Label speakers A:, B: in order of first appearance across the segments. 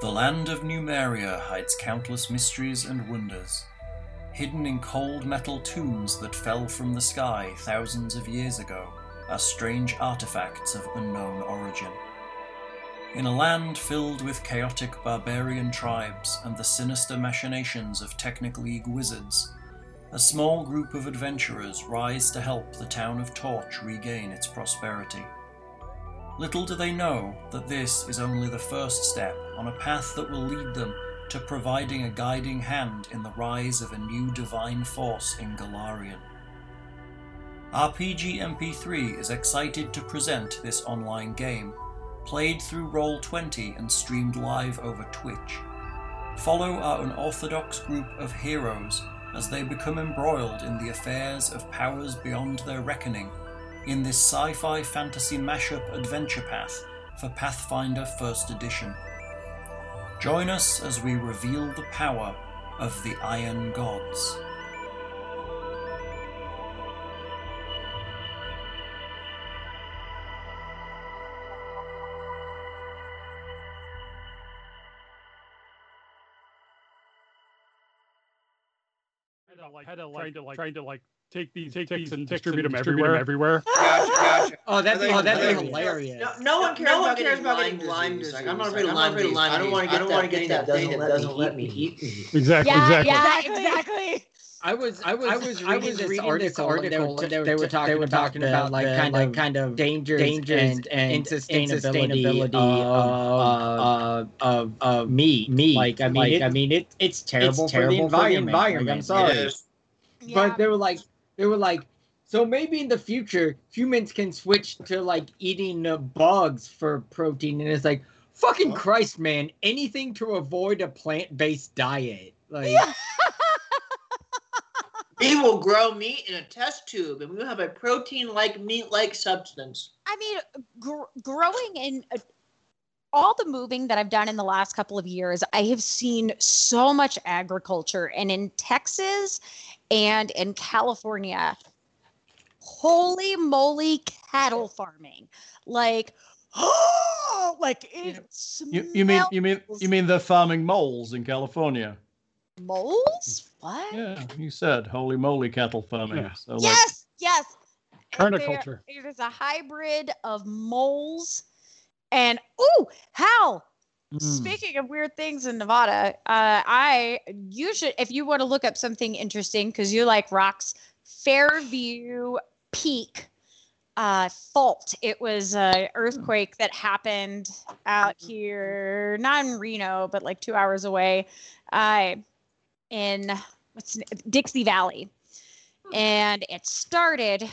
A: The land of Numeria hides countless mysteries and wonders, hidden in cold metal tombs that fell from the sky thousands of years ago, are strange artifacts of unknown origin. In a land filled with chaotic barbarian tribes and the sinister machinations of Technic League wizards, a small group of adventurers rise to help the town of Torch regain its prosperity. Little do they know that this is only the first step on a path that will lead them to providing a guiding hand in the rise of a new divine force in Galarian. RPG MP3 is excited to present this online game, played through Roll20 and streamed live over Twitch. Follow our unorthodox group of heroes as they become embroiled in the affairs of powers beyond their reckoning in this sci fi fantasy mashup adventure path for Pathfinder 1st Edition. Join us as we reveal the power of the Iron Gods.
B: Had to like, trying to like, trying to like take these, take these and distribute them everywhere. everywhere.
C: Gotcha, gotcha.
D: Oh, that's
C: They-
D: oh, that'd
C: they-
D: be hilarious.
E: No, no one cares,
F: No one
E: about,
F: cares
E: getting
F: about
E: Lyme
F: getting Lyme
E: disease.
F: disease.
E: Like, I'm not
F: I'm
E: afraid of
F: not
E: Lyme
F: afraid of
E: disease.
F: Lyme
E: I don't want to
F: disease.
E: get
F: I
E: that
F: don't
E: thing
F: wanna
E: that doesn't, let, me eat me.
B: Exactly, exactly.
G: yeah,
H: Exactly.
G: exactly.
D: I was I was
F: I was
D: I was
F: reading
D: reading
F: this
D: this article.
F: article,
D: and
F: they
D: They
F: were
D: were, they were,
F: ta-
D: talk, they were talking about like kind of kind of dangers,
F: dangers
D: and, and
F: insustainability
D: insustainability
F: of-
D: of of, of meat. Meat. Like I mean,
F: Like,
D: it,
F: I
D: I mean, it,
F: It's
D: terrible, for the environment. Like, I'm sorry,
C: It is.
H: Yeah.
D: but they were like they were like so maybe in the future humans can switch to like eating uh, bugs for protein, and it's like fucking
C: Huh?
D: Christ, man, anything to avoid a plant-based diet. Like
H: Yeah.
E: We will grow meat in a test tube, and we will have a protein-like, meat-like substance.
H: I mean, gr- growing in uh, all the moving that I've done in the last couple of years, I have seen so much agriculture, and in Texas and in California, holy moly, cattle farming! Like, oh, like it
B: You, you mean
H: smells
B: you mean you mean they're farming moles in California?
H: moles? What?
B: Yeah, you said holy moly cattle farming.
C: Yeah.
B: So like,
H: Yes, yes. And there-
B: Carniculture.
H: It is a hybrid of moles and oh, Hal. Speaking of weird things in Nevada, uh, I you should if you want to look up something interesting because you like rocks, Fairview Peak uh, fault. It was an earthquake that happened out here, not in Reno, but like two hours away, uh, in what's n- Dixie Valley, and it started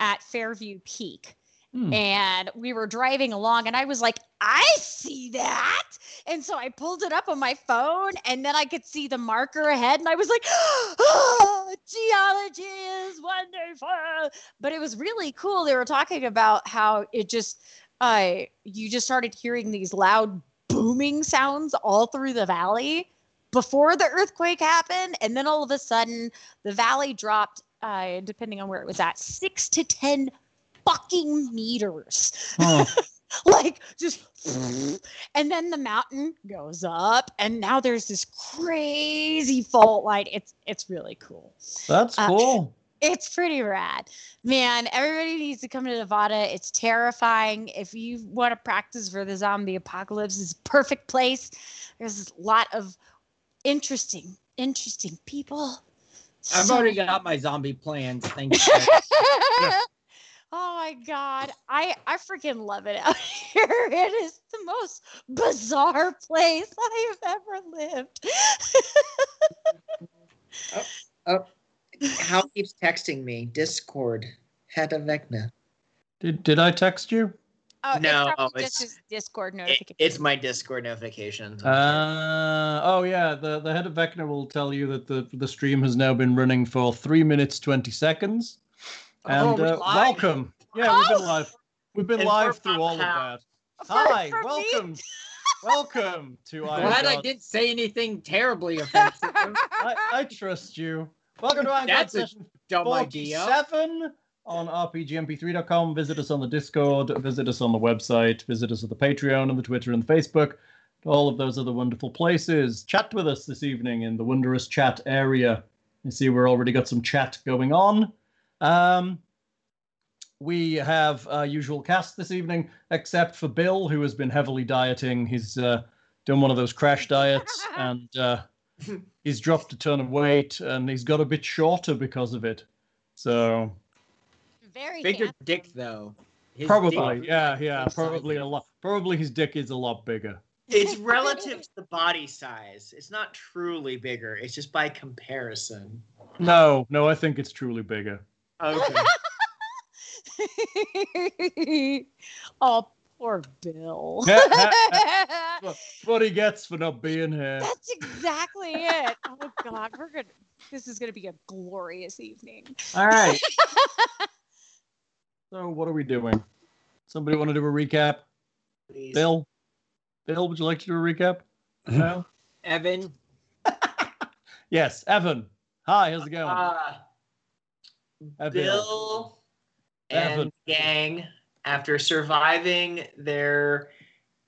H: at Fairview Peak
B: Hmm.
H: and we were driving along and i was like i see that and so i pulled it up on my phone and then i could see the marker ahead and i was like oh, geology is wonderful but it was really cool they were talking about how it just uh, you just started hearing these loud booming sounds all through the valley before the earthquake happened and then all of a sudden the valley dropped uh, depending on where it was at six to ten fucking meters.
B: Huh.
H: like just and then the mountain goes up and now there's this crazy fault line. It's it's really cool.
B: That's
H: Uh,
B: cool.
H: It's pretty rad. Man, everybody needs to come to Nevada. It's terrifying. If you want to practice for the zombie apocalypse, it's a perfect place. There's a lot of interesting, interesting people.
D: I've
H: So-
D: already got my zombie plans. Thank you.
H: oh my god, I I freaking love it out here. It is the most bizarre place I have ever lived.
F: Hal keeps texting me. Discord. Heta Vecna.
B: Did did I text you?
H: Oh,
E: No,
H: it's, probably
E: it's-
H: just his Discord
E: It-
H: notification.
E: it's my Discord notifications.
B: Uh, oh yeah, the, the head of Vecna will tell you that the, the stream has now been running for three minutes twenty seconds.
D: Oh,
B: And
D: we're
B: uh,
D: live?
B: welcome. Yeah, we've
H: Oh!
B: been live. We've been
E: And
B: live
E: for
B: through all of
E: Papa.
B: that.
H: For-
B: Hi,
H: for me-
B: welcome, welcome to Iron
D: Glad I
B: Gods.
D: didn't say anything terribly offensive.
B: I, I trust you. Welcome to Iron Gods
D: That's a
B: session
D: Dumb idea.
B: forty-seven on rpgmp3.com. Visit us on the Discord. Visit us on the website. Visit us at the Patreon and the Twitter and the Facebook. all of those other wonderful places. Chat with us this evening in the Wondrous Chat area. You see, we've already got some chat going on. Um, we have our usual cast this evening, except for Bill, who has been heavily dieting. He's uh, done one of those crash diets and uh, he's dropped a ton of weight and he's got a bit shorter because of it. So
H: Very
D: Bigger
H: handsome.
D: dick though. His
B: probably,
D: dick-
B: yeah, yeah,
D: Big size.
B: probably a lot. Probably his dick is a lot bigger.
E: It's relative to the body size. It's not truly bigger. It's just by comparison.
B: No, no, I think it's truly bigger.
E: Okay.
H: oh, poor Bill.
B: That's what he gets for not being here.
H: That's exactly it. Oh God, we're gonna. This is gonna be a glorious evening.
B: All right. so what are we doing? Somebody want to do a recap?
E: Please.
B: Bill, Bill, would you like to do a recap? No.
D: Evan.
B: Yes, Evan. Hi, how's it going?
E: Uh,
B: Evan.
E: Bill and
B: Evan.
E: gang, after surviving their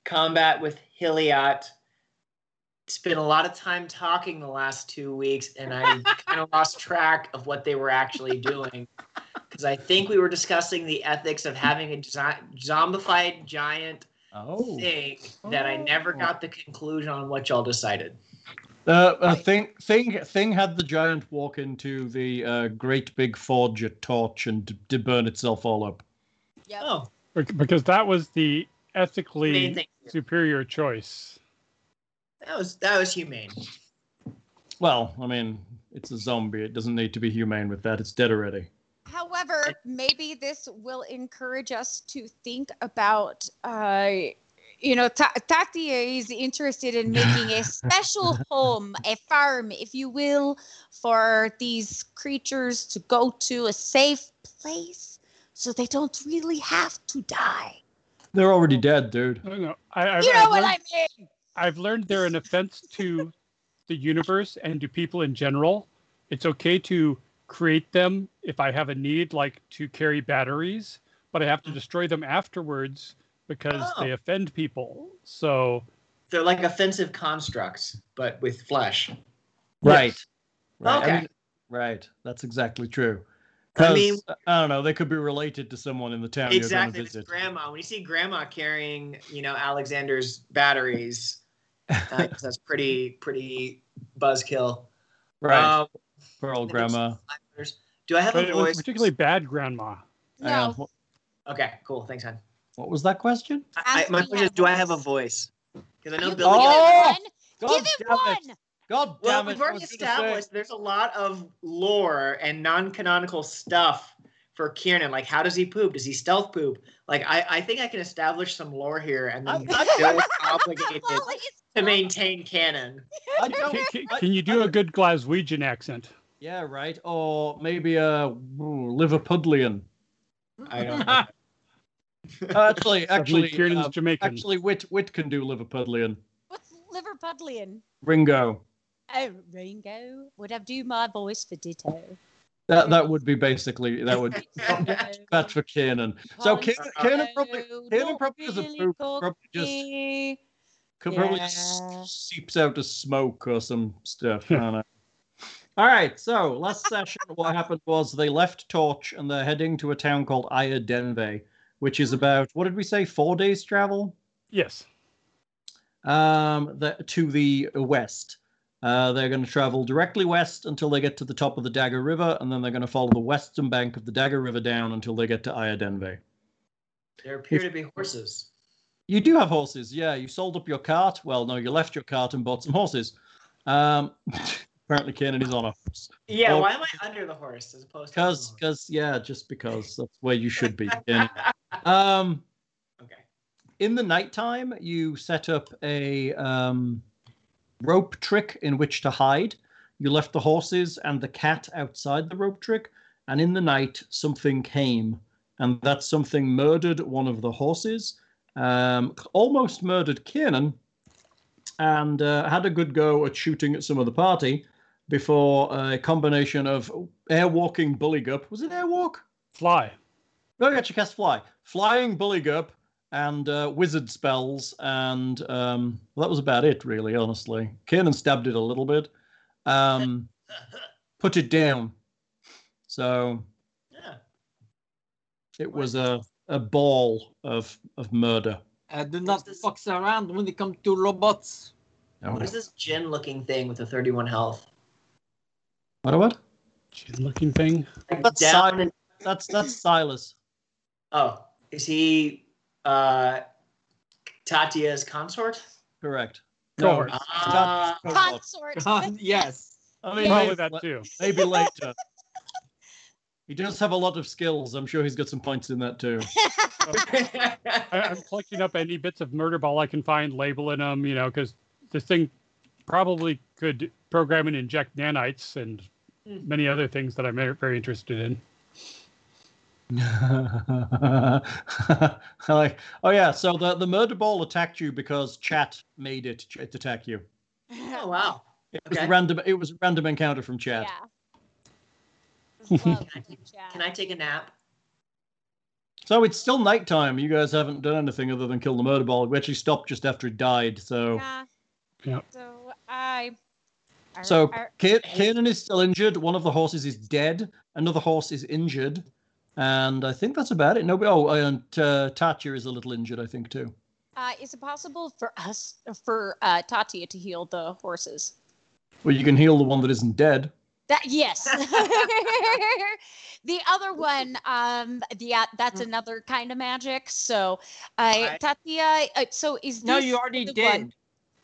E: combat with Hiliot, spent a lot of time talking the last two weeks, and I kind of lost track of what they were actually doing. Because I think we were discussing the ethics of having a zo- zombified giant
B: Oh,
E: thing that I never
B: Oh.
E: got the conclusion on what y'all decided.
B: uh, uh, thing, thing, thing had the giant walk into the uh, great big forge at torch and d- d- burn itself all up.
H: Yep.
E: Oh,
C: Bec- because that was the
E: main
C: ethically
E: thing.
C: superior choice.
E: That was that was humane.
B: Well, I mean, it's a zombie. It doesn't need to be humane with that. It's dead already.
H: However, maybe this will encourage us to think about, uh, you know, Ta- Tatia is interested in making a special home, a farm, if you will, for these creatures to go to a safe place so they don't really have to die.
B: They're already dead, dude.
C: I don't know. I, I,
H: You
C: I've,
H: know what
C: learned,
H: I mean?
C: I've learned they're an offense to the universe and to people in general. It's okay to create them if I have a need, like to carry batteries, but I have
H: Mm.
C: to destroy them afterwards because
E: Oh.
C: they offend people. So
E: They're like offensive constructs, but with flesh.
B: Right. Right.
E: Okay.
B: I mean- right. That's exactly true.
E: I mean-
B: 'Cause, I don't know. They could be related to someone in the town
E: Exactly.
B: you're
E: It's
B: going to visit.
E: grandma. When you see grandma carrying, you know, Alexander's batteries, uh, that's pretty, pretty buzzkill.
B: Right.
E: Um,
B: For old grandma.
E: do I have
C: but
E: a
C: it was
E: voice?
C: particularly bad grandma.
B: Hang on,
H: No,
B: wh-
E: Okay, cool. Thanks, hon.
B: Uh, What was that question?
E: I, I, my
H: Ask me
E: question is,
H: that
E: do I have a
H: voice.
E: voice? Because I know
H: you
E: Billy.
H: give
B: Oh!
H: it one.
B: God
H: give it
B: damn
H: one.
B: it. God
E: Well,
B: Oh, damn it.
E: we've
B: I
E: already
B: was gonna say-
E: established there's a lot of lore and non-canonical stuff for Kieran. Like, how does he poop? Does he stealth poop? Like, I, I think I can establish some lore here, and then
B: I- I-
E: feel obligated
H: Well, it's-
E: to maintain canon.
B: I
C: Can,
B: don't-
C: can-
B: I-
C: can you do a good Glaswegian accent?
B: yeah, right. Or maybe a ooh, Liverpudlian. Uh,
E: I don't.
B: Actually, actually,
C: Kieran's
B: uh,
C: Jamaican.
B: actually, Wit Wit can do Liverpudlian.
H: What's Liverpudlian?
B: Ringo.
H: Oh, Ringo would have do my voice for Ditto.
B: That that would be basically that would that's for Kiernan. So
H: Polly
B: Kiernan,
E: Uh,
B: Kiernan probably
H: Ditto,
B: Kiernan
H: don't
B: probably doesn't
H: really
B: poop,
H: cook
B: probably just-
H: me.
B: could probably just
H: Yeah.
B: seeps out as smoke or some stuff. I don't know. All right, so last session, what happened was they left Torch and they're heading to a town called Aya Denve, which is about what did we say, four days travel
C: Yes.
B: um, the, to the west. Uh, they're going to travel directly west until they get to the top of the Dagger River, and then they're going to follow the western bank of the Dagger River down until they get to Aya Denve.
E: There appear to be horses.
B: You do have horses, yeah. You sold up your cart. Well, no, you left your cart and bought some horses. Um, apparently, Kiernan is on a horse.
E: Yeah,
B: Well-
E: why am I under the horse as opposed to?
B: Because,
E: on
B: because, yeah, just because that's where you should be.
E: the
B: Kiernan.
E: horse?
B: um,
E: okay.
B: in the nighttime, you set up a um, rope trick in which to hide. You left the horses and the cat outside the rope trick, and in the night, something came, and that something murdered one of the horses, um, c- almost murdered Kiernan, and uh, had a good go at shooting at some of the party before a combination of airwalking bully gup. Was it airwalk?
C: Fly.
B: No, you actually cast fly. Flying bully gup and uh, wizard spells, and um, well, that was about it, really. Honestly, Kiernan stabbed it a little bit, um, put it down. So
E: Yeah.
B: it was a, a ball of of murder.
D: I uh, do
E: not
D: not fuck around when it comes to robots.
E: What is this gin looking thing with the 31 health?
B: What about?
C: looking thing.
E: Like
B: That's
E: down
B: Simon.
E: and-
B: That's that's Silas.
E: oh, is he uh, Tatia's consort?
B: Correct.
C: Cool.
B: it's- it's
E: Ah.
B: not-
H: Consort.
D: Uh, yes.
B: I mean,
C: Probably
B: maybe,
C: that too.
B: maybe later. He does have a lot of skills. I'm sure he's got some points in that too.
C: I, I'm collecting up any bits of murder ball I can find, labeling them, you know, because this thing probably could program and inject nanites and
E: Mm.
C: many other things that I'm very- very interested in.
B: like, oh yeah. So the the murder ball attacked you because chat made it, it attack you.
E: oh, wow.
B: It was a
E: Okay.
B: random. It was a random encounter from
H: yeah.
B: chat.
H: Love the
E: Can
H: chat.
E: I take a nap?
B: So it's still nighttime. You guys haven't done anything other than kill the murder ball. We actually stopped just after it died. So
H: Yeah.
C: Yep.
H: So I. Ar-
B: so
H: ar-
B: Ka- Kanan is still injured. One of the horses is dead. Another horse is injured, and I think that's about it. Nobody. Oh, and uh, Tatya is a little injured, I think too.
H: uh, is it possible for us for uh, Tatia to heal the horses?
B: Well, you can heal the one that isn't dead.
H: That yes. the other one, um, the uh,
B: Mm.
H: that's another kind of magic. So, I
E: I-
H: Tatia. Uh, so is
D: No,
H: this
D: you already
H: the
D: did.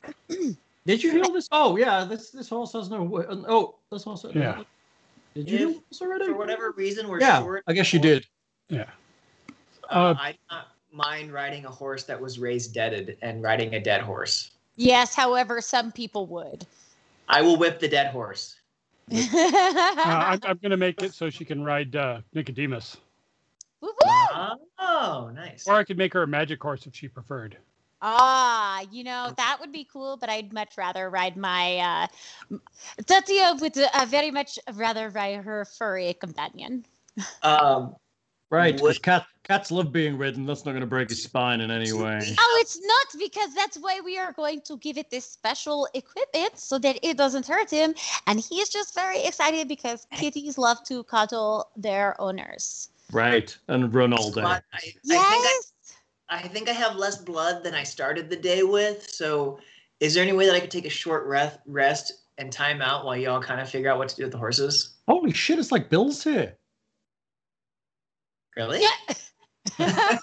H: one-
D: Did you heal this?
B: Oh yeah, this this horse has no. wo- uh, Oh, this horse.
C: Yeah.
B: Did you
E: If-
B: heal this already?
E: For whatever reason, we're
B: yeah,
E: short.
B: I guess you
E: on horse.
B: did.
E: Uh,
C: Uh,
E: I do not mind riding a horse that was raised deaded and riding a dead horse.
H: Yes. However, some people would.
E: I will whip the dead horse.
C: uh, I'm, I'm going to make it so she can ride uh, Nicodemus.
H: Woo-woo!
E: Oh, nice.
C: Or I could make her a magic horse if she preferred.
H: Ah, you know, that would be cool, but I'd much rather ride my uh m- Tatia would uh, very much rather ride her furry companion.
E: Um,
B: Right, because
E: Would-
B: cat, cats love being ridden. That's not going to break his spine in any way.
H: Oh, it's not because that's why we are going to give it this special equipment so that it doesn't hurt him. And he's just very excited because kitties love to cuddle their owners.
B: Right, and run all day.
E: squad- I, I think I,
H: Yes.
E: I think I have less blood than I started the day with. So, is there any way that I could take a short rest, rest and time out while y'all kind of figure out what to do with the horses?
B: Holy shit! It's like Bill's here.
E: Really?
H: Yeah.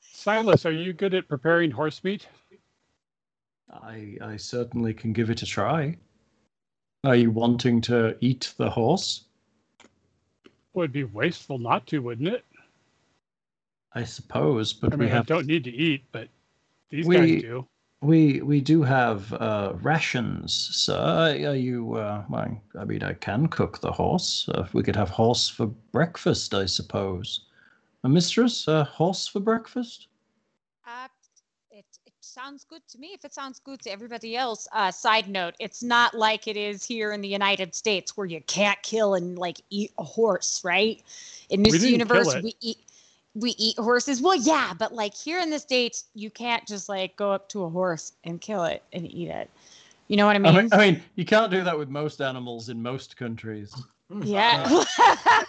C: Silas, are you good at preparing horse meat?
B: I I certainly can give it a try. Are you wanting to eat the horse?
C: Would be wasteful not to, wouldn't it?
B: I suppose, but
C: I mean,
B: we
C: I
B: have
C: don't need to eat, but these
B: We-
C: guys do.
B: we we do have uh, rations, sir. Are you? Uh, well, I mean, I can cook the horse. Uh, we could have horse for breakfast, I suppose. Uh, mistress, uh, horse for breakfast.
H: Uh, it, it sounds good to me if it sounds good to everybody else. Uh, side note, it's not like it is here in the United States where you can't kill and like eat a horse, right? In
C: We didn't
H: Miss
C: kill
H: Universe,
C: it.
H: we eat we eat horses. Well, yeah, but like here in the States, you can't just like go up to a horse and kill it and eat it. You know what I
B: I
H: mean?
B: mean, I mean, you can't do that with most animals in most countries.
H: yeah.
E: Uh,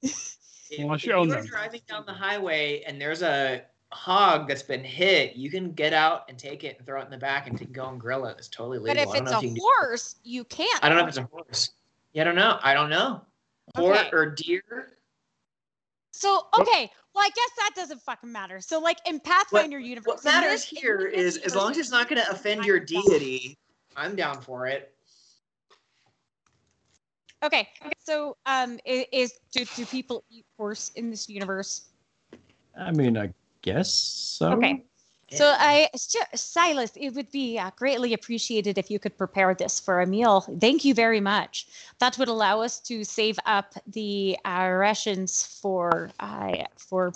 E: If-
C: Unless
E: if
C: you own
E: are
C: them.
E: driving down the highway and there's a hog that's been hit, you can get out and take it and throw it in the back and t- go and grill it. It's totally
H: but
E: legal.
H: if
E: I don't
H: it's
E: know if you
H: a
E: can-
H: horse, you can't.
E: I don't know if it's a horse. Yeah, I don't know. I don't know. Or
H: Okay.
E: or deer.
H: So okay, well I guess that doesn't fucking matter. So like in Pathfinder universe,
E: What
H: in
E: matters
H: this- in
E: here
H: this
E: is as long
H: universe,
E: as it's not going to offend
H: I'm
E: your
H: down.
E: deity, I'm down for it.
H: Okay, so um, i- is do do people eat horse in this universe?
B: I mean, I guess so.
H: Okay. So I, Sil- Silas, it would be uh, greatly appreciated if you could prepare this for a meal. Thank you very much. That would allow us to save up the uh, rations for uh, for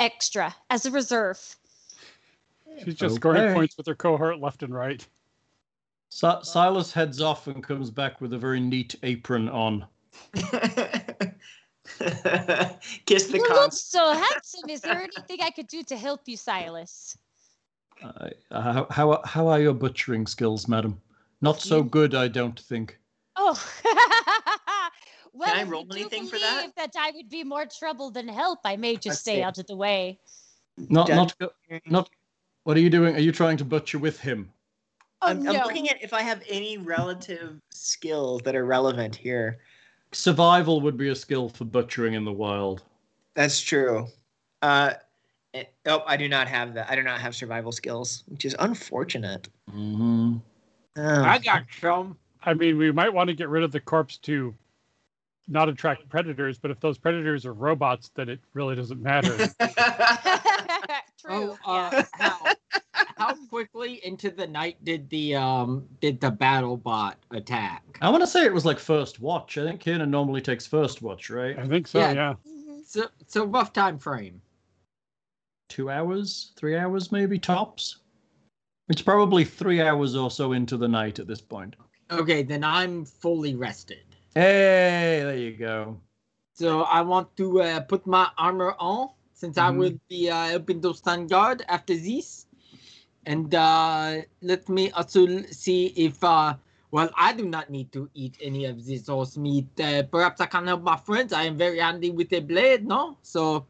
H: extra as a reserve.
C: She's just scoring
B: Okay.
C: points with her cohort left and right.
B: Si- Silas heads off and comes back with a very neat apron on.
E: Kiss the
H: you
E: con.
H: look so handsome. Is there anything I could do to help you, Silas?
B: I- Uh, how, how, how are your butchering skills, madam? Not so good, I don't think.
H: Oh. well,
E: I
H: if you
E: roll
H: do
E: anything for that?
H: believe that? I would be more trouble than help. I may just
E: Let's
H: stay
E: see.
H: out of the way.
B: Not, not, go- not. What are you doing? Are you trying to butcher with him?
H: Oh
E: I'm,
H: no.
E: I'm looking at if I have any relative skills that are relevant here.
B: Survival would be a skill for butchering in the wild.
E: That's true. Uh, eh, oh, I do not have that. I do not have survival skills, which is unfortunate.
B: Mm-hmm.
E: Oh.
G: I got some.
C: I mean, we might want to get rid of the corpse to not attract predators, but if those predators are robots, then it really doesn't matter.
H: True.
G: Oh, uh, how,
D: How quickly into the night did the um did the battle bot attack?
B: I want to say it was like first watch. I think Kiernan normally takes first watch, right?
C: I think so,
D: Yeah.
C: yeah.
H: Mhm.
D: So so rough time frame.
B: Two hours, three hours, maybe tops. It's probably three hours or so into the night at this point.
D: Okay, then I'm fully rested.
B: Hey, there you go.
D: So I want to uh, put my armor on since I
B: Mhm.
D: will be uh, helping the stand guard after this. And uh, let me also l- see if, uh, well, I do not need to eat any of this horse meat. Uh, perhaps I can help my friends. I am very handy with a blade, no? So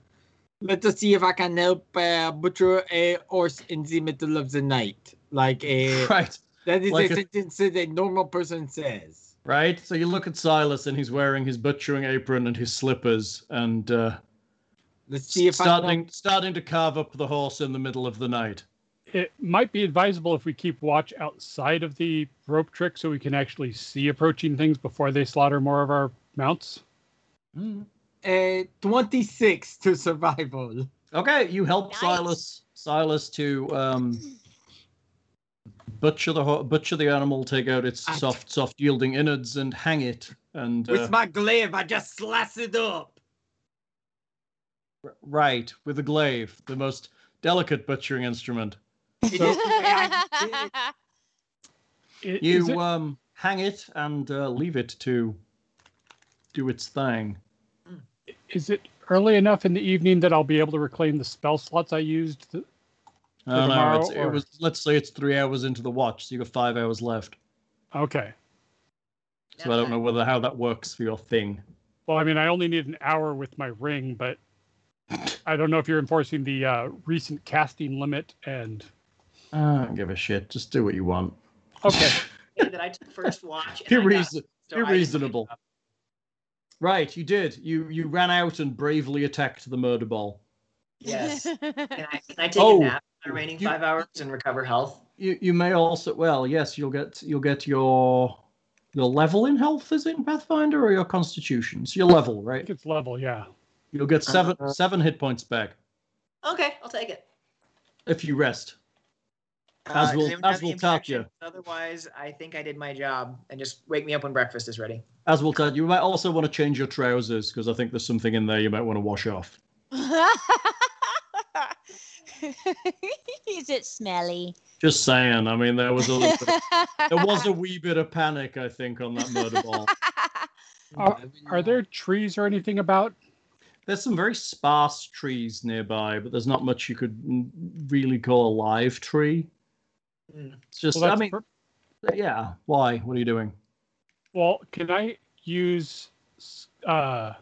D: let us see if I can help uh, butcher a horse in the middle of the night. Like a,
B: Right,
D: that is
B: like
D: a
B: a-
D: sentence that a normal person says.
B: right. So you look at Silas and he's wearing his butchering apron and his slippers and uh,
D: Let's see if I
B: starting
D: can.
B: starting to carve up the horse in the middle of the night.
C: It might be advisable if we keep watch outside of the rope trick so we can actually see approaching things before they slaughter more of our mounts.
D: Uh, 26 to survival.
B: Okay, you help
H: Nice.
B: Silas Silas to um, butcher the ho- butcher the animal, take out
C: Ah.
B: its
D: Act.
B: soft soft yielding innards, and hang it. And uh,
D: With my glaive, I just slice it up.
B: r- right with a glaive, the most delicate butchering instrument.
D: It is the way I did it.
C: I- is
B: You
C: it-
B: um, hang it and uh, leave it to do its thing.
C: is it early enough in the evening that I'll be able to reclaim the spell slots I used? th-
B: I don't know. Uh, It's,
C: tomorrow,
B: It
C: or-
B: was let's say it's three hours into the watch, so you got five hours left.
C: Okay.
B: So I don't know whether how that works for your thing.
C: Well, I mean, I only need an hour with my ring, but I don't know if you're enforcing the uh, recent casting limit. And
B: I don't give a shit. Just do what you want.
C: okay,
E: that I took first watch. and
B: Be
E: I got-
B: reason.
E: so
B: be
E: I-
B: reasonable. Right, you did. You you ran out and bravely attacked the murder ball.
E: Yes. Can I, can I take
B: Oh,
E: a nap on remaining
B: you-
E: five hours and recover health?
B: You you may also well yes you'll get you'll get your your level in health is it in Pathfinder or your Constitution? It's your level,
C: I think
B: right?
C: it's level, yeah.
B: You'll get seven seven hit points back
E: Okay, I'll take it.
B: if you rest.
E: Uh,
B: As
E: does
B: will-
E: anyone have
B: as
E: any
B: will tap
E: objection?
B: you.
E: Otherwise, I think I did my job. And just wake me up when breakfast is ready.
B: As we'll tell you, you might also want to change your trousers because I think there's something in there you might want to wash off.
H: Is it smelly?
B: Just saying. I mean, there was a little bit, there was a wee bit of panic I think on that murder ball.
C: Are there trees or anything about?
B: There's some very sparse trees nearby, but there's not much you could mm, really call a live tree.
E: Hmm.
B: It's just,
C: Well,
B: I
C: that's
B: mean, uh,
C: per-
B: yeah. Why? What are you doing?
C: well, can I use? s- Uh,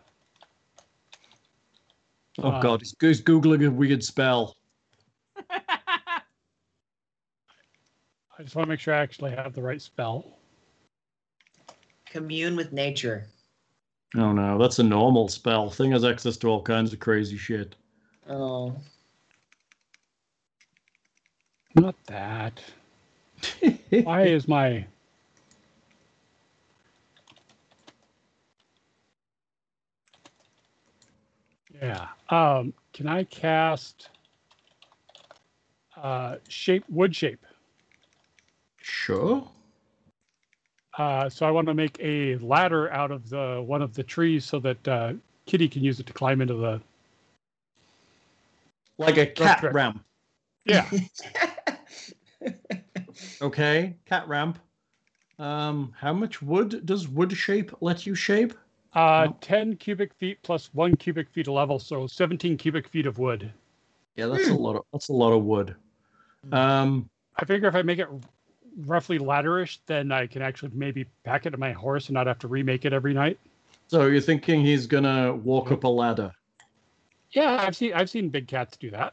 B: Oh
C: Uh,
B: God, he's, he's googling a weird spell.
C: I just want to make sure I actually have the right spell.
E: Commune with nature.
B: Oh no, that's a normal spell. Thing has access to all kinds of crazy shit.
E: Oh.
C: Not that. Why is my? Yeah. Um, can I cast uh, shape wood shape?
B: sure.
C: Uh, so I want to make a ladder out of the one of the trees so that uh, Kitty can use it to climb into the.
B: Like a cat
C: trick.
B: ramp.
C: Yeah.
B: Okay, cat ramp. Um, how much wood does wood shape let you shape?
C: Uh, 10 cubic feet plus one cubic feet of level, so 17 cubic feet of wood.
B: Yeah, that's
C: Hmm.
B: a lot of that's a lot of wood. Um,
C: I figure if I make it roughly ladderish, then I can actually maybe pack it to my horse and not have to remake it every night.
B: so you're thinking he's gonna walk up a ladder?
C: Yeah, I've seen I've seen big cats do that.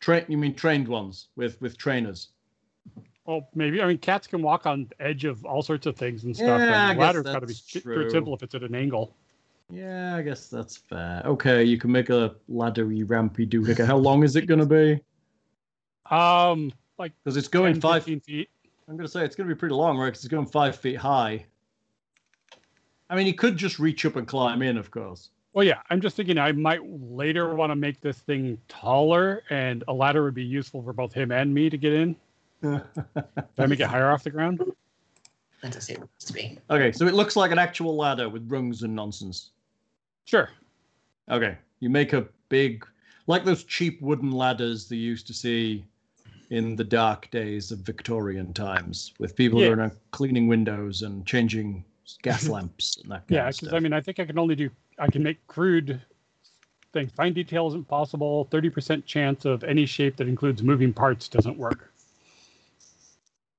B: Train? You mean trained ones with with trainers?
C: Well, maybe I mean cats can walk on the edge of all sorts of things and stuff.
B: Yeah,
C: and
B: I guess
C: the ladder's got to be
B: that's
C: st-
B: true.
C: pretty simple if it's at an angle.
B: Yeah, I guess that's fair. Okay, you can make a laddery rampy doohickey. How long is it gonna be?
C: Um, like
B: Because it's
C: 10,
B: going five.
C: 15 feet.
B: I'm gonna say it's gonna be pretty long, right? Because it's going five feet high. I mean, he could just reach up and climb in, of course.
C: Well, yeah, I'm just thinking I might later want to make this thing taller, and a ladder would be useful for both him and me to get in. If I make it higher off the ground.
E: That doesn't seem to be.
B: okay, so it looks like an actual ladder with rungs and nonsense.
C: Sure.
B: Okay, you make a big, like those cheap wooden ladders they used to see in the dark days of Victorian times, with people who are now cleaning windows and changing gas lamps and that kind
C: Yeah,
B: of
C: because
B: stuff.
C: I mean, I think I can only do. I can make crude things. Fine detail isn't possible. Thirty percent chance of any shape that includes moving parts doesn't work.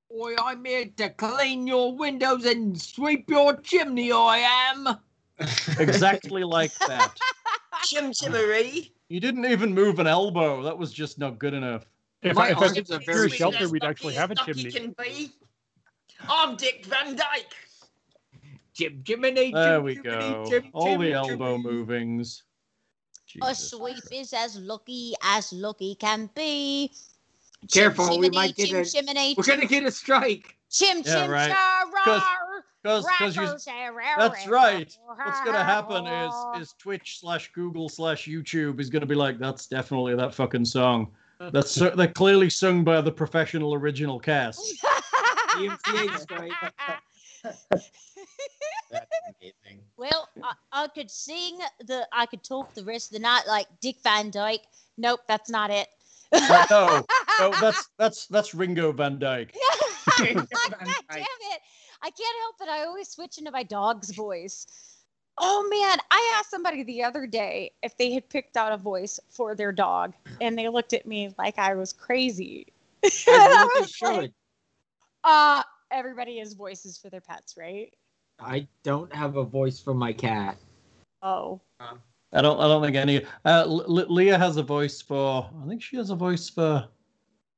D: Boy, I'm here to clean your windows and sweep your chimney, I am.
B: exactly like that.
E: Chim chimmery.
B: You didn't even move an elbow. That was just not good enough.
C: If
D: My
C: I, if I
D: arms
C: did
D: are
C: secure
D: very-
C: shelter, we'd actually have a chimney.
E: Can be. I'm Dick Van Dyke.
D: Jim Jiminy, Jim
B: There we
D: Jiminy,
B: go.
D: Jim
B: All the
D: Jiminy,
B: elbow
D: Jiminy.
B: movings.
H: A
B: Jesus
H: sweep
B: Christ.
H: is as lucky as lucky can be. Chim
D: Careful, we
H: chiminy,
D: might get
H: chim
D: a-
H: chiminy,
D: We're gonna get a strike.
H: chim
B: Yeah,
H: chim
B: right.
H: chara,
B: 'Cause- 'cause you-
H: rackles, arrow,
B: That's right.
H: arrow.
B: What's going to happen
H: ah,
B: is is Twitch slash Google slash YouTube is going to be like, that's definitely that fucking song. That's so, they're clearly sung by the professional original cast.
D: EMCA strike.
E: That's amazing.
H: well, I, I could sing the, I could talk the rest of the night like Dick Van Dyke. Nope, that's not it.
B: But no, no, that's that's that's Ringo Van Dyke.
H: God damn it. I can't help it. I always switch into my dog's voice. Oh man, I asked somebody the other day if they had picked out a voice for their dog, and they looked at me like I was crazy.
D: As
H: I
D: you
H: was like,
D: should.
H: uh, everybody has voices for their pets, right?
D: I don't have a voice for my cat.
H: Oh.
B: I don't I don't think any. Uh, L- L- Leah has a voice for. I think she has a voice for.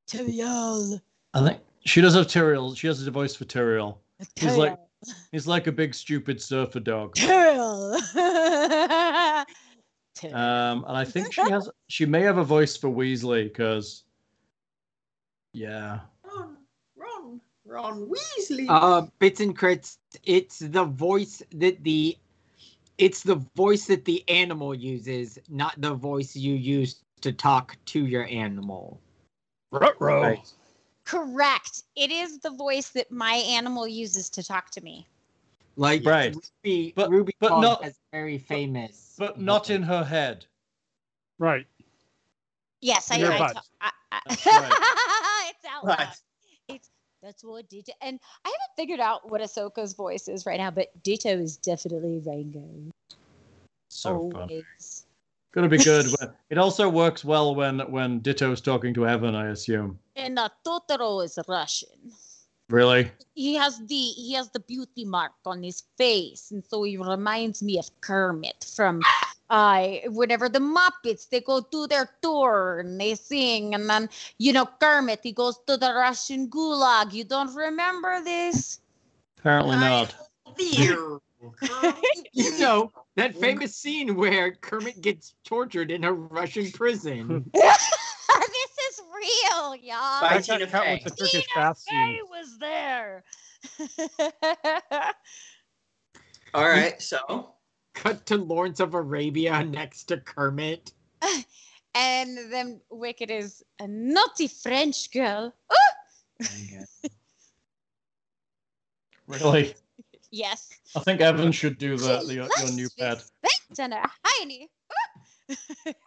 H: Tyriel.
B: I think she does have Tyrael. She has a voice for Tyrael. He's like- He's like a big stupid surfer dog.
H: Tyriel. Tyriel.
B: Um, and I think she has she may have a voice for Weasley because yeah.
E: Ron, Ron, Ron Weasley.
D: Uh, bits and crits. It's the voice that the, it's the voice that the animal uses, not the voice you use to talk to your animal.
C: Ruh-roh.
B: Right.
H: Correct. It is the voice that my animal uses to talk to me.
D: Like
B: Right.
D: Ruby,
B: But-
D: Ruby
B: but
D: Fogg
B: not-
D: has very famous.
B: But not in her head.
C: Right.
H: Yes, I,
C: Your
H: I,
C: butt.
H: talk- I, I
B: That's right.
H: It's out loud.
E: Right.
H: It's that's what Ditto and I haven't figured out what Ahsoka's voice is right now, but Ditto is definitely Rango. Oh.
B: So fun.
H: Always.
B: Gonna be good. but it also works well when when Ditto's talking to Evan, I assume.
H: And uh, Totoro is Russian.
B: Really?
H: He has the he has the beauty mark on his face, and so he reminds me of Kermit from uh whenever the Muppets they go to their tour and they sing, and then you know Kermit he goes to the Russian gulag. You don't remember this?
B: Apparently not.
E: Fear.
D: you know that famous scene where Kermit gets tortured in a Russian prison.
H: this is real, y'all.
E: By
C: I
E: Bye,
H: Bye.
E: Tina
C: got cut with
E: Fey.
C: the Turkish bath scene.
B: Mm.
H: was there.
E: All right, so
D: Cut to Lawrence of Arabia next to Kermit.
H: and then Wicked is a naughty French girl.
B: Really?
H: Yes.
B: I think Evan should do that,
H: She
B: the, your
H: loves
B: new pet.
H: respect and a hiney.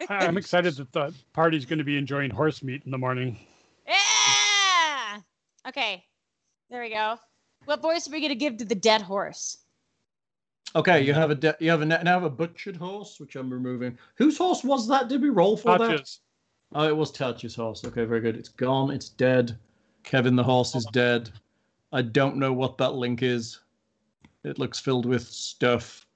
C: I- I'm excited that the party's going to be enjoying horse meat in the morning.
H: Yeah. Okay. There we go. What voice are we gonna give to the dead horse?
B: Okay, you have a de- you have a ne- now have a butchered horse, which I'm removing. Whose horse was that? Did we roll for that?
C: Touches.
B: Oh, it was Tatch's horse. Okay, very good. It's gone. It's dead. Kevin the horse is dead. I don't know what that link is. It looks filled with stuff.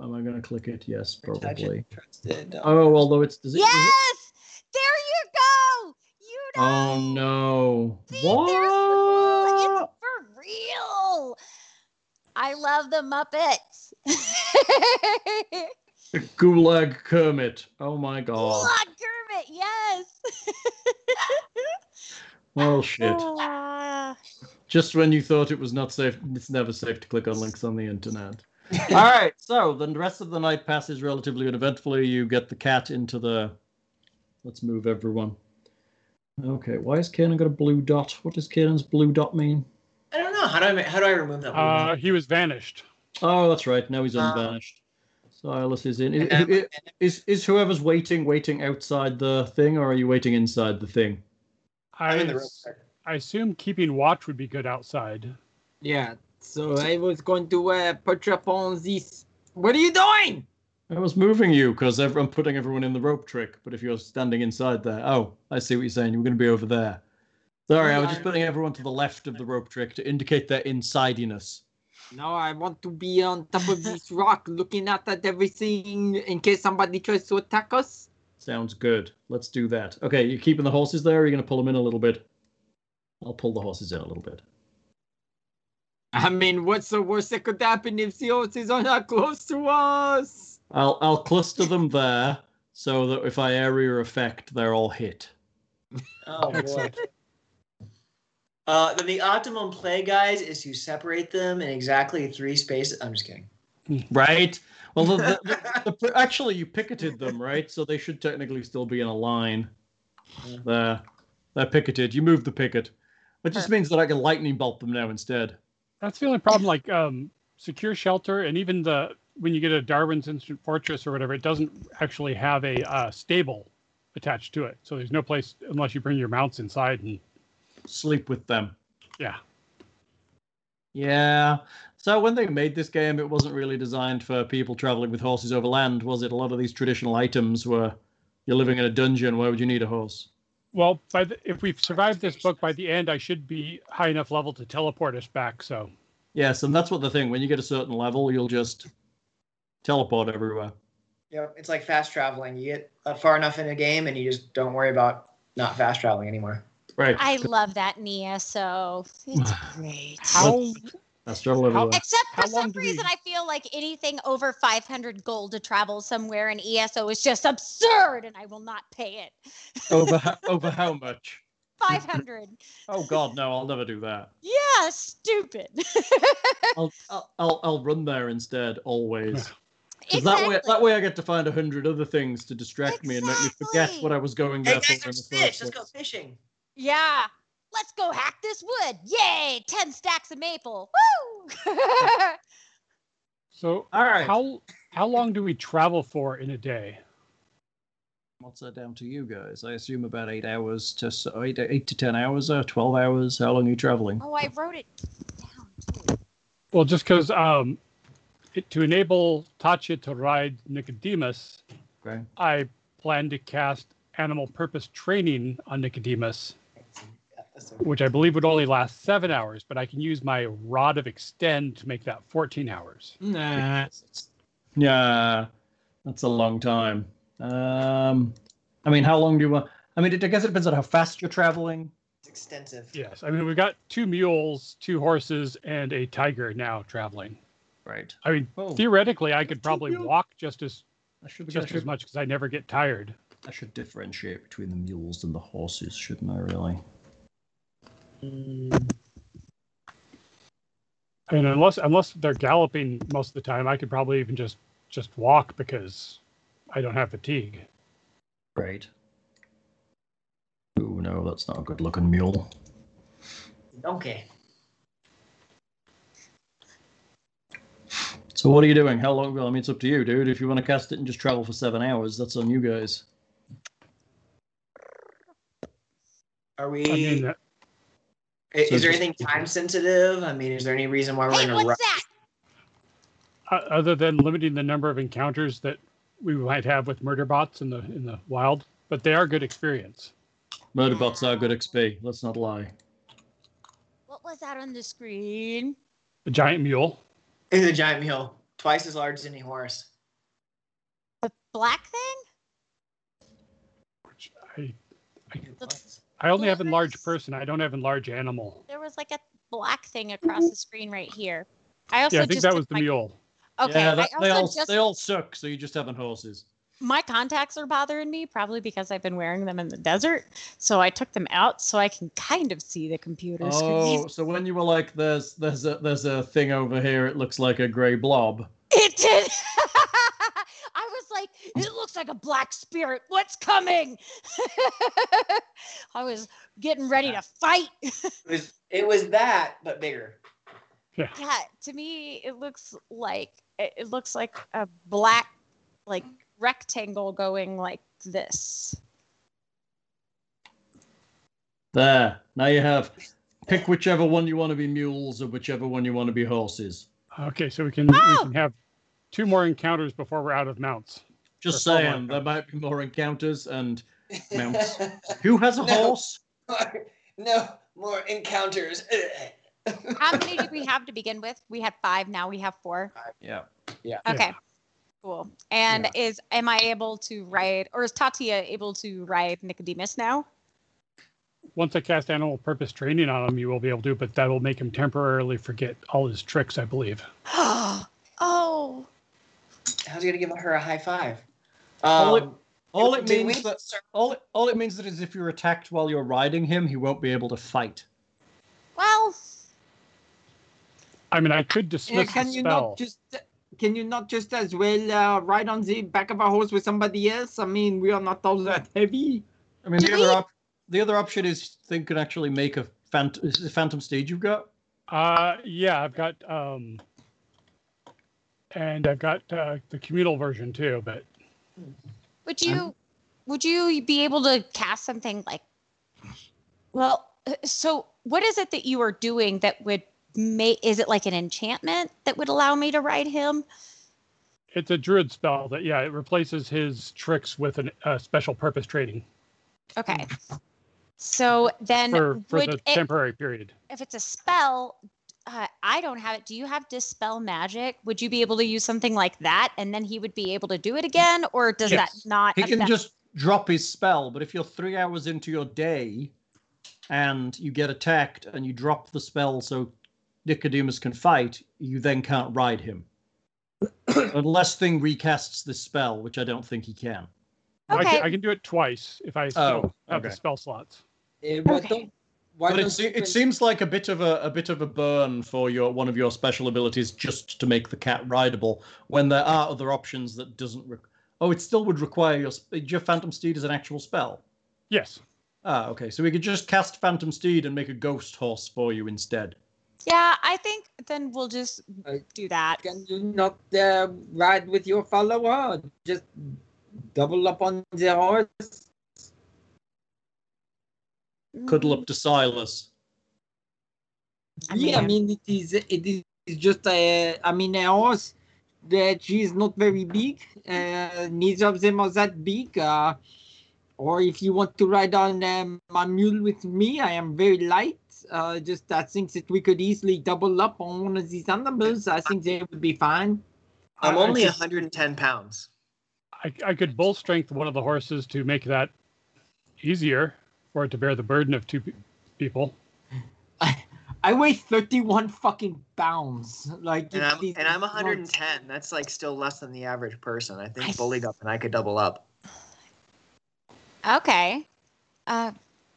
B: Am I going to click it? Yes, probably.
F: Trusted.
B: Oh, although it's does it- is it-
H: Yes! There you go! You know!
B: Oh no!
H: See, there's the-
B: What?
H: It's for real! I love the Muppets.
B: The Gulag Kermit. Oh my god.
H: Lord Kermit, yes!
B: Oh shit.
H: Ah.
B: Just when you thought it was not safe, it's never safe to click on links on the internet. All right, so the rest of the night passes relatively uneventfully. You get the cat into the. Let's move everyone. Okay, why is Kanan got a blue dot? What does Kanan's blue dot mean?
E: I don't know. How do I ma- how do I remove that?
C: Uh, he was vanished.
B: Oh, that's right. Now he's
E: Ah.
B: unbanished. Silas is in.
E: And I'm-
B: Is, is, is whoever's waiting waiting outside the thing, or are you waiting inside the thing?
E: I'm in
C: I,
E: the rope part.
C: I assume keeping watch would be good outside.
D: Yeah. So I was going to uh, put up on this. What are you doing?
B: I was moving you because I'm putting everyone in the rope trick. But if you're standing inside there, oh, I see what you're saying. You're going to be over there. Sorry, I was just putting everyone to the left of the rope trick to indicate their insidiness.
D: No, I want to be on top of this rock, looking out at everything in case somebody tries to attack us.
B: Sounds good. Let's do that. Okay, you're keeping the horses there. Or are you going to pull them in a little bit? I'll pull the horses in a little bit.
D: I mean, what's the worst that could happen if the horses are not close to us?
B: I'll I'll cluster them there so that if I area effect, they're all hit.
E: Oh boy.
C: Excellent.
E: Uh, then the optimum play, guys, is to separate them in exactly three spaces. I'm just kidding.
B: Right? Well, the, the, the, the- actually, you picketed them, right? So they should technically still be in a line. There. They're picketed. You moved the picket. It just means that I can lightning bolt them now instead.
C: That's the only problem. Like um, secure shelter, and even the when you get a Darwin's Instant Fortress or whatever, it doesn't actually have a uh, stable attached to it. So there's no place unless you bring your mounts inside. And
B: Sleep with them.
C: Yeah.
B: Yeah. So when they made this game, it wasn't really designed for people traveling with horses over land, was it? A lot of these traditional items were you're living in a dungeon. Why would you need a horse?
C: well, by the, if we've survived this book by the end, I should be high enough level to teleport us back. So
B: Yes, and that's what the thing. When you get a certain level, you'll just teleport everywhere.
E: Yep, it's like fast traveling. You get uh, far enough in a game, and you just don't worry about not fast traveling anymore.
B: Right.
H: I love that Nia, so it's great.
C: how
B: That's travel
C: How-
B: everywhere.
H: Except for
C: How long
H: some
C: do we-
H: reason, I feel like anything over 500 gold to travel somewhere in ESO is just absurd, and I will not pay it.
B: over ho- over how much?
H: 500.
B: Oh God, no! I'll never do that.
H: yeah, stupid.
B: I'll I'll I'll, I'll run there instead always. 'Cause That way,
H: exactly.
B: that way, I get to find a hundred other things to distract me and make me forget
H: Exactly.
B: what I was going
E: Hey
B: there
E: guys,
B: for. in
E: there's
B: the first
E: fish. Let's go
B: place.
E: fishing.
H: Yeah. Let's go hack this wood. Yay! 10 stacks of maple. Woo!
C: so
B: All right.
C: how how long do we travel for in a day?
B: What's that down to you guys? I assume about eight hours to s- eight, eight to ten hours or twelve hours. How long are you traveling?
H: oh, I wrote it down too.
C: Well, just because um, it- to enable Tatya to ride Nicodemus,
B: Okay.
C: I plan to cast Animal Purpose Training on Nicodemus, which I believe would only last seven hours, but I can use my Rod of Extend to make that 14 hours.
D: Nah.
B: Uh, Yeah, that's a long time. Um, I mean, how long do you want? I mean, it, I guess it depends on how fast you're traveling.
E: It's extensive.
C: Yes, I mean, we've got two mules, two horses, and a tiger now traveling.
B: Right.
C: I mean,
B: Oh,
C: theoretically, I could probably
B: mules.
C: walk just as
B: I should, I,
C: just as
B: should,
C: much because I never get tired.
B: I should differentiate between the mules and the horses, shouldn't I? Really?
C: I mean, unless unless they're galloping most of the time, I could probably even just just walk because I don't have fatigue.
B: Right. Oh no, that's not a good-looking mule.
E: Okay.
B: So what are you doing? How long? Well, I mean, it's up to you, dude. If you want to cast it and just travel for seven hours, that's on you guys.
E: Are we?
C: I mean, uh,
E: i- is,
B: so
E: there
B: just-
E: anything time sensitive? I mean, is there any reason why we're
H: Hey,
E: in a
H: what's
E: rush?
H: that?
C: o- uh, other than limiting the number of encounters that we might have with murder bots in the in the wild, but they are good experience.
B: Murderbots are good XP. Let's not lie.
H: What was that on the screen?
C: The giant mule.
E: It's a giant mule, twice as large as any horse.
H: The black thing?
C: Which I I only have enlarged
H: Horse.
C: person. I don't have enlarged animal.
H: There was like a black thing
B: Mm-hmm.
H: across the screen right here. I also
C: yeah, I think
H: just
C: that
H: took
C: was the
H: my,
C: mule.
H: Okay,
B: Yeah, that-
H: I
B: they
H: also
B: all
H: just
B: they all suck. So you're just having horses.
H: my contacts are bothering me probably because I've been wearing them in the desert. So I took them out so I can kind of see the computer
B: Oh,
H: screen.
B: so when you were like, "There's there's a there's a thing over here. It looks like a grey blob."
H: It did. I was like, it looks like a black spirit. What's coming? I was getting ready to fight.
E: It was, it was that, but bigger.
H: yeah, to me it looks like it it looks like a black like rectangle going like this.
B: There. Now you have pick whichever one you want to be mules or whichever one you want to be horses.
C: Okay, so we can we
H: Wow.
C: can have two more encounters before we're out of mounts.
B: Just
C: Or
B: saying,
C: someone.
B: there might be more encounters. And Mounts. who has a
E: No.
B: horse?
E: no more encounters.
H: How many did we have to begin with? We had five. Now we have four.
B: Yeah.
C: Yeah.
H: Okay. Cool. And is am I able to ride or is Tatia able to ride Nicodemus now?
C: Once I cast animal purpose training on him, you will be able to, but that will make him temporarily forget all his tricks, I believe.
H: oh.
E: How's he gonna give her a high five?
B: All
E: Um,
B: All it
E: do we-
B: means that all it, all it means that is if you're attacked while you're riding him, he won't be able to fight.
H: Well,
C: I mean, I could
D: Yeah,
C: dismiss
D: can
C: the
D: you
C: spell.
D: not just can you not just as well uh, ride on the back of a horse with somebody else? I mean, we are not all that heavy.
B: I mean,
H: Do
B: the
H: we-
B: other op- the other option is thing can actually make a phantom is it a phantom stage you've got.
C: Uh, yeah, I've got um, and I've got uh, the communal version too. But
H: would you would you be able to cast something like Well, so what is it that you are doing that would make is it like an enchantment that would allow me to ride him?
C: it's a druid spell that yeah, it replaces his tricks with an, a special purpose training
H: Okay. So then
C: for for
H: would
C: the
H: it-
C: temporary period.
H: if it's a spell, uh, I don't have it. Do you have dispel magic? Would you be able to use something like that, and then he would be able to do it again, or does
C: Yes.
H: that not?
B: He can
H: affect-
B: just drop his spell, but if you're three hours into your day and you get attacked and you drop the spell so Nicodemus can fight, you then can't ride him. Unless Thing recasts this spell, which I don't think he can.
C: I,
H: Okay.
C: can, I can do it twice if I still
B: Oh,
C: have the
B: okay.
C: spell slots.
D: Eh, why
H: Okay.
D: don't- why
B: But it,
D: don't
B: se-
D: you
B: it
D: con-
B: seems like a bit of a, a bit of a burn for your one of your special abilities just to make the cat rideable when there are other options that doesn't. Re- oh, it still would require your sp- your Phantom Steed as an actual spell.
C: Yes.
B: Ah, okay. So we could just cast Phantom Steed and make a ghost horse for you instead.
H: yeah, I think then we'll just
D: Uh,
H: do that.
D: Can you not uh, ride with your follower? Just double up on the horse.
H: Mm.
B: Cuddle up to Silas.
H: I
D: yeah, I mean, it is it is just a I mean a horse that she is not very big. Uh, neither of them are that big. Uh, or if you want to ride on um, my mule with me, I am very light. Uh, just I think that we could easily double up on one of these animals. I think they would be fine. Uh,
E: I'm
C: I- I
E: only
C: just-
E: 110 pounds.
C: I, I could bull strength one of the horses to make that easier for it to bear the burden of two pe- people.
D: I weigh 31 fucking pounds. Like
E: And
D: it's
E: I'm,
D: these-
E: and I'm
D: these ones.
E: 110. That's like still less than the average person. I
H: I
E: think bullied up and I could double up.
H: Okay. Uh,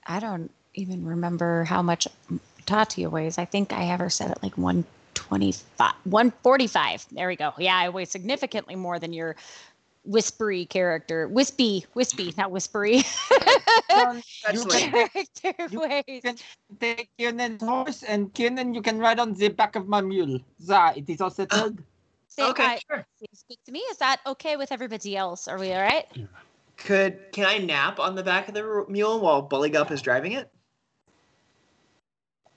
H: I don't even remember how much Tatia weighs. I think I have her set at like 125, 145. There we go. Yeah, I weigh significantly more than your whispery character. Wispy, wispy, not whispery.
D: Um,
E: That's
D: you
E: like-
D: can
H: character
D: You
H: weighs.
D: can take Kiernan's horse, and Kiernan, you can ride on the back of my mule. Za, it is all settled.
H: Say, uh, speak to me. Is that okay with everybody else? Are we all right?
E: Could can I nap on the back of the r- mule while bullied up is driving it?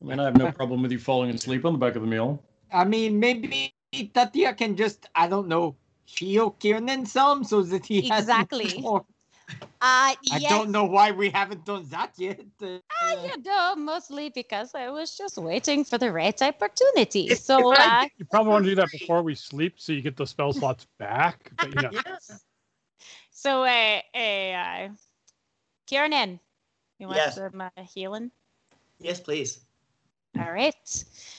B: I mean, I have no problem with you falling asleep on the back of the mule.
D: I mean, maybe Tatia can just, I don't know, heal Kiernan some so that he has
H: Exactly.
D: more.
H: Uh,
D: I
H: yes.
D: don't know why we haven't done that yet. Uh,
H: Ah, you know, mostly because I was just waiting for the right opportunity.
E: If-
H: So
E: if I
H: uh,
E: did-
C: You probably want to do that before we sleep so you get those spell slots back. But you know,
E: Yes.
H: So, uh, uh, uh, Kiernan, you want
E: Yes.
H: some uh, healing?
E: Yes, please.
H: All right.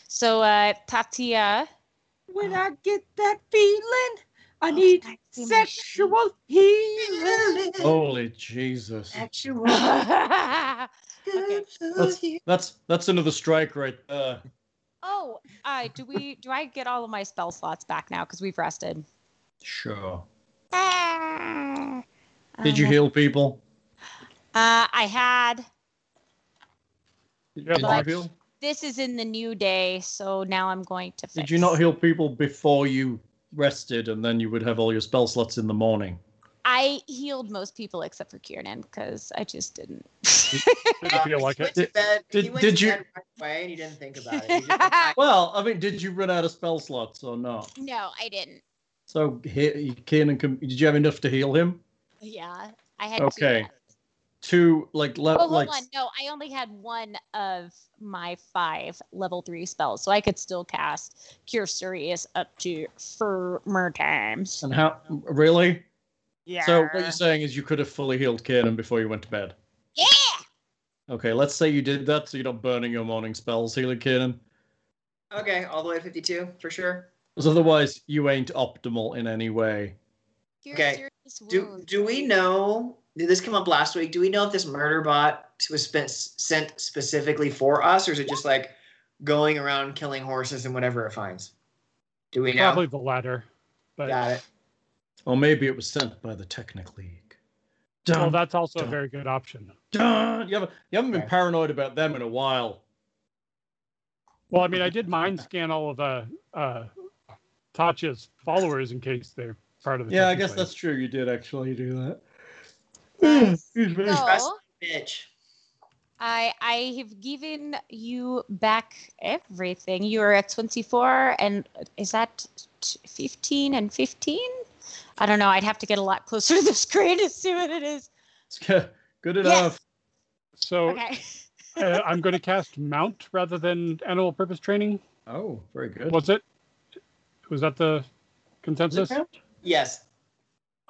H: So, uh, Tatia.
D: When I get that feeling,
H: Oh,
D: I need
H: I see my Oh, sheet.
D: sexual healing.
B: Holy Jesus.
F: Actual
H: oh,
F: good
B: Let's-
F: for you.
B: That's that's another strike right there.
H: uh, do we? Do I get all of my spell slots back now because we've rested?
B: Sure.
H: Ah.
B: Did you
D: Um,
H: Uh,
B: heal people?
H: Uh, I had.
C: you got
B: Did you
H: Like-
C: Lobby?
B: heal?
H: This is in the new day, so now I'm going to. Fix.
B: Did you not heal people before you rested, and then you would have all your spell slots in the morning?
H: I healed most people except for Kiernan because I just didn't.
C: Didn't feel like
E: he went
C: it.
E: to bed. he
B: did-
E: went
B: did
E: to
B: you-
E: bed right away and he didn't think about it. He just like,
B: Well, I mean, did you run out of spell slots or not?
H: no, I didn't.
B: So, he, Kiernan, can- did you have enough to heal him?
H: Yeah, I had.
B: Okay.
H: Two left.
B: Two, like, le-
H: Oh, hold
B: like,
H: on. No, I only had one of my five level three spells, so I could still cast Cure Serious up to four more
E: Um,
H: times.
B: and how? Really?
H: Yeah.
B: So, what you're saying is you could have fully healed Kiernan before you went to bed.
H: yeah.
B: Okay, let's say you did that, so you're not burning your morning spells, healing Kiernan.
E: okay, all the way to 52 for sure.
B: Because otherwise, you ain't optimal in any way.
H: Cure
E: Okay.
H: Serious
E: Do
H: wounds.
E: do we know? Did this come up last week? Do we know if this murder bot was spent, sent specifically for us, or is it just like going around killing horses and whatever it finds? Do we know?
C: Probably the latter. But
E: Got it.
B: Or maybe it was sent by the Technic League.
C: well,
B: Dun,
C: that's also a
B: Dun.
C: very good option.
B: dun. You haven't, you haven't been
E: Right.
B: paranoid about them in a while.
C: Well, I mean, I did mind scan all of uh, uh, Tatya's followers in case they're part of the.
B: Yeah, I
C: Technic
B: guess
C: League.
B: that's true. You did actually do that.
H: Nice.
B: Excuse me.
H: So
E: Bitch.
H: I I have given you back everything. You are at twenty four, and uh, is that t- fifteen and fifteen? I don't know. I'd have to get a lot closer to the screen to see what it is.
B: It's good good enough. Oh.
C: So
H: Okay.
C: uh, I'm going to cast Mount rather than Animal Purpose Training.
B: Oh, very good.
C: Was it? Was that the
B: Is it
C: consensus?
B: Mount?
E: Yes.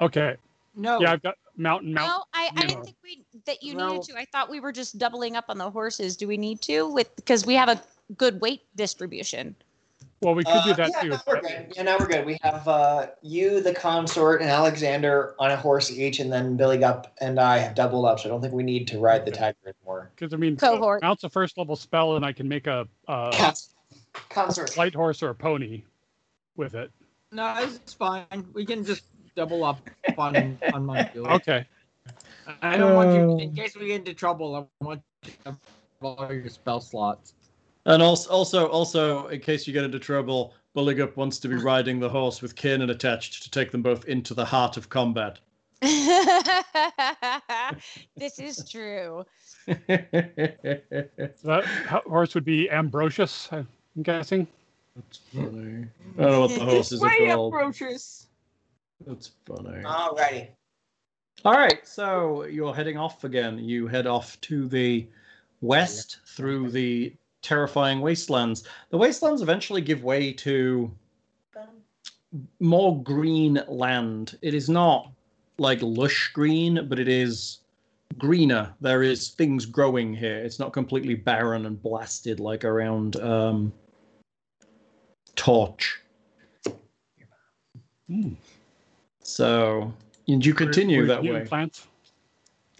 C: Okay.
E: Oh.
D: No.
C: Yeah, I've got Mount and Mount.
H: No, I, I
C: No.
H: didn't think we that you
D: No.
H: needed to. I thought we were just doubling up on the horses. Do we need to with because we have a good weight distribution?
C: Well, we could do
E: Uh,
C: that
E: yeah,
C: too.
E: now we're good. Yeah, now we're good. We have uh, you, the consort, and Alexander on a horse each, and then Billy Gup and I have doubled up. So I don't think we need to ride the tiger anymore.
C: Because I mean,
H: Cohort.
C: Mount's a first level spell, and I can make a, a
E: Cons- consort.
C: light horse or a pony with it.
D: No, it's fine. We can just double up on on my fuel.
C: Okay.
D: I don't want you in case we get into trouble. I want you to have all your spell slots.
B: And also, also, also, in case you get into trouble, Bulligup wants to be riding the horse with Kiernan attached to take them both into the heart of combat.
H: this is true.
B: That's
C: So that ho- horse would be Ambrosius, I'm guessing.
B: funny. I don't know what the horses are
D: Way
B: called.
D: atrocious.
B: That's funny.
E: Alrighty.
B: All right, so you're heading off again. You head off to the west through the terrifying wastelands. The wastelands eventually give way to more green land. It is not like lush green, but it is greener. There is things growing here. It's not completely barren and blasted like around um, Torch.
C: Hmm.
B: So, and you continue
C: Weird
B: that
C: mutant
B: way.
C: Plants.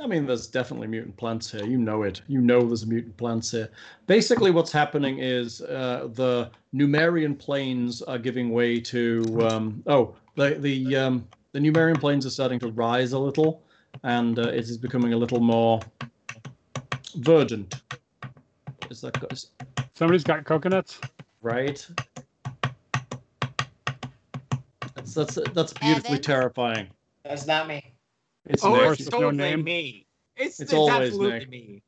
B: I mean, there's definitely mutant plants here. You know it. You know there's mutant plants here. Basically, what's happening is uh, the Numerian plains are giving way to um, oh the the um, the Numerian plains are starting to rise a little, and uh, it is becoming a little more verdant. Is that go- is-
C: Somebody's got coconuts.
B: right? That's that's that's beautifully
H: Evan?
B: terrifying.
E: That's not me.
B: It's
D: Oh,
C: Nick.
D: it's
C: With
B: nasty.
C: no
D: totally
C: name.
D: me. It's,
B: It's
D: it's,
B: always
D: absolutely
B: Nick.
D: me.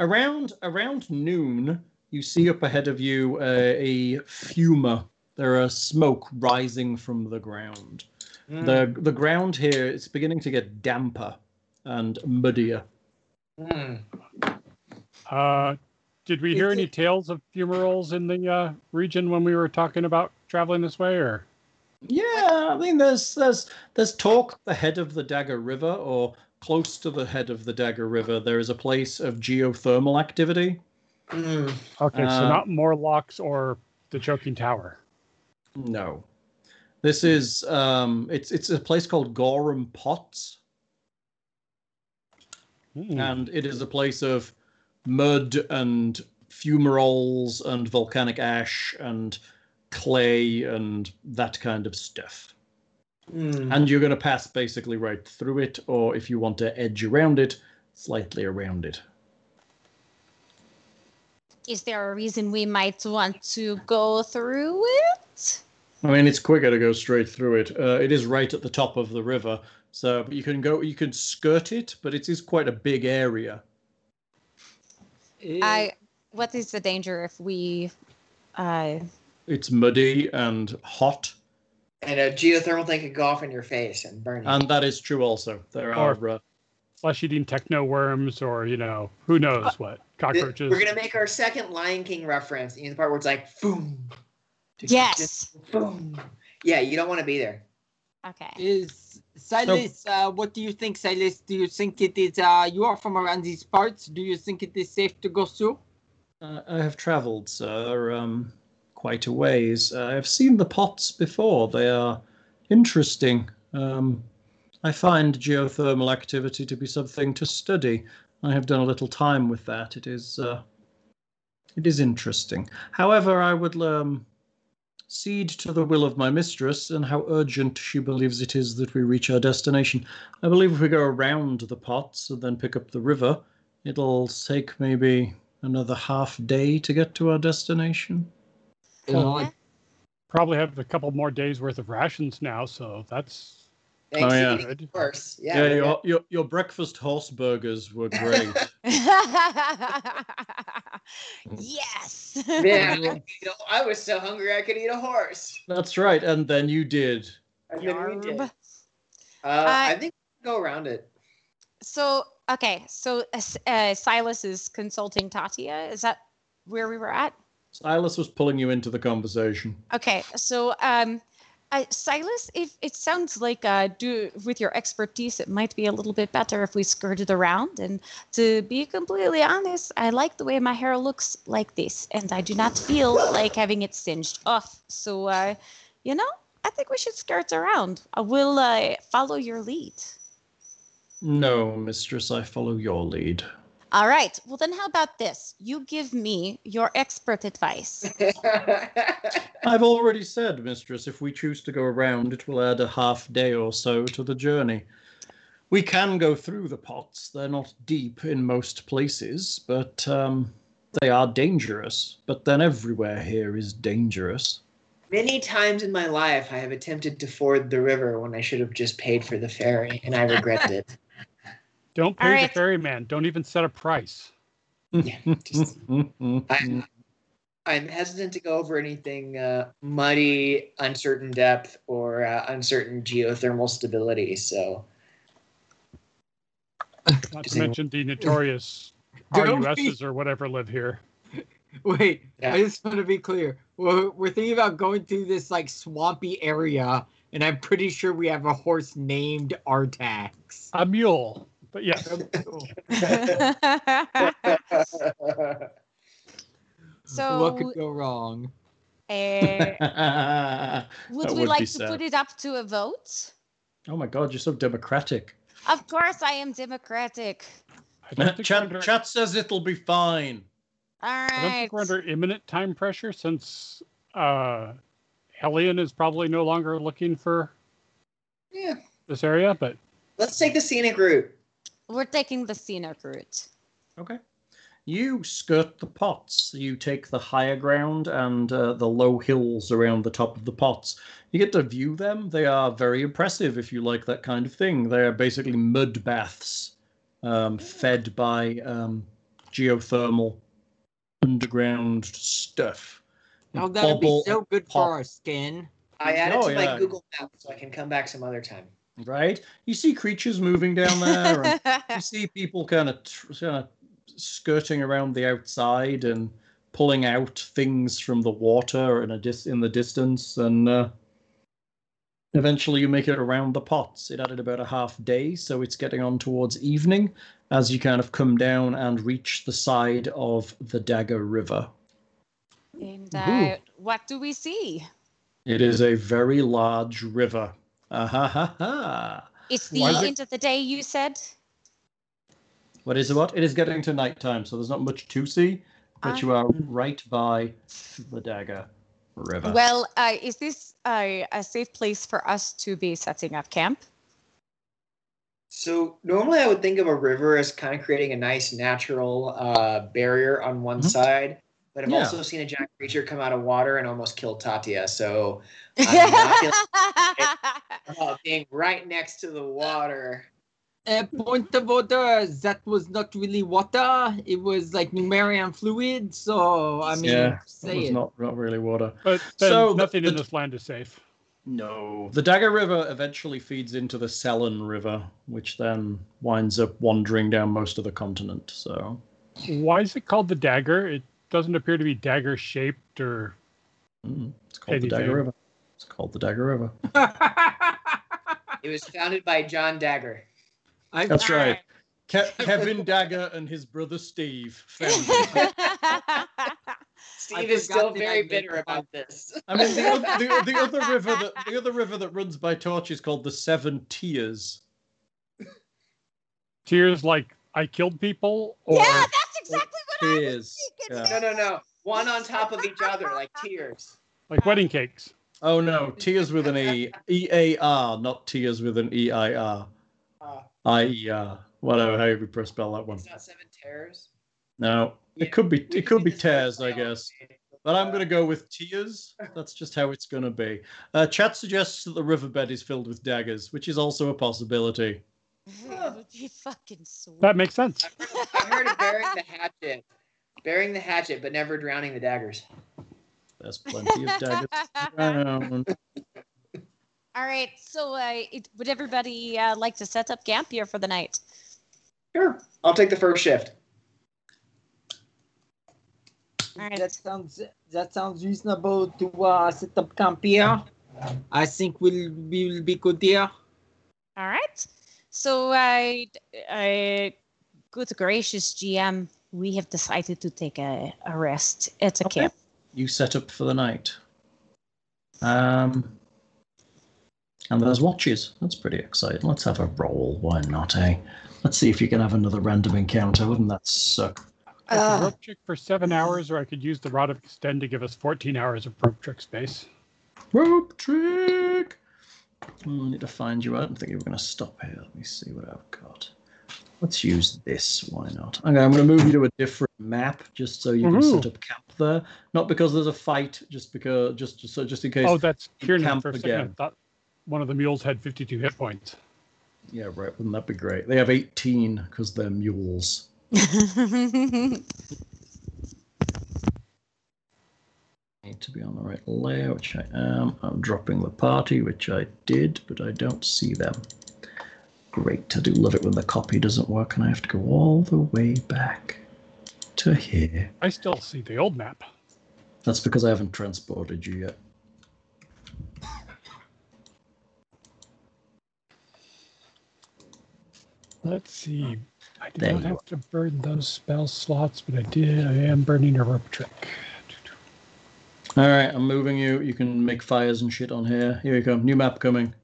B: around around noon you see up ahead of you uh, a fumer There are smoke rising from the ground.
E: Hmm.
B: The the ground here is beginning to get damper and muddier.
E: Mm.
C: Uh, did we hear
F: Is
C: any tales of fumaroles in the uh, region when we were talking about traveling this way? Or
B: Yeah, I mean, there's there's there's talk at the head of the Dagger River or close to the head of the Dagger River. There is a place of geothermal activity.
E: Mm.
C: okay, so
B: Uh,
C: not Morlocks or the Choking Tower.
B: No, this is um, it's it's a place called Gorham Pots,
C: Mm.
B: and it is a place of mud and fumaroles and volcanic ash and clay and that kind of stuff.
E: Mm.
B: And you're going to pass basically right through it, or if you want to edge around it, slightly around it.
H: Is there a reason we might want to go through it?
B: I mean, it's quicker to go straight through it. Uh, it is right at the top of the river, so but you can go, you can skirt it, but it is quite a big area.
H: I. What is the danger if we? Uh,
B: It's muddy and hot,
E: And a geothermal thing could go off in your face and burn you.
B: and that is true also. There are uh,
C: Flesh-eating techno worms, or you know, who knows what
E: Th-
C: cockroaches.
E: We're gonna make our second Lion King reference. You know, the part where it's like boom. Just-
H: yes.
E: just boom. Yeah, you don't want to be there.
H: Okay.
D: Is Silas? uh, what do you think, Silas? Do you think it is? Uh, you are from around these parts. Do you think it is safe to go through?
B: Uh, I have travelled, sir, um, quite a ways. Uh, I have seen the pots before. They are interesting. Um, I find geothermal activity to be something to study. I have done a little time with that. It is, uh, it is interesting. However, I would um, cede to the will of my mistress and how urgent she believes it is that we reach our destination. I believe if we go around the pots and then pick up the river, it'll take maybe another half day to get to our destination.
D: You know, like,
C: Probably have a couple more days worth of rations now, so that's
E: Thanks,
B: Oh, yeah.
E: eating, Of course. Yeah.
B: Yeah,
E: we're
B: your, your your breakfast horse burgers were great.
H: yes.
E: good. Man, I, could eat a- I was so hungry I could eat a horse.
B: That's right, and then you did.
E: And then we did. Uh,
H: Yarb. Uh,
E: I think we can go around it.
H: So okay. So uh, S- uh, Silas is consulting Tatia. Is that where we were at?
B: Silas was pulling you into the conversation.
H: Okay, so um, uh, Silas, if it sounds like uh, do with your expertise, it might be a little bit better if we skirted around. And to be completely honest, I like the way my hair looks like this, and I do not feel like having it singed off. So, uh, you know, I think we should skirt around. I will uh, follow your lead.
B: No, mistress, I follow your lead.
H: All right. Well, then, how about this? You give me your expert advice.
B: I've already said, mistress, if we choose to go around, it will add a half day or so to the journey. We can go through the pots. They're not deep in most places, but um, they are dangerous. But then everywhere here is dangerous.
E: Many times in my life, I have attempted to ford the river when I should have just paid for the ferry, and I regretted it.
C: don't
H: All
C: pay
H: right.
C: the ferryman. Don't even set a price.
E: Yeah, just- I'm hesitant to go over anything uh, muddy, uncertain depth, or uh, uncertain geothermal stability. So
C: Not
E: Does
C: to
E: anyone-
C: mention the notorious
D: Don't
C: RUSs or whatever live here.
D: wait,
E: Yeah.
D: I just want to be clear. We're, we're thinking about going through this like swampy area, and I'm pretty sure we have a horse named Artax.
C: A mule, but
D: Oh.
C: yes.
H: so,
D: what could go wrong?
H: uh, Would
B: That
H: we
B: would be
H: like to
B: sad.
H: put it up to a vote?
B: Oh my god, you're so democratic.
H: Of course, I am democratic.
C: I don't think we're
B: Chat,
C: under-
B: chat says it'll be fine.
H: All
C: I don't
H: right.
C: think we're under imminent time pressure since uh, Hellion is probably no longer looking for
E: yeah,
C: this area. But
E: let's take the scenic route.
H: We're taking the scenic route.
B: Okay. You skirt the pots. You take the higher ground and uh, the low hills around the top of the pots. You get to view them. They are very impressive if you like that kind of thing. They are basically mud baths um, fed by um, geothermal underground stuff.
D: Oh, that would be
B: Bubble
D: so good
B: pop.
D: for our skin.
E: I added
B: Oh,
E: to
B: yeah.
E: my Google Map so I can come back some other time.
B: right? You see creatures moving down there. and you see people kind of tr- kind of skirting around the outside and pulling out things from the water in a dis- in the distance and uh, eventually you make it around the pots it added about a half day so it's getting on towards evening as you kind of come down and reach the side of the dagger river
H: and uh, what do we see?
B: it is a very large river ah, ha, ha, ha.
H: It's the
B: Why is it-
H: end of the day, you said?
B: what is it what it is getting to nighttime so there's not much to see but you are right by the dagger river
H: Well, uh, is this uh, a safe place for us to be setting up camp?
E: So normally I would think of a river as kind of creating a nice natural uh, barrier on one
B: Mhm.
E: side, but I've
B: Yeah.
E: also seen a giant creature come out of water and almost kill Tatia. So I'm not
H: That's
E: uh, being right next to the water.
D: A point of order, that was not really water. It was like Numerian fluid. So, I mean,
B: Yeah, It
D: say
B: was
D: it.
B: not, not really water.
C: But then
B: So the-
C: nothing in
B: the-
C: this land is safe.
B: No. The Dagger River eventually feeds into the Selen River, which then winds up wandering down most of the continent. So
C: Why is it called the dagger? It doesn't appear to be dagger shaped or
B: mm, it's called the
C: Anything.
B: Dagger River. It's called the Dagger River.
E: It was founded by John Dagger.
D: I,
B: That's right. Ke- Kevin Dagger and his brother Steve found it.
E: Steve is still
D: forgot that I
E: very
D: made
E: bitter
D: that.
E: about this.
B: I mean, the, oth- the, the other river that the other river that runs by Torch is called the Seven Tears.
C: tears like I killed people or
H: yeah, that's exactly what I was
B: Tears.
H: thinking.
B: Yeah.
E: No, no, no. One on top of each other, like tears.
C: like wedding cakes.
B: Oh no, tears with an e e a r, not tears with an e i r.
E: Uh,
B: I E R. Whatever, how you pre- spell that one.
E: it's not seven tears.
B: No,
E: Yeah,
B: it could be
E: We
B: it could
E: can
B: be
E: just go
B: tears, I
E: play all
B: guess.
E: day.
B: But I'm gonna go with tears. That's just how it's gonna be. Uh, chat suggests that the riverbed is filled with daggers, which is also a possibility.
H: That would be fucking sweet.
C: That makes sense.
E: I heard of burying the hatchet, burying the hatchet, but never drowning the daggers.
B: There's plenty of daggers around.
H: All right, so uh, it, would everybody uh, like to set up camp here for the night?
E: Sure, I'll take the first shift.
H: All right.
D: That sounds that sounds reasonable to uh, set up camp here. I think we'll we will be good here.
H: All right. So, I, I, good gracious GM, we have decided to take a, a rest at a
B: Okay.
H: camp.
B: You set up for the night. Um and there's watches. That's pretty exciting. Let's have a roll. Why not, eh? Let's see if you can have another random encounter. Wouldn't that suck?
C: I could rope trick for seven hours, or I could use the rod of extend to give us 14 hours of rope trick space.
B: Rope trick. Oh, I need to find you. I don't think you were going to stop here. Let me see what I've got. Let's use this. Why not? Okay, I'm going to move you to a different map just so you can
C: Woohoo.
B: set up camp there. Not because there's a fight, just because just just, so just in case.
C: Oh, that's Kieran.
B: camp
C: For a second, I
B: again.
C: thought one of the mules had 52 hit points.
B: Yeah, right. Wouldn't that be great? They have 18 because they're mules. I need to be on the right layer, which I am. I'm dropping the party, which I did, but I don't see them. Great. I do love it when the copy doesn't work and I have to go all the way back to here.
C: I still see the old map.
B: That's because I haven't transported you yet.
C: Let's see. I did
B: There
C: not
B: you
C: have to burn those spell slots, but I did. I am burning a rope trick.
B: All right, I'm moving you. You can make fires and shit on here. Here you come. New map coming.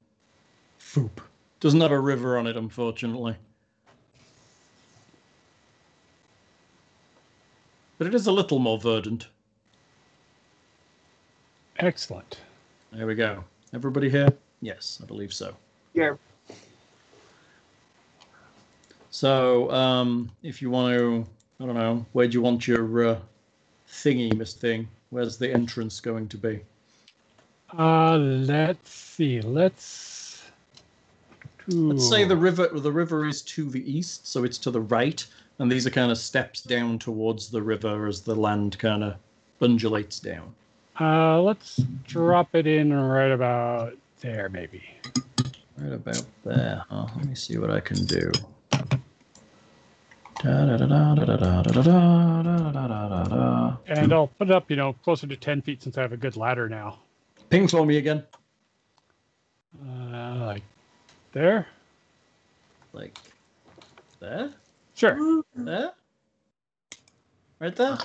B: Foop. Doesn't have a river on it, unfortunately. But it is a little more verdant.
C: Excellent.
B: There we go. Everybody here? Yes, I believe so.
E: Yeah.
B: So, um, if you want to, I don't know, where do you want your uh, thingy, Miss Thing? Where's the entrance going to be?
C: Uh, let's see. Let's.
B: Let's say the
C: Ooh.
B: river the river is to the east, so it's to the right, and these are kind of steps down towards the river as the land kind of undulates down.
C: Uh, let's drop it in right about there, maybe.
B: Right about there. Huh? Let me see what I can do. Da, da, da, da, da, da, da, da, da, da, da, da, da, da.
C: And I'll put it up, you know, closer to 10 feet since I have a good ladder now.
B: Ping for me again.
C: Uh, like there?
B: Like there,
C: Sure.
B: there, right there.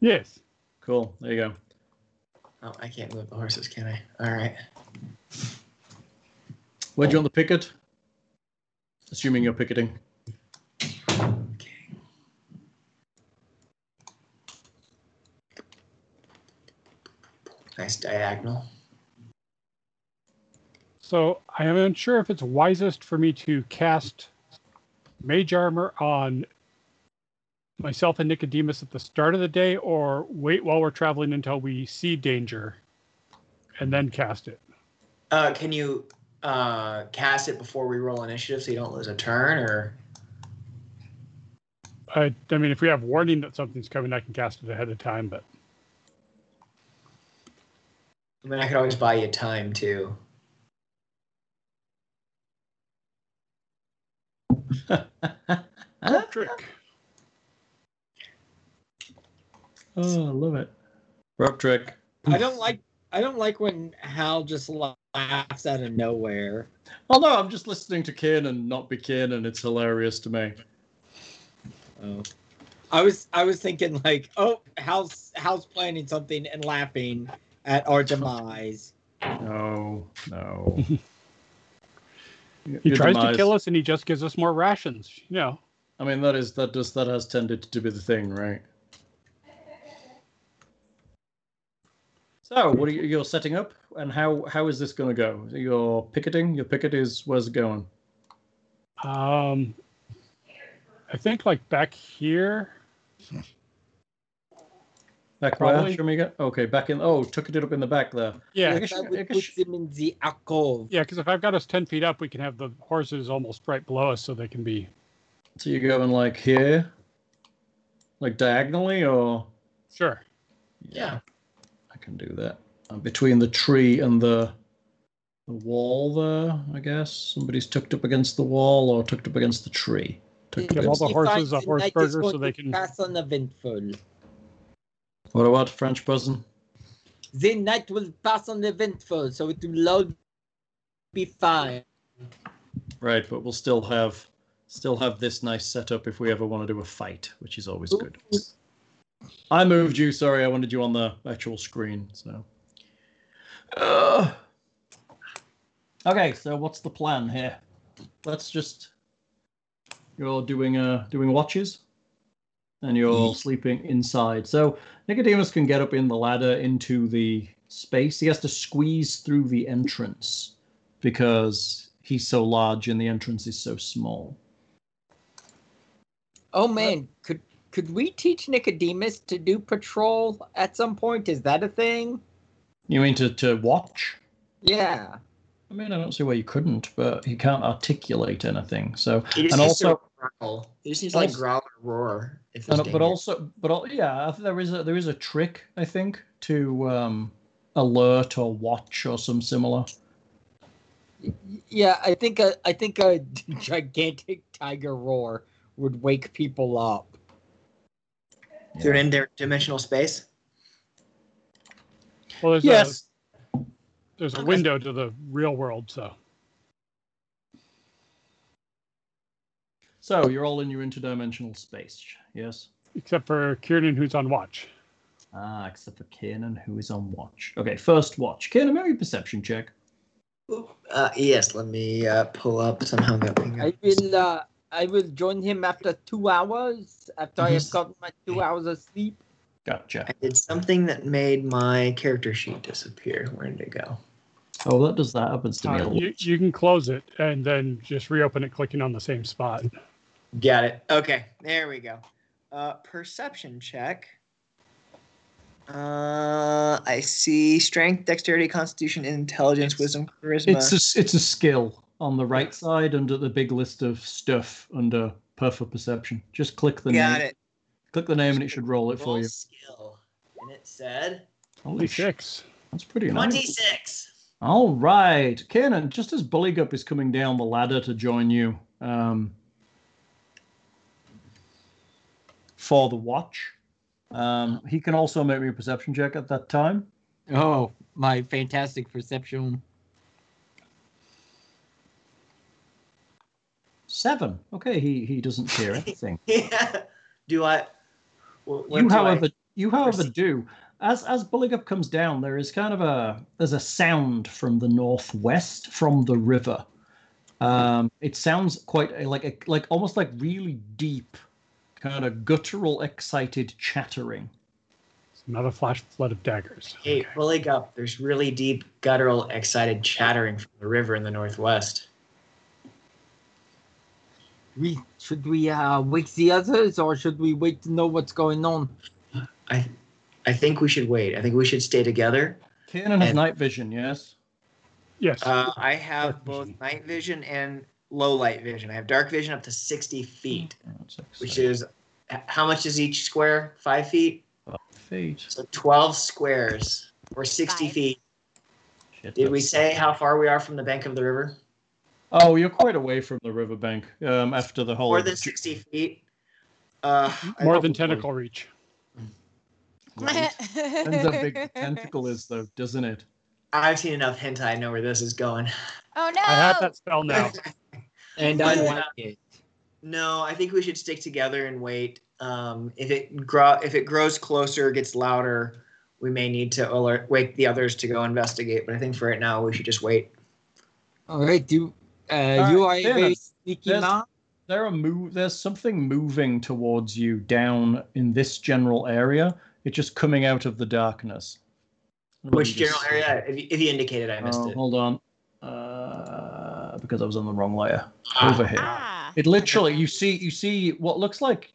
C: Yes.
B: Cool. There you go.
E: Oh, I can't move the horses, can I? All right.
B: Where do you want the picket? Assuming you're picketing.
E: Nice diagonal.
C: So I am unsure if it's wisest for me to cast mage armor on myself and Nicodemus at the start of the day, or wait while we're traveling until we see danger, and then cast it.
E: Uh, can you uh, cast it before we roll initiative so you don't lose a turn? Or
C: I, I mean, if we have warning that something's coming, I can cast it ahead of time. But
E: I mean, I could always buy you time too.
B: oh,
C: trick.
B: Oh, I love it. Rope trick.
D: I don't like I don't like when Hal just laughs out of nowhere.
B: Oh no, I'm just listening to Kin and not be Kin, and it's hilarious to me.
D: Oh. I was I was thinking like, oh, Hal's Hal's planning something and laughing at our demise.
B: No, no.
C: He tries to kill us, and he just gives us more rations. You know,
B: I mean, that is that does that has tended to be the thing, right? So, what are you, you're setting up, and how how is this going to go? You're picketing. Your picket is where's it going?
C: um, I think like back here.
B: Back
C: Probably.
B: where? Show me again. Okay, back in. Oh, took it up in the back there.
C: Yeah,
B: I guess
D: that
B: you- I
D: would
B: guess
D: put them in the alcove.
C: Yeah, because if I've got us 10 feet up, we can have the horses almost right below us so they can be.
B: So you're going like here, like diagonally, or
C: Sure.
E: Yeah.
B: I can do that. Uh, between the tree and the the wall there, I guess. Somebody's tucked up against the wall or tucked up against the tree. Tucked up
C: Give all
B: against,
C: the
D: He
C: horses
D: finds
C: a
D: the
C: horse
D: night is
C: burger
D: going
C: so they
D: to
C: can.
D: pass uneventful.
B: what about French person?
D: The night will pass uneventful, so it will all be fine.
B: Right, but we'll still have still have this nice setup if we ever want to do a fight, which is always good. I moved you. Sorry, I wanted you on the actual screen. So. Ugh. okay, so what's the plan here? Let's just. You're doing uh doing watches, and you're sleeping inside. So Nicodemus can get up in the ladder into the space. He has to squeeze through the entrance because he's so large and the entrance is so small.
D: Oh man, could could we teach Nicodemus to do patrol uh, at some point? Is that a thing?
B: You mean to to watch?
D: Yeah.
B: I mean, I don't see why you couldn't, but he can't articulate anything. So
E: He just
B: And
E: needs to
B: also-
E: growl. He just needs to like
B: also-
E: growl or roar. If there's
B: And, but
E: danger.
B: also, but al- yeah, I think there is a there is a trick I think to um, alert or watch or some similar.
D: Yeah, I think a I think a gigantic tiger roar would wake people up.
E: through an interdimensional space.
C: Well, there's,
B: Yes,
C: a, there's a window to the real world, so.
B: so you're all in your interdimensional space. Yes.
C: Except for Kieran, who's on watch.
B: Ah, except for Kiernan, who is on watch. Okay, first watch. Kiernan, maybe perception check.
E: Uh, yes, let me uh, pull up somehow. That we
D: I will uh, I will join him after two hours after I have gotten my two hours of sleep.
B: Gotcha.
E: I did something that made my character sheet disappear. Where did it go?
B: Oh, that does that happens to me. a
C: Uh,
B: lot.
C: you, you can close it and then just reopen it clicking on the same spot.
E: Got it. Okay, there we go. Uh, perception check. Uh, I see strength, dexterity, constitution, intelligence, wisdom, charisma.
B: It's a s- it's a skill on the right side under the big list of stuff under perfect perception. Just click the
E: Got
B: name.
E: it.
B: Click the name and it should roll it for
E: Roll
B: you.
E: Skill. And it said
B: Holy shit,
C: Twenty-six.
B: that's pretty nice.
E: 26.
B: All right, Kanan, just as Bulligup is coming down the ladder to join you um, for the watch, um, he can also make me a perception check at that time.
D: Oh, my fantastic perception.
B: Seven. Okay, he, he doesn't hear anything.
E: Yeah. Do I? What, what
B: you,
E: do I-
B: however, you, however,
E: perceive?
B: do. As as Bulligup comes down, there is kind of a there's a sound from the northwest from the river. Um, it sounds quite a- like a, like almost like really deep, kind of guttural, excited chattering.
C: It's another flash flood of daggers.
E: Hey,
C: Okay.
E: bully up. There's really deep, guttural, excited chattering from the river in the northwest.
D: We should we uh, wake the others, or should we wait to know what's going on?
E: I, I think we should wait. I think we should stay together.
B: Kanan has
E: And-
B: night vision. Yes.
C: Yes.
E: Uh, I have
C: Dark
E: both
C: vision.
E: night vision and low light vision. I have dark vision up to 60 feet,
B: Oh, That's
E: which
B: exciting.
E: is h- how much is each square? Five feet?
B: feet.
E: So 12 squares or 60
H: Five.
E: feet.
B: Shit,
E: Did we
B: that's-
E: say how far we are from the bank of the river?
B: Oh, you're quite away from the riverbank. Um, after the whole
E: More than 60 feet. Uh, I
C: More
E: don't-
C: than tentacle reach.
B: Right. Depends how big the tentacle is, though, doesn't it?
E: I've seen enough hentai. I know where this is going.
H: Oh no!
C: I have that spell now.
B: Oh!
D: And uh,
E: I
D: I
E: like
D: like it.
E: No, I think we should stick together and wait. Um, if it grow, if it grows closer, gets louder, we may need to alert, wake the others to go investigate. But I think for right now, we should just wait.
D: All right, you uh,
B: All
D: you are
B: right,
D: a very
B: Shannon,
D: sneaky
B: there's-
D: man.
B: There are move. There's something moving towards you down in this general area. It's just coming out of the darkness. Let me
E: Which
B: just-
E: general area? If you, if you indicated, I missed
B: Oh,
E: it.
B: hold on, uh, because I was on the wrong layer.
E: Ah,
B: Over here.
H: Ah.
B: It literally, you see, you see what looks like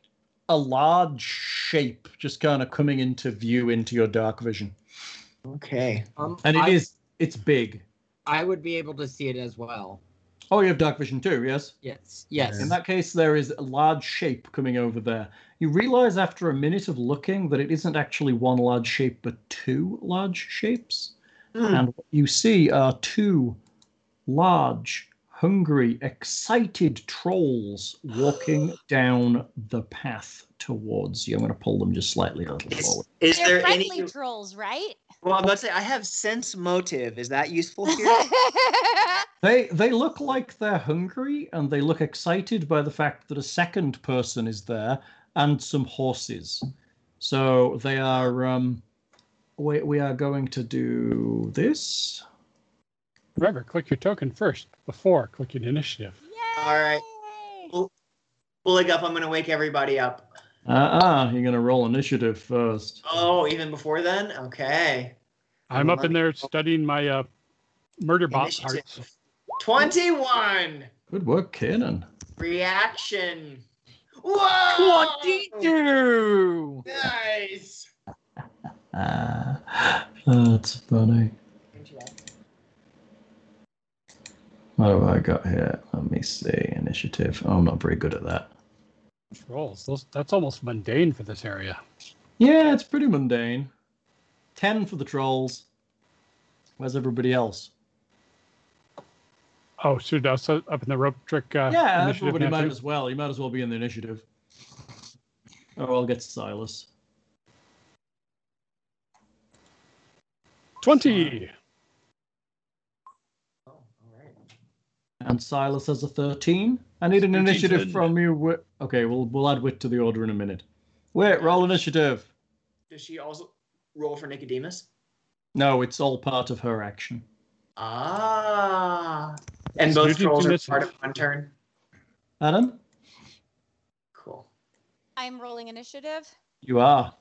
B: a large shape just kind of coming into view into your dark vision,
E: Okay.
D: Um,
B: and
D: I,
B: it is, it's big.
D: I would be able to see it as well.
B: Oh, you have dark vision too, yes?
D: Yes. Yes.
B: In that case, there is a large shape coming over there. You realize after a minute of looking that it isn't actually one large shape, but two large shapes.
E: Hmm.
B: And what you see are two large, hungry, excited trolls walking down the path towards you. I'm going to pull them just slightly a little
E: Is,
B: forward.
E: is
H: They're
E: there
H: friendly
E: any?
H: trolls, right?
E: Well, I'm about to say I have sense motive. Is that useful here?
H: oh
B: They they look like they're hungry and they look excited by the fact that a second person is there and some horses. So they are um we we are going to do this.
C: Remember, click your token first before clicking initiative.
E: All right. Bully up. I'm going to wake everybody up.
B: Uh-uh, you're gonna roll initiative first.
E: Oh, even before then? Okay.
C: I'm up in there studying my uh, murder bot
E: Initiative.
C: parts.
E: 21.
B: Good work, Kanan.
E: Reaction. Whoa!
D: Two.
E: Nice.
B: Uh, that's funny. What have I got here? Let me see. Initiative. Oh, I'm not very good at that.
C: Rolls. Those, that's almost mundane for this area.
B: Yeah, it's pretty mundane. Ten for the trolls. Where's everybody else?
C: Oh, shoot. I was up in the rope trick. Uh,
B: yeah,
C: initiative
B: everybody
C: now,
B: might
C: too.
B: as well. You might as well be in the initiative. Oh, I'll get Silas.
C: 20.
B: uh,
E: Oh, all right.
B: And Silas has a 13. I need an
G: 13,
B: initiative
G: ten.
B: from you. Wi- Okay, we'll, we'll add Wit to the order in a minute. Wait, roll initiative.
E: Does she also roll for Nicodemus?
B: No, it's all part of her action.
E: Ah. And
C: It's
E: both
C: usually
E: rolls
C: two
E: are
C: misses.
E: part of one turn.
B: Adam,
E: Cool.
H: I'm rolling initiative.
B: you are.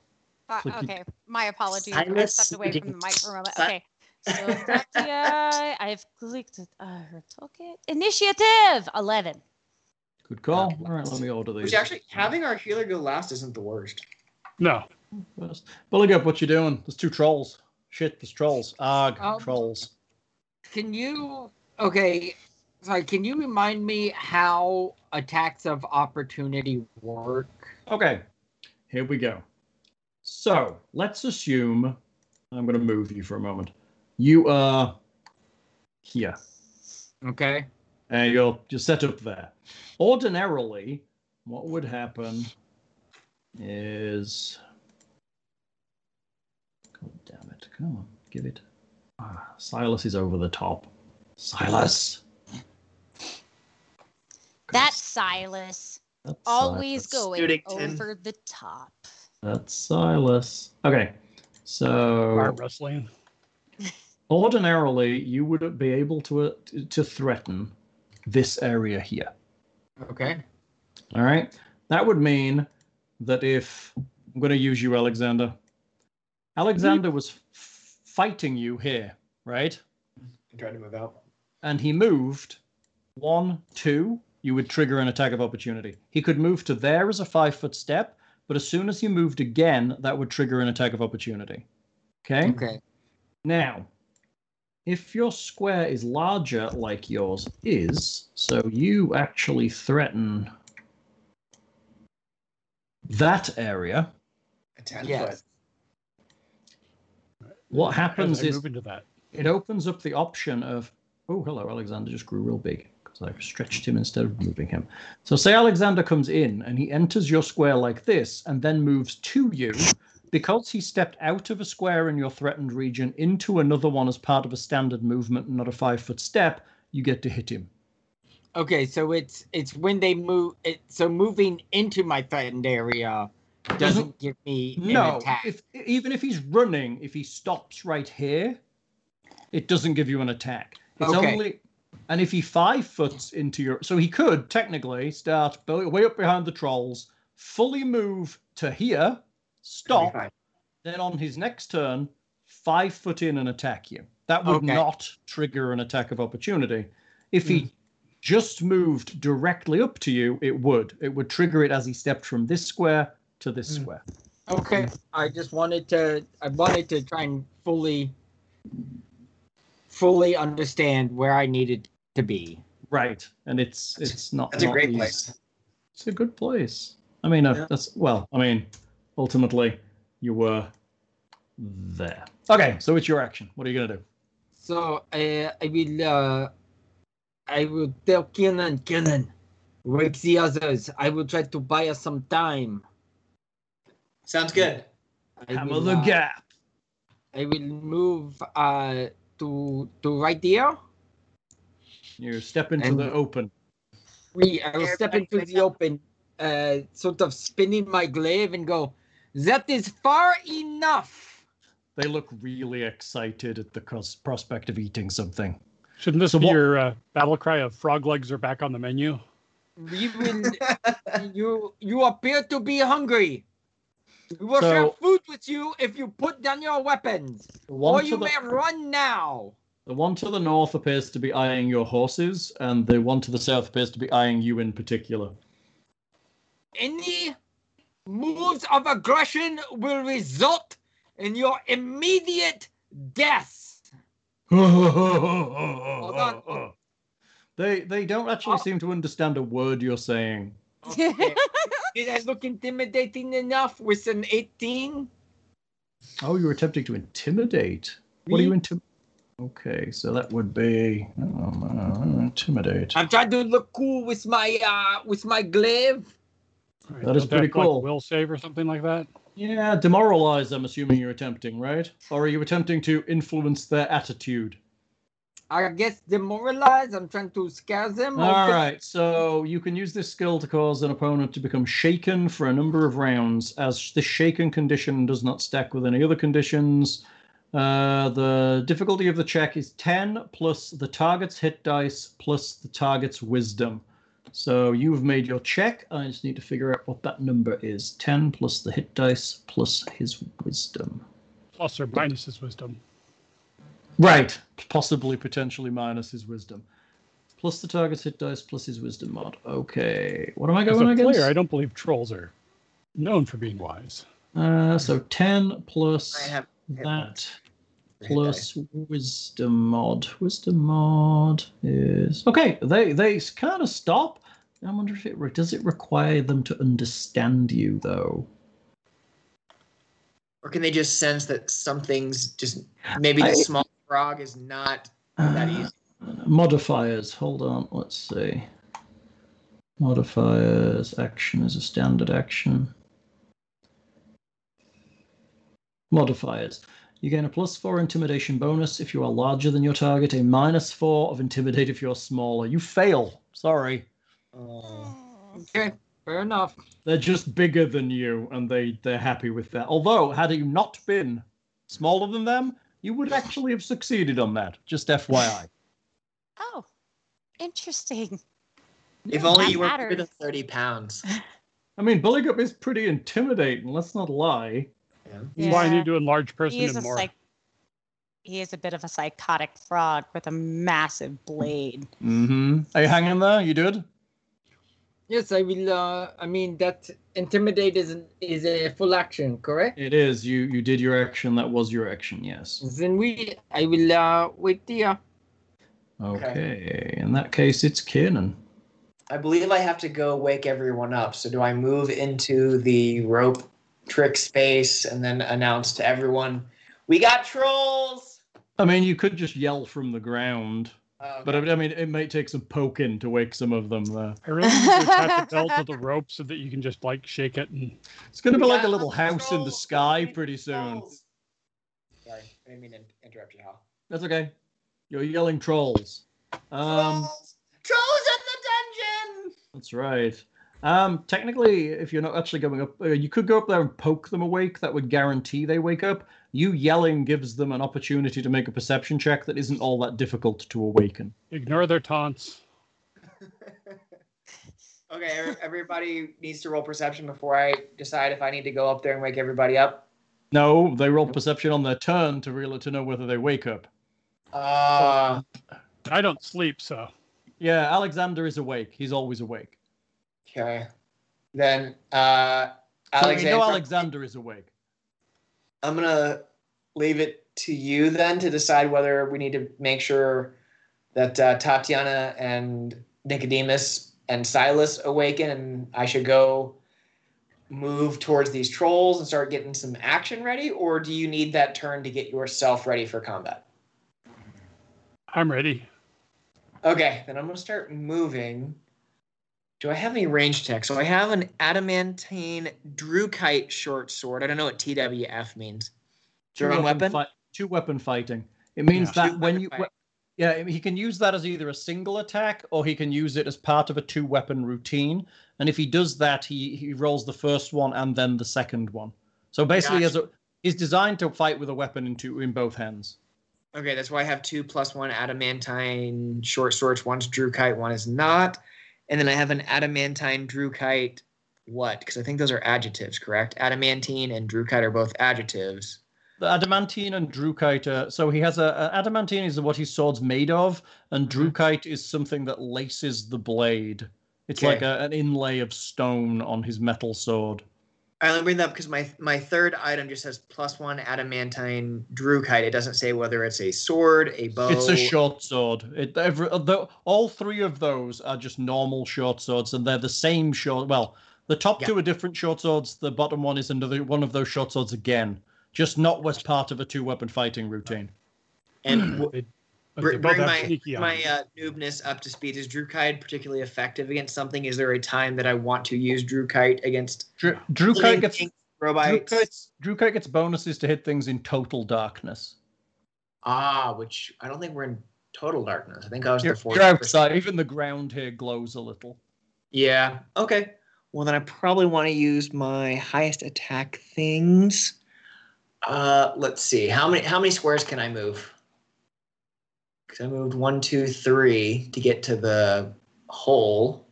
H: Uh,
B: Clicky.
H: okay, my apologies. I
E: Silas
H: stepped away from the
E: reading
H: mic for a moment.
E: si-
H: Okay. So Tatiana, I've clicked uh, her toolkit. Initiative 11.
B: Good call. All right, let me order these.
E: Which actually, having our healer go last isn't the worst.
C: No.
B: First. Bully up, what you doing? There's two trolls. Shit, there's trolls. Arg,
D: Um,
B: trolls.
D: Can you? Okay. Sorry. Can you remind me how attacks of opportunity work?
B: Okay, here we go. So let's assume I'm going to move you for a moment. You are here.
D: Okay.
B: and you're you're set up there. Ordinarily, what would happen is, God damn it! Come on, give it. Ah, Silas is over the top. Silas.
H: That's Silas.
B: That's
H: Always
B: Silas.
H: going
E: Studington.
H: over the top.
B: That's Silas. Okay, so
C: Arm wrestling.
B: ordinarily you would be able to uh, t- to threaten this area here.
D: Okay.
B: All right. That would mean that if I'm going to use you, Alexander, Alexander was f- fighting you here, right?
E: I'm trying to move out.
B: And he moved one, two, you would trigger an attack of opportunity. He could move to there as a five foot step, but as soon as he moved again, that would trigger an attack of opportunity. Okay.
D: Okay.
B: Now, if your square is larger like yours is, so you actually threaten that area,
E: A ten foot.
D: Yes.
B: what happens
C: As I
B: is
C: move into that.
B: it opens up the option of, oh, hello, Alexander just grew real big because I stretched him instead of moving him. So, say Alexander comes in and he enters your square like this and then moves to you. Because he stepped out of a square in your threatened region into another one as part of a standard movement and not a five foot step, you get to hit him.
D: Okay. So it's it's when they move. It, so moving into my threatened area doesn't give me an
B: No,
D: attack.
B: if, even if he's running, if he stops right here, it doesn't give you an attack. It's
D: Okay.
B: only, and if he five foots into your, so he could technically start bu- way up behind the trolls, fully move to here, stop,
E: Thirty-five.
B: then on his next turn, five foot in and attack you. That would
D: Okay.
B: not trigger an attack of opportunity. If
E: Hmm.
B: he just moved directly up to you, it would. It would trigger it as he stepped from this square to this
E: Mm.
B: square.
D: Okay. I just wanted to. I wanted to try and fully, fully understand where I needed to be.
B: Right, and it's it's not.
E: That's a
B: not
E: great
B: easy.
E: place.
B: It's a good place. I mean, uh,
D: Yeah.
B: that's well. I mean, ultimately, you were there. Okay, so it's your action. What are you gonna do?
D: So uh, I will uh, I will tell Kenan, Kenan, wake the others. I will try to buy us some time.
E: Sounds good.
D: I
B: Hammer
D: will,
B: the
D: uh,
B: gap.
D: I will move uh, to to right there.
B: You step into
D: and-
B: the open.
D: We I will step
E: Everybody
D: into
E: wake
D: the open, uh, sort of spinning my glaive and go. That is far enough.
B: They look really excited at the cos- prospect of eating something.
C: Shouldn't this
B: So
C: be
B: what-
C: your uh, battle cry of frog legs are back on the menu?
D: We will. you you appear to be hungry. We will
B: So-
D: share food with you if you put down your weapons.
B: The one
D: or
B: to
D: you
B: the-
D: may run now.
B: The one to the north appears to be eyeing your horses, and the one to the south appears to be eyeing you in particular.
D: Any moves of aggression will result in your immediate death. on.
B: They they don't actually
D: Oh.
B: seem to understand a word you're saying.
D: Okay. Did I look intimidating enough with an 18?
B: Oh, you're attempting to intimidate. What are you
D: Me?
B: intim? Okay, so that would be um, uh, intimidate.
D: I'm trying to look cool with my uh with my glaive.
C: All right,
B: That is
C: don't
B: pretty
C: have, like,
B: cool.
C: will save or something like that.
B: Yeah, demoralize. I'm assuming you're attempting, right? Or are you attempting to influence their attitude?
D: I guess demoralized. I'm trying to scare them.
B: All
D: Okay.
B: right, so you can use this skill to cause an opponent to become shaken for a number of rounds. As this shaken condition does not stack with any other conditions, uh, the difficulty of the check is 10 plus the target's hit dice plus the target's wisdom. So you've made your check. I just need to figure out what that number is 10 plus the hit dice plus his wisdom.
C: Plus or minus his wisdom.
B: Right. Possibly, potentially minus his wisdom. Plus the target's hit dice plus his wisdom mod. Okay. What am I
C: As a
B: going against?
C: player, I don't believe trolls are known for being wise.
B: Uh, so 10 plus
E: I have hit
B: that
E: dice.
B: plus wisdom mod. Wisdom mod is okay. They they kind of stop. I wonder if it re- does it require them to understand you though.
E: or can they just sense that something's just maybe the
B: I-
E: small frog is not that easy?
B: modifiers. Hold on, let's see. Modifiers, action is a standard action. Modifiers. You gain a plus four intimidation bonus if you are larger than your target, a minus four of intimidate if you're smaller. You fail. Sorry.
E: Oh. Mm.
D: Okay, fair enough.
B: They're just bigger than you and they, they're happy with that. Although, had you not been smaller than them, you would actually have succeeded on that. Just FYI.
H: Oh, interesting.
E: If only
H: that
E: you were bigger
H: matters.
E: than 30 pounds.
B: I mean, Bulligup is pretty intimidating, let's not lie.
C: That's Why I
H: Yeah.
C: need to enlarge person
H: He is,
C: and
H: a
C: more.
H: psych- he is a bit of a psychotic frog with a massive blade.
B: Mm-hmm. Are you hanging there? You good?
D: Yes, I will. Uh, I mean, that intimidate is, is a full action, correct?
B: It is. You you did your action. That was your action. Yes.
D: Then we, I will uh, wait here.
B: Okay. In that case, it's Kiernan.
E: I believe I have to go wake everyone up. So do I move into the rope trick space and then announce to everyone, we got trolls?
B: I mean, you could just yell from the ground,
E: Oh,
B: but I I mean, it might take some poking to wake some of them there.
C: I really need to attach a bell to the rope so that you can just like shake it and
B: It's going to be
E: We
B: like a
E: got
B: little house in the
E: trolls.
B: sky
E: We
B: pretty
E: got
B: soon.
E: trolls. Sorry, I didn't mean to interrupt you, Hal.
B: That's okay. You're yelling trolls. Um,
E: trolls! Trolls in the dungeon!
B: that's right. Um, technically, if you're not actually going up, uh, you could go up there and poke them awake. That would guarantee they wake up. You yelling gives them an opportunity to make a perception check that isn't all that difficult to awaken.
C: ignore their taunts.
E: Okay, every- everybody needs to roll perception before I decide if I need to go up there and wake everybody up.
B: No, they roll perception on their turn to really to know whether they wake up.
E: Uh,
C: I don't sleep, so
B: Yeah, Alexander is awake. He's always awake.
E: okay. Then uh,
B: Sorry,
E: Alexander,
B: no, Alexander is awake.
E: I'm gonna leave it to you then to decide whether we need to make sure that uh, Tatiana and Nicodemus and Silas awaken, and I should go move towards these trolls and start getting some action ready, or do you need that turn to get yourself ready for combat?
C: I'm ready.
E: Okay, then I'm gonna start moving. Do I have any range tech? So I have an adamantine drukite short sword. I don't know what TWF means.
B: Two
E: German weapon?
B: fi- two weapon fighting. It means
C: Yeah.
B: that
E: Two
B: when
E: weapon
B: you,
E: fight.
B: yeah, he can use that as either a single attack or he can use it as part of a two weapon routine. And if he does that, he he rolls the first one and then the second one. So basically, he has a, he's designed to fight with a weapon in two in both hands.
E: Okay, that's why I have two plus one adamantine short swords. One's drukite, one is not. And then I have an adamantine drukite what? Because I think those are adjectives, correct? Adamantine and drukite are both adjectives.
B: The adamantine and drukite. Uh, so he has a, a- adamantine is what his sword's made of, and
E: Mm-hmm.
B: drukite is something that laces the blade. It's
E: Okay.
B: like a, an inlay of stone on his metal sword.
E: I only bring that up because my my third item just has plus one adamantine drukite. It doesn't say whether it's a sword, a bow.
B: It's a short sword. It, every, uh, the, all three of those are just normal short swords, and they're the same short. Well, the top
E: Yeah.
B: two are different short swords. The bottom one is another one of those short swords again, just not as part of a two-weapon fighting routine.
E: And w-
C: They- but
E: br-
C: they both
E: bring
C: have
E: my
C: sneaky on
E: my
C: them.
E: uh, noobness up to speed. Is Drukite particularly effective against something? Is there a time that I want to use Drukite against
B: Dru- Drukite gets
E: living robots?
B: Drukite, Drukite gets bonuses to hit things in total darkness.
E: Ah, which I don't think we're in total darkness. I think I was
B: You're,
E: the 4th
B: you're outside. Even the ground here glows a little.
E: Yeah. Okay. Well, then I probably want to use my highest attack things. Uh, let's see. How many how many squares can I move? Because I moved one, two, three to get to the hole.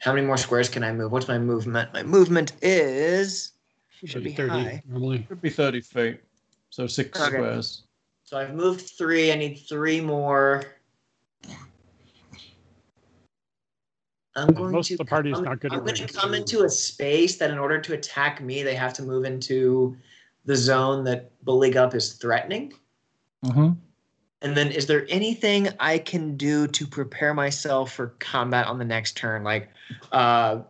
E: How many more squares can I move? What's my movement? My movement is should
C: Maybe
E: be
C: 30
E: high.
C: normally.
B: Could be thirty feet, so six
E: Okay.
B: squares.
E: So I've moved three. I need three more. I'm going
C: Most
E: to
C: of the party is
E: I'm,
C: not good
E: I'm
C: at
E: going to
C: range.
E: come into a space that, in order to attack me, they have to move into the zone that Bully Up is threatening.
B: Mm-hmm.
E: And then, is there anything I can do to prepare myself for combat on the next turn? Like, uh,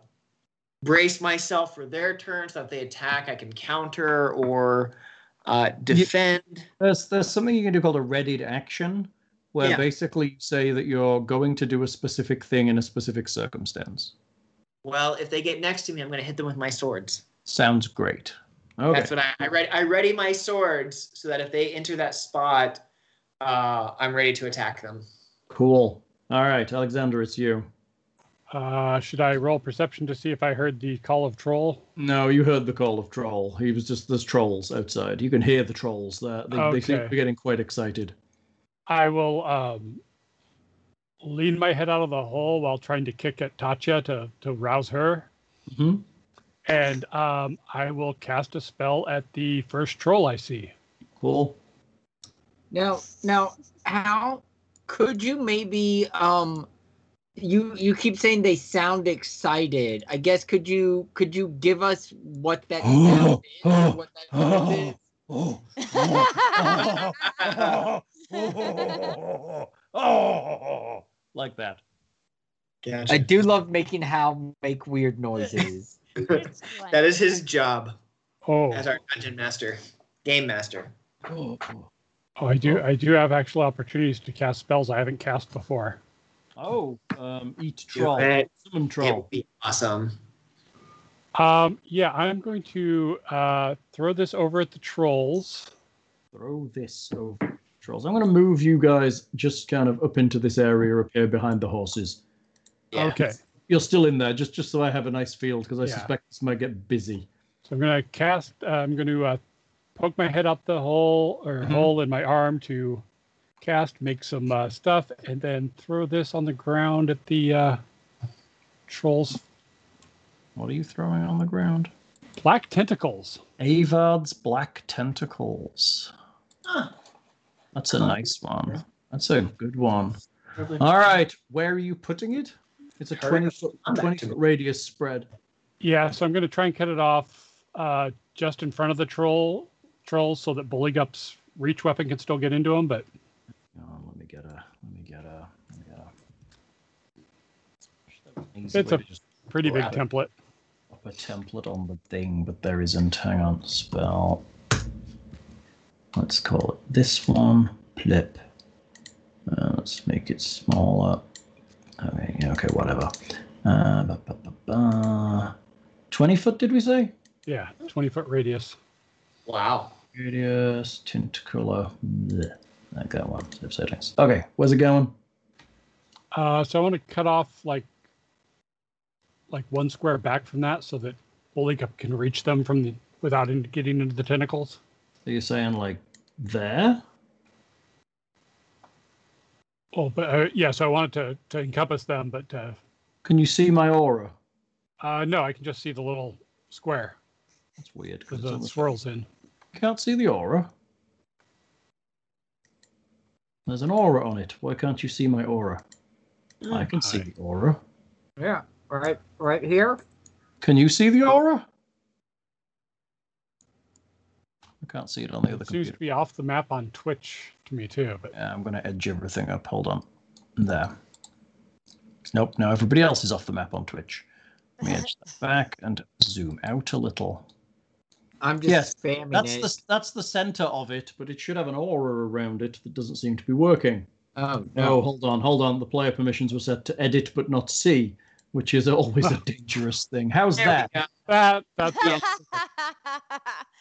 E: brace myself for their turn so if they attack, I can counter or uh, defend.
B: There's there's something you can do called a readied action, where
E: Yeah.
B: basically you say that you're going to do a specific thing in a specific circumstance.
E: Well, if they get next to me, I'm going to hit them with my swords.
B: Sounds great. Okay.
E: That's what I, I ready. I ready my swords so that if they enter that spot, uh, I'm ready to attack them.
B: Cool. All right, Alexander, it's you.
C: Uh, should I roll perception to see if I heard the call of troll?
B: No, you heard the call of troll. He was just there's trolls outside. You can hear the trolls. There, they, they seem to
C: Okay.
B: be getting quite excited.
C: I will um, lean my head out of the hole while trying to kick at Tatya to, to rouse her.
B: Mhm.
C: And um, I will cast a spell at the first troll I see.
B: Cool.
D: Now, now, how could you maybe um, you you keep saying they sound excited. I guess could you could you give us what that sound is? or what that noise is?
B: Oh. like that.
D: I do love making Hal make weird noises.
E: That is his job
C: Oh,
E: as our dungeon master, game master.
B: Oh.
C: oh I do I do have actual opportunities to cast spells I haven't cast before.
B: Oh, um, eat
E: Do
B: troll.
E: it.
B: Summon
E: It would
B: troll.
E: be awesome.
C: Um, yeah, I'm going to uh, throw this over at the trolls.
B: Throw this over trolls. I'm going to move you guys just kind of up into this area up here behind the horses.
E: Yeah.
C: Okay.
B: You're still in there, just just so I have a nice field, because I
C: Yeah.
B: suspect this might get busy.
C: So I'm gonna cast. Uh, I'm gonna uh, poke my head up the hole or
B: Mhm.
C: hole in my arm to cast, make some uh, stuff, and then throw this on the ground at the uh, trolls.
B: What are you throwing on the ground?
C: Black tentacles.
B: Avard's black tentacles.
E: Huh.
B: That's a nice one. That's a good one.
E: Probably-
B: All right, where are you putting it? It's a
E: Hurry
B: twenty
E: up,
B: foot
E: come back
B: twenty
E: to
B: foot radius spread.
C: Yeah. So I'm gonna try and cut it off uh, just in front of the troll trolls so that Bullygup's reach weapon can still get into him. But
B: Hang on, Oh, let me get a. Let me get a. Let me get a. Easy
C: It's
B: way
C: a-
B: to just
C: pretty big
B: Right.
C: template.
B: pop a template on the thing, but there isn't. Hang on, spell. Let's call it this one. Flip. Uh, let's make it smaller. Okay, yeah, okay, whatever. Uh, ba, ba, ba, ba. 20 foot, did we say?
C: Yeah, 20 foot radius.
E: Wow.
B: Radius, tint color. Blech. I got one. Zip settings. Okay, where's it going?
C: Uh, so I want to cut off like like one square back from that, so that Bullygum can reach them from the without in, getting into the tentacles.
B: So you're saying like there?
C: Oh, but uh, yeah, so I wanted to to encompass them, but uh,
B: Can you see my aura?
C: uh, no, I can just see the little square
B: That's weird. 'cause
C: because
B: it's on
C: the
B: the-
C: swirls in.
B: Can't see the aura. There's an aura on it. Why can't you see my aura? I can see the aura.
D: yeah, right, right here.
B: Can you see the aura? I can't see it on the other
C: It seems to
B: computer.
C: be off the map on Twitch to me too. But
B: Yeah, Uh, I'm going to edge everything up. Hold on. There. Nope, now everybody else is off the map on Twitch. Let me edge that back and zoom out a little.
D: I'm just
B: Yes,
D: spamming
B: That's
D: it.
B: the, that's the center of it, but it should have an aura around it that doesn't seem to be working.
D: Oh
B: No, hold on, hold on. The player permissions were set to edit but not see, which is always a dangerous thing. How's
E: There
B: that?
E: we go.
C: that that's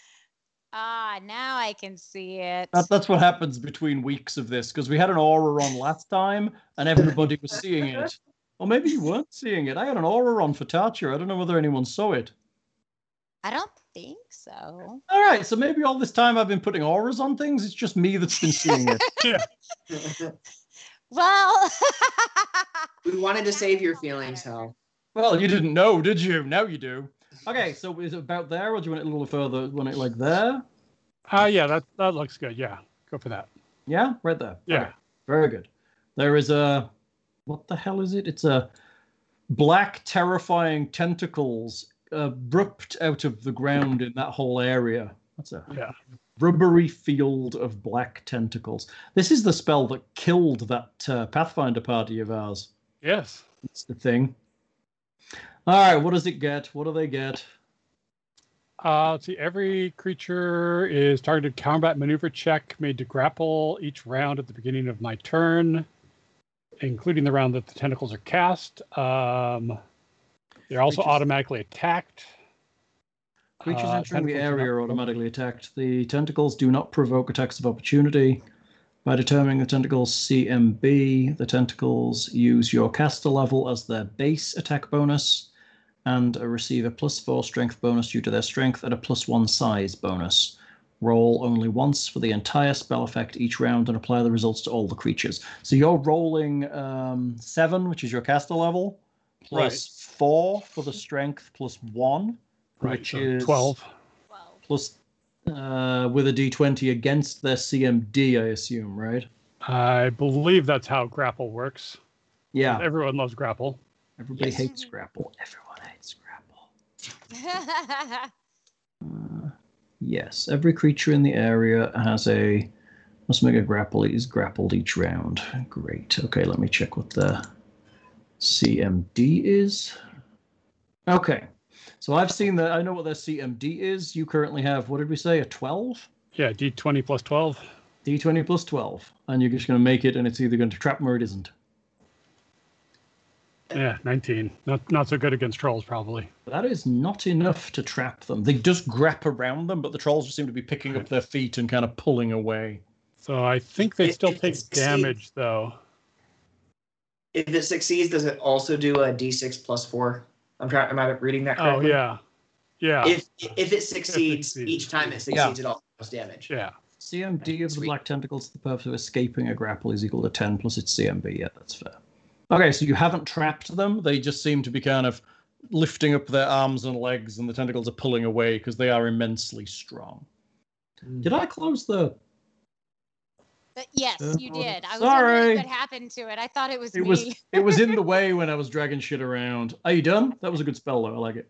H: Ah, now I can see it.
B: that? That's what happens between weeks of this because we had an aura on last time and everybody was seeing it. Or maybe you weren't seeing it. I had an aura on for Tatcha. I don't know whether anyone saw it.
H: I don't think so.
B: All right, so maybe all this time I've been putting auras on things. It's just me that's been seeing it.
H: Well,
E: we wanted to save your feelings, Hal.
B: well, you didn't know, did you? Now you do. Okay, so is it about there, or do you want it a little further? Want it like there?
C: uh, yeah, that that looks good. Yeah, go for that.
B: Yeah, right there.
C: Yeah.
B: Okay. Very good. There is a what the hell is it? It's a black, terrifying tentacles abrupt out of the ground in that whole area. That's a
C: Yeah.
B: rubbery field of black tentacles. This is the spell that killed that uh, Pathfinder party of ours.
C: Yes.
B: It's the thing. All right, what does it get? What do they get?
C: Uh, let's see. Every creature is targeted combat maneuver check made to grapple each round at the beginning of my turn, including the round that the tentacles are cast. Um, they're also
B: Creatures-
C: automatically attacked.
B: Creatures
C: Uh,
B: entering the
C: tentacles are
B: area
C: not-
B: are automatically attacked. The tentacles do not provoke attacks of opportunity. By determining the tentacle's CMB, the tentacles use your caster level as their base attack bonus and uh, receive a plus four strength bonus due to their strength and a plus one size bonus. Roll only once for the entire spell effect each round and apply the results to all the creatures. So you're rolling um, seven, which is your caster level, plus four for the strength, plus one, which
C: so
B: is
C: 12.
H: Well,
B: plus uh, with a d20 against their CMD, I assume, right?
C: I believe that's how grapple works.
B: Yeah.
C: Everyone loves grapple.
B: Everybody
H: Yes.
B: hates grapple. Everyone hates grapple. Uh, yes, every creature in the area has a must make a grapple. Is grappled each round. Great. Okay, let me check what the CMD is. Okay, so I've seen that. I know what their CMD is. You currently have what did we say? A twelve.
C: Yeah, d20 plus 12.
B: D20 plus 12, and you're just going to make it, and it's either going to trap them or it isn't.
C: Yeah, 19. Not not so good against trolls, probably.
B: That is not enough to trap them. They just grab around them, but the trolls just seem to be picking up their feet and kind of pulling away.
C: So I think they
E: It-
C: still
E: it
C: take
E: succeeds.
C: damage, though.
E: If it succeeds, does it also do a d6 plus four? I'm trying. Am I reading that
C: Oh,
E: correctly?
C: yeah. Yeah.
E: If if it succeeds,
C: succeeds.
E: each time it succeeds, it also does damage.
C: yeah.
B: CMD of the
E: Sweet.
B: black tentacles, the purpose of escaping a grapple is equal to 10 plus its CMB. Yeah, that's fair. Okay, so you haven't trapped them. They just seem to be kind of lifting up their arms and legs, and the tentacles are pulling away because they are immensely strong. Did I close the.
H: but yes,
B: Uh,
H: you did. I was
B: sorry.
H: wondering what happened to it. I thought it was
B: It
H: me.
B: was it was in the way when I was dragging shit around. Are you done? That was a good spell though. I like it.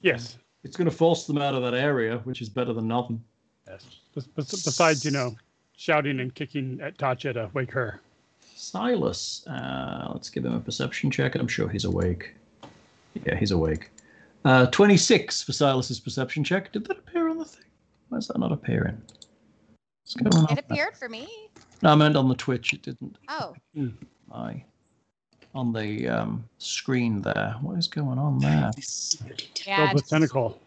C: Yes.
B: It's going to force them out of that area, which is better than nothing.
C: Yes. Bes- bes- Besides, you know, shouting and kicking at Tatcha to wake her.
B: Silas, uh, let's give him a perception check. I'm sure he's awake. Yeah, he's awake. Uh, 26 for Silas's perception check. Did that appear on the thing? Why is that not appearing? What's going on?
H: It appeared for me.
B: No, I meant on the Twitch. It didn't.
H: Oh,
B: I on the um, screen there. What is going on there?
H: yeah.
C: Filled with tentacle.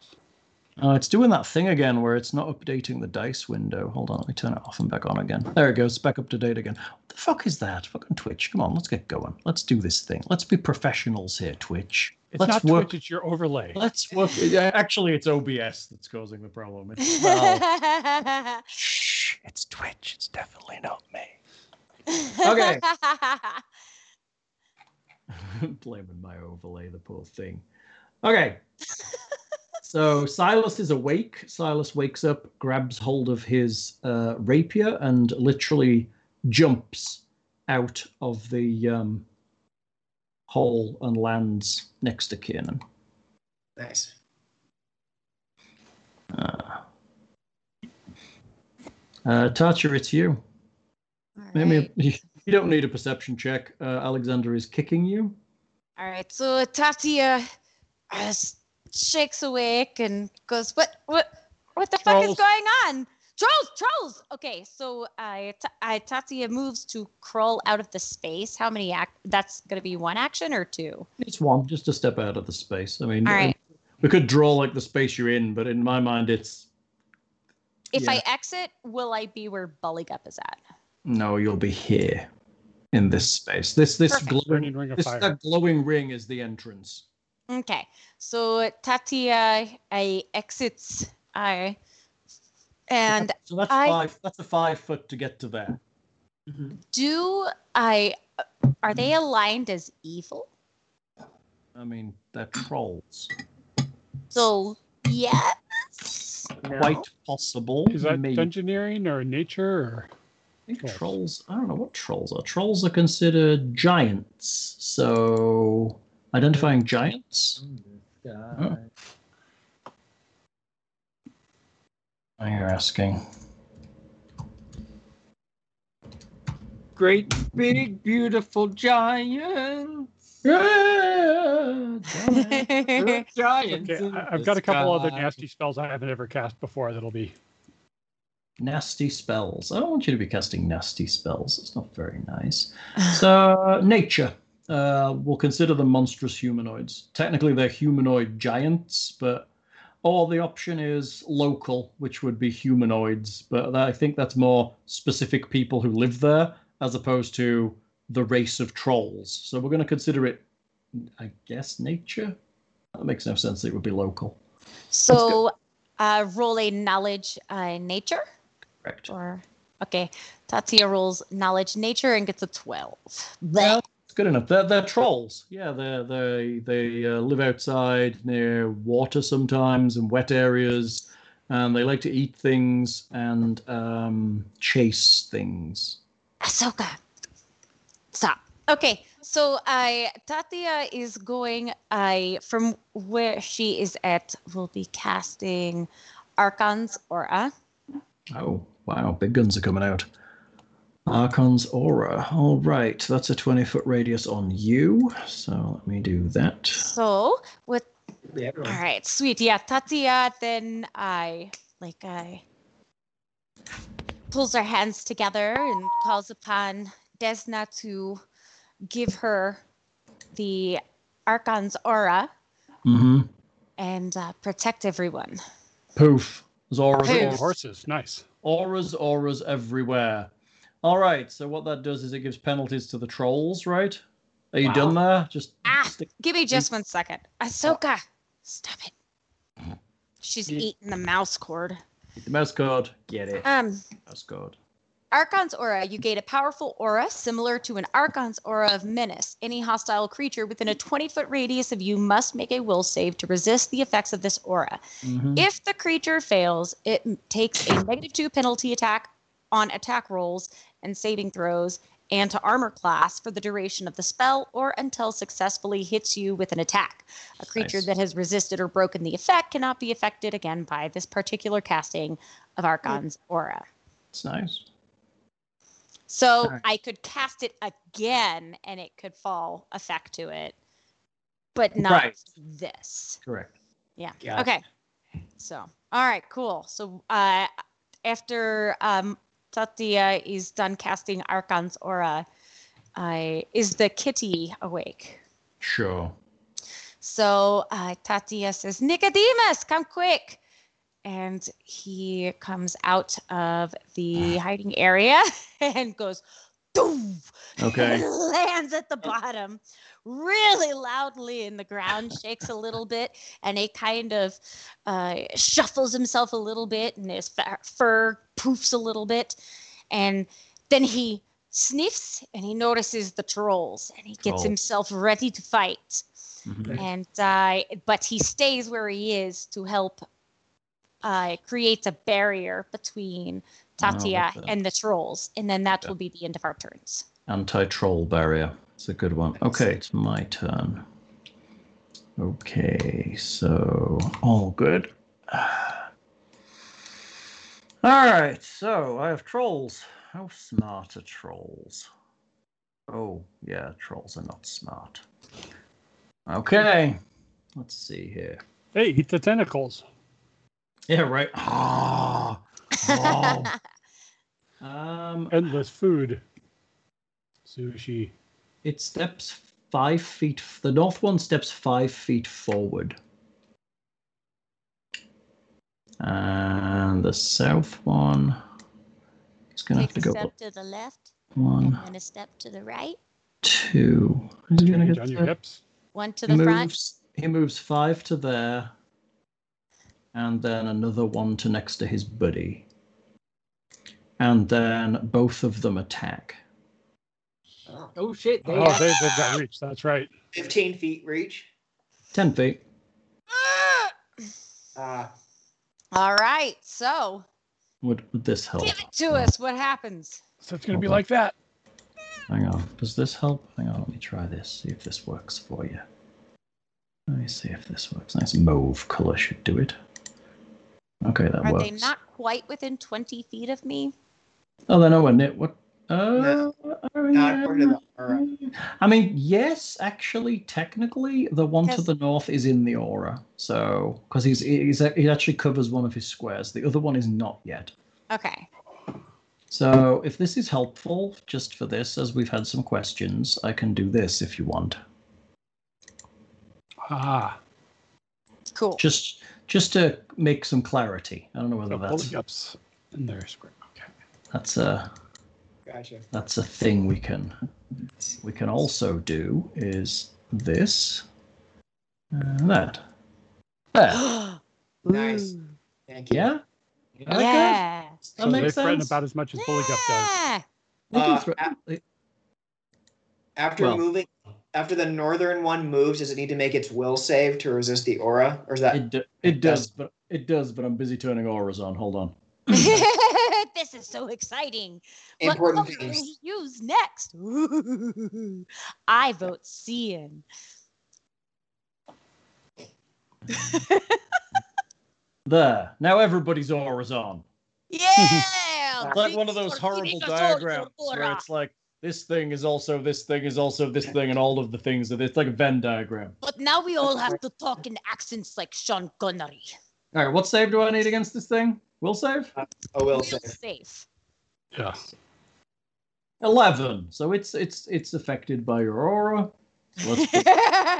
B: Oh, it's doing that thing again where it's not updating the dice window. Hold on, let me turn it off and back on again. There it goes, back up to date again. What the fuck is that? Fucking Twitch. Come on, let's get going. Let's do this thing. Let's be professionals here, Twitch.
C: It's
B: let's
C: not
B: work.
C: Twitch, it's your overlay.
B: Let's work. yeah, Actually, it's OBS that's causing the problem. It's, well,
H: well.
B: shh, it's Twitch. It's definitely not me. Okay. Blaming my overlay, the poor thing. Okay. so Silas is awake. Silas wakes up, grabs hold of his uh, rapier, and literally jumps out of the um, hole and lands next to Kiernan.
E: Nice.
B: Uh, uh, Tarcher, it's you. I mean, you don't need a perception check. Uh, Alexander is kicking you.
H: All right, so Tatia uh, s- shakes awake and goes, "What? What? What the fuck
C: Trolls.
H: is going on? Trolls! Trolls! Okay, so I, Ta- I Tatia moves to crawl out of the space. How many act? That's gonna be one action or two.
B: It's one, just to step out of the space. I mean,
H: All right.
B: we could draw like the space you're in, but in my mind, it's
H: If
B: Yeah.
H: I exit, will I be where Bully Gup is at?
B: no. You'll be here in this space. This this
H: Perfect.
B: glowing
C: Burning ring of
B: this
C: fire.
B: that glowing ring is the entrance.
H: Okay, so Tatia I exits I, and
B: So that's
H: I-
B: five. That's a five foot to get to there.
H: do I? Are they aligned as evil?
B: I mean, they're trolls.
H: So yes.
E: No.
B: Quite possible.
C: Is that
B: maybe.
C: dungeoneering or nature? Or...
B: I think
C: Trolls.
B: trolls. I don't know what trolls are. Trolls are considered giants. So identifying giants.
D: God.
B: Oh, you're asking.
D: Great big beautiful giant.
B: Yeah. Ah, damn it.
D: You're giant.
C: Okay, I, I've got a couple other nasty spells I haven't ever cast before. That'll be
B: nasty spells. I don't want you to be casting nasty spells. It's not very nice. So, nature. Uh, we'll consider them monstrous humanoids. Technically, they're humanoid giants, but. Or the option is local, which would be humanoids, but that, I think that's more specific people who live there as opposed to the race of trolls. So we're going to consider it, I guess, nature. That makes no sense. that It would be local.
H: So, uh, roll a knowledge uh, nature
B: Correct.
H: or okay. Tatia rolls knowledge nature and gets a twelve.
B: Yeah, it's good enough. They're, they're trolls. Yeah, they're, they they uh, live outside near water sometimes and wet areas, and they like to eat things and um, chase things.
H: Ahsoka, stop. Okay, so I Tatia is going. I from where she is at will be casting Archon's aura.
B: Oh, wow. Big guns are coming out. Archon's Aura. All right. That's a 20 foot radius on you. So let me do that.
H: So with
E: Yeah, everyone.
H: all right, sweet. Yeah, Tatia. Then I like I pulls her hands together and calls upon Desna to give her the Archon's aura
B: Mm-hmm.
H: and uh, protect everyone.
B: Poof. There's auras,
H: Poof.
B: auras,
H: Yes.
C: horses. Nice.
B: auras, auras everywhere. All right. So what that does is it gives penalties to the trolls, right? Are you done there? Just
H: Ah.
B: stick.
H: Give me just one second. Ahsoka, stop it. She's
B: Yeah.
H: eating the mouse cord.
B: the mouse card. Get it.
H: Um,
B: Mouse card.
H: Archon's aura. You gain a powerful aura similar to an Archon's aura of menace. Any hostile creature within a 20 foot radius of you must make a will save to resist the effects of this aura.
B: Mhm.
H: If the creature fails, it m- takes a negative two penalty attack on attack rolls and saving throws and to armor class for the duration of the spell or until successfully hits you with an attack. A creature
B: Nice.
H: that has resisted or broken the effect cannot be affected again by this particular casting of Archon's aura.
B: It's nice.
H: So
B: Alright.
H: I could cast it again and it could fall effect to it, but not
B: Right.
H: this.
B: Correct.
E: Gotcha.
H: Okay. So, all right, cool. So, uh, after um, Tatia is done casting Archon's aura, uh, is the kitty awake?
B: Sure.
H: So uh, Tatia says, Nicodemus, come quick. And he comes out of the hiding area and goes, Doof!
B: Okay.
H: lands at the bottom really loudly in the ground, shakes a little bit, and he kind of uh, shuffles himself a little bit, and his fa- fur poofs a little bit. And then he sniffs and he notices the trolls and he gets
B: Trolls.
H: himself ready to fight
B: Mhm.
H: and uh, but he stays where he is to help uh, create a barrier between
B: Oh, like
H: Tatia
B: that.
H: and the trolls, and then that
B: Yeah.
H: will be the end of our turns.
B: Anti-troll barrier. It's a good one. Okay, it's my turn. Okay, so all good. All right, so I have trolls. How smart are trolls? Oh, yeah, trolls are not smart. Okay, let's see here.
C: Hey, eat the tentacles.
B: Yeah, right. Ah, oh. um,
C: Endless food. Sushi.
B: It steps five feet. The north one steps five feet forward. And the south one is going to have
H: Take
B: to
H: a
B: go
H: step
B: up
H: to the left and
B: one,
H: then a step to the right,
B: two. Is he going to
C: Hinge
B: get
C: on your
B: there?
C: hips.
H: one to
B: He
H: the front.
B: moves, he moves five to there. And then another one to next to his buddy. And then both of them attack.
D: Oh shit! They
C: Oh, they, they've got reach. That's right.
E: 15 feet reach.
B: 10 feet.
E: Uh,
H: All right, so
B: Would, would this help?
H: give it to us. What happens?
C: So it's going to be
B: Okay.
C: like that.
B: Hang on. Does this help? Hang on. Let me try this. See if this works for you. Let me see if this works. Nice mauve color should do it. Okay, that
H: Are
B: works.
H: they not quite within 20 feet of me?
B: Oh, they're nowhere near. What? Oh, oh,
E: Not part of
B: yeah.
E: the aura.
B: I mean, yes, actually, technically, the one to
H: Yes.
B: the north is in the aura. So, because he's, he's he actually covers one of his squares, the other one is not yet.
H: Okay.
B: So, if this is helpful, just for this, as we've had some questions, I can do this if you want.
C: Ah,
H: Cool.
B: Just, just to make some clarity. I don't know
C: so
B: whether that's
C: polyups in their square. Okay.
B: that's a
E: Gotcha.
B: that's a thing we can we can also do is this and that. There.
E: Nice.
H: Ooh.
E: Thank you.
B: Yeah. Okay.
H: Yeah.
B: That
C: so they
B: makes
C: threaten
B: sense.
C: about as much as polygup does.
H: Yeah.
B: They do
E: Uh,
B: threaten- they-
E: After
B: Well-
E: moving, after the northern one moves, does it need to make its will save to resist the aura, or is that
B: It, do- it does, but it does, but I'm busy turning auras on. Hold on.
H: this is so exciting. What
E: important?
H: color
E: things?
H: will he use next? Ooh. I vote Cian.
B: There. Now everybody's auras on.
H: Yeah.
B: It's like one of those horrible diagrams where it's like this thing is also this thing is also this thing and all of the things are it's like a Venn diagram.
H: But now we all have to talk in accents like Sean Connery.
B: All right, what save do I need against this thing? Will save?
E: A
H: Real
E: will save.
H: safe.
C: Yeah.
B: Eleven. So it's it's it's affected by your aura. Let's put,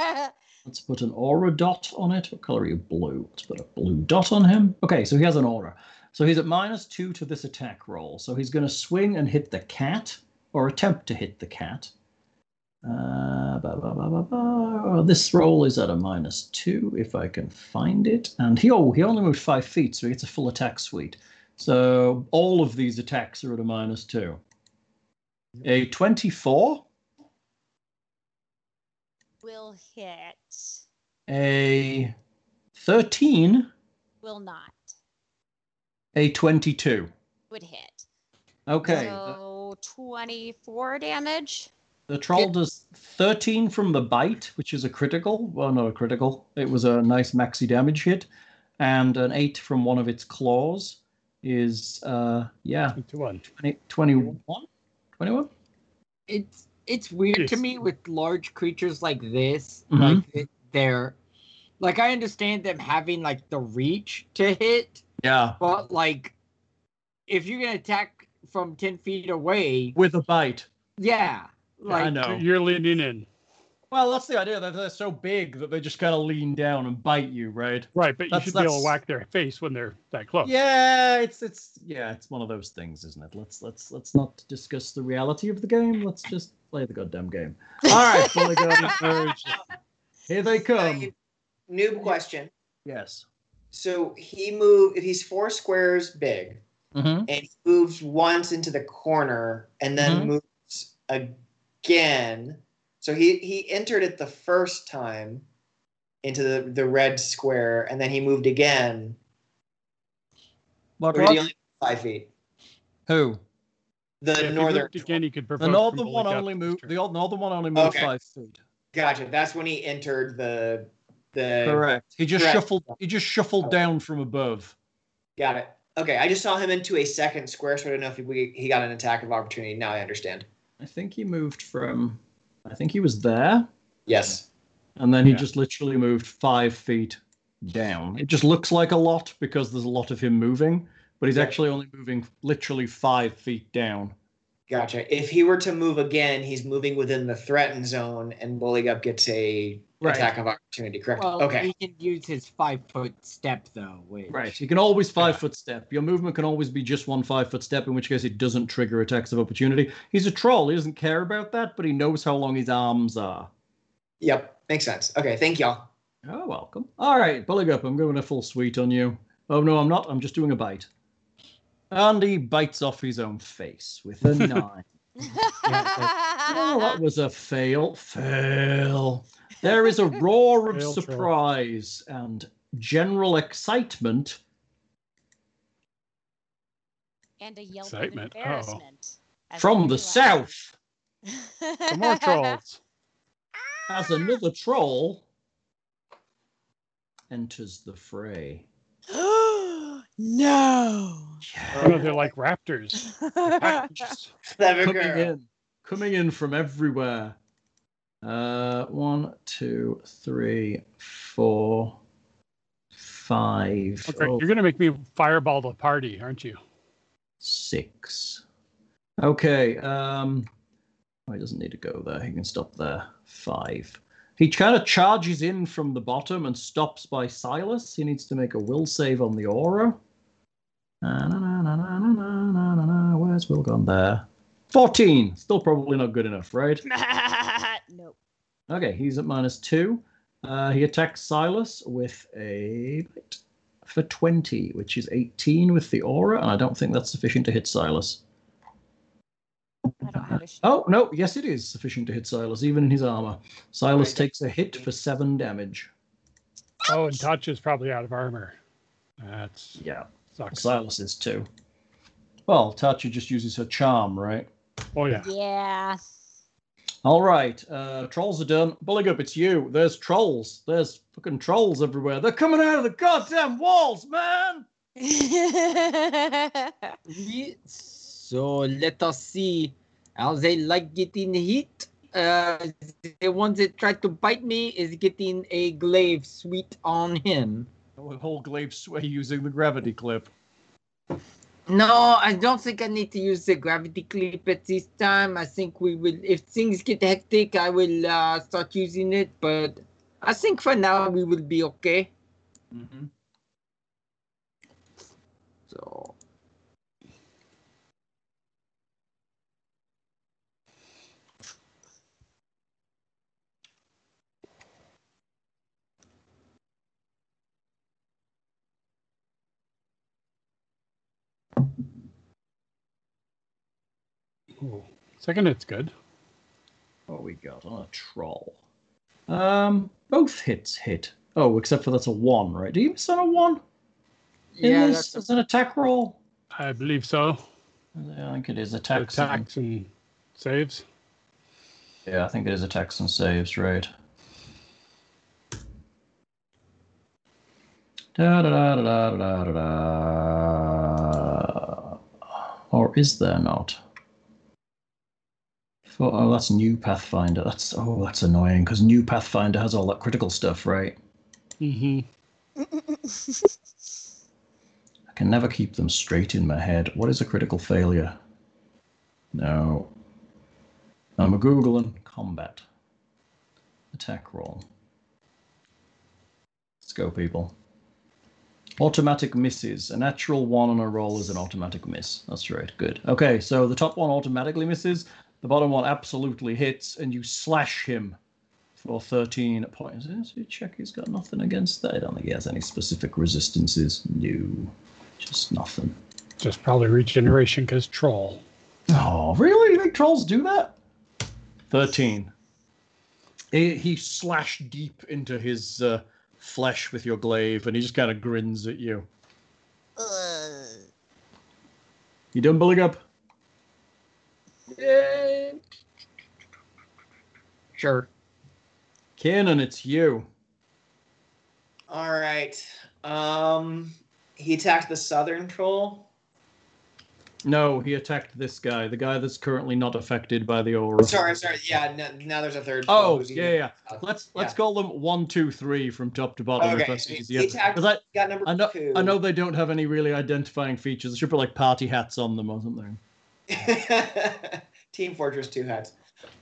B: let's put an aura dot on it. What color are you? Blue. Let's put a blue dot on him. Okay, so he has an aura. So he's at minus two to this attack roll. So he's going to swing and hit the cat, or attempt to hit the cat. Uh, ba, ba, ba, ba, ba. This roll is at a minus two, if I can find it. And he oh, he only moved five feet, so he gets a full attack suite. So all of these attacks are at a minus two. A twenty-four,
H: will hit.
B: a thirteen,
H: Will not.
B: a twenty-two.
H: Would hit.
B: Okay. the-
H: So 24 damage.
B: The troll does 13 from the bite, which is a critical. Well, not a critical. It was a nice maxi damage hit. And an 8 from one of its claws is, uh, yeah,
C: Two to one.
B: 20, 21? 21?
D: It's it's weird to
C: Yes.
D: me with large creatures like this,
B: Mhm.
D: like th- they're like I understand them having like the reach to hit,
B: Yeah.
D: but like if you're gonna attack from ten feet away,
B: With a bite.
D: yeah,
B: I
D: like
B: know.
C: You're leaning in.
B: Well, that's the idea. That they're so big that they just kind of lean down and bite you, right?
C: Right, but you
B: That's-
C: should be able
B: that's-
C: to whack their face when they're that close.
B: Yeah, it's it's yeah, it's one of those things, isn't it? Let's let's let's not discuss the reality of the game. Let's just play the goddamn game. All right, Polygon Merge. Here they come.
E: Noob question.
B: Yes.
E: So he moved. He's four squares big,
B: Mm-hmm.
E: and he moves once into the corner, and then
B: Mhm.
E: moves again. So he he entered it the first time into the, the red square, and then he moved again.
B: What,
E: Or did he only move five feet?
B: Who?
E: The
C: If he
E: northern.
C: moved again, he could
B: The
C: provoke
B: northern
C: from
B: one
C: Polygup
B: only
C: this
B: moved.
C: turn.
B: The old northern one only moved
E: Okay.
B: five feet.
E: Gotcha. That's when he entered the the.
B: Correct. He just
E: Correct.
B: shuffled. He just shuffled down from above.
E: Got it. Okay, I just saw him into a second square, so I don't know if he, he got an attack of opportunity. Now I understand.
B: I think he moved from. I think he was there,
E: Yes.
B: and then he
C: Yeah.
B: just literally moved five feet down. It just looks like a lot because there's a lot of him moving, but he's
E: Yeah.
B: actually only moving literally five feet down.
E: Gotcha. If he were to move again, he's moving within the threatened zone, and Bullygup gets a
B: Right.
E: attack of opportunity. Correct.
D: well,
E: okay.
D: he can use his five foot step though. Which,
B: Right. You can always five foot step. Your movement can always be just one five foot step, in which case it doesn't trigger attacks of opportunity. He's a troll. He doesn't care about that, but he knows how long his arms are.
E: Yep. Makes sense. Okay. Thank y'all.
B: Oh, welcome. All right, bully up. I'm going a full suite on you. Oh, no, I'm not. I'm just doing a bite. And he bites off his own face with a nine. oh, that was a fail. Fail. There is a roar of
C: Fail, troll.
B: surprise and general excitement.
H: and a yelp
C: Excitement. Oh.
H: of embarrassment. as
B: from
H: they
B: the
H: laugh.
B: south
C: Some more trolls.
B: as another troll enters the fray.
H: no.
B: Yeah.
C: You know, they're like raptors. Raptors.
E: Clever
A: coming
E: girl.
A: in, coming in from everywhere. Uh, one, two, three, four, five,
C: Okay,
A: oh,
C: You're gonna make me fireball the party, aren't you?
A: six. Okay. Um, oh, he doesn't need to go there. He can stop there. Five. He kind of charges in from the bottom and stops by Silas. He needs to make a will save on the aura. Na, na, na, na, na, na, na, na, na. Where's Will gone there? 14. Still probably not good enough, right?
H: nope.
A: Okay, he's at minus two. Uh, he attacks Silas with a bite for 20, which is 18 with the aura, and I don't think that's sufficient to hit Silas.
H: I don't have a sh-
A: Oh, no, yes, it is sufficient to hit Silas, even in his armor. Silas
E: Right.
A: takes a hit for seven damage.
C: Oh, and Touch is probably out of armor. That's
A: Yeah,
C: sucks.
A: Silas is too. Well, Tachi just uses her charm, right?
C: Oh yeah.
H: Yeah.
A: All right, uh, trolls are done. Bullygup, it's you. Oh, There's trolls. There's fucking trolls everywhere. They're coming out of the goddamn walls, man!
D: Ye- So let us see how they like getting hit. Uh, the ones that tried to bite me is getting a glaive sweet on him.
A: The whole glaive sway using the gravity clip.
D: No, I don't think I need to use the gravity clip at this time. I think we will, if things get hectic, I will uh, start using it. But I think for now we will be okay.
A: Mm-hmm.
D: So
C: Ooh. Second hit's good.
A: What we got on a troll? Um, both hits hit. Oh, except for that's a one, right? Do you miss on a one? in
D: yeah,
A: this?
D: that's
A: It's an attack roll.
C: I believe so.
A: I think it is attacks. and-
C: Attacks and saves.
A: Yeah, I think it is attacks and saves, right? Da da da da da da da da. Or is there not? For, oh, that's new Pathfinder. That's oh, that's annoying because new Pathfinder has all that critical stuff, right?
C: Mm-hmm.
A: I can never keep them straight in my head. What is a critical failure? No. I'm a Googling combat. Attack roll. Let's go, people. Automatic misses. A natural one on a roll is an automatic miss. That's right. Good. Okay, so the top one automatically misses, the bottom one absolutely hits, and you slash him for 13 points. Let's check he's got nothing against that. I don't think he has any specific resistances. No, just nothing.
C: Just probably regeneration because troll.
A: Oh, really? You think trolls do that? 13. He, he slashed deep into his uh, flesh with your glaive and he just kind of grins at you. You done bullying up?
D: Uh, sure.
A: Cannon, it's you.
E: All right. Um, he attacked the southern troll.
A: No, he attacked this guy, the guy that's currently not affected by the aura.
E: Sorry, sorry. Yeah, no, now there's a third. troll
A: Oh,
E: who's
A: yeah,
E: even-
A: yeah. Let's let's
E: Yeah.
A: call them one, two, three from top to bottom. if
E: Okay,
A: that's
E: so he
A: easier.
E: attacked-
A: 'Cause I,
E: Got number
A: I know,
E: two.
A: I know they don't have any really identifying features. They should put like party hats on them or something.
E: Team Fortress Two hats.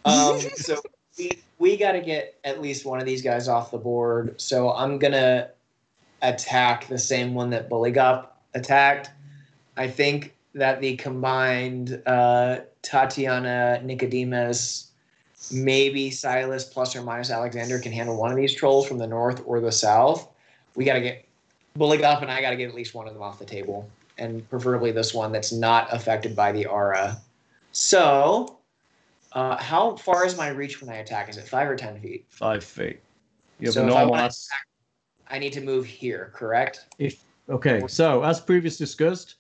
E: Um, so we, we got to get at least one of these guys off the board. So I'm gonna attack the same one that Bully Gop attacked. I think that the combined uh, Tatiana Nicodemus, maybe Silas plus or minus Alexander can handle one of these trolls from the north or the south. We got to get Bully Gop and I got to get at least one of them off the table, and preferably this one that's not affected by the aura. So, uh, how far is my reach when I attack? Is it five or ten feet?
A: Five feet. You have
E: So
A: a
E: if I
A: normal
E: wanna
A: ass.
E: attack- I need to move here, correct?
A: Okay, so as previously discussed,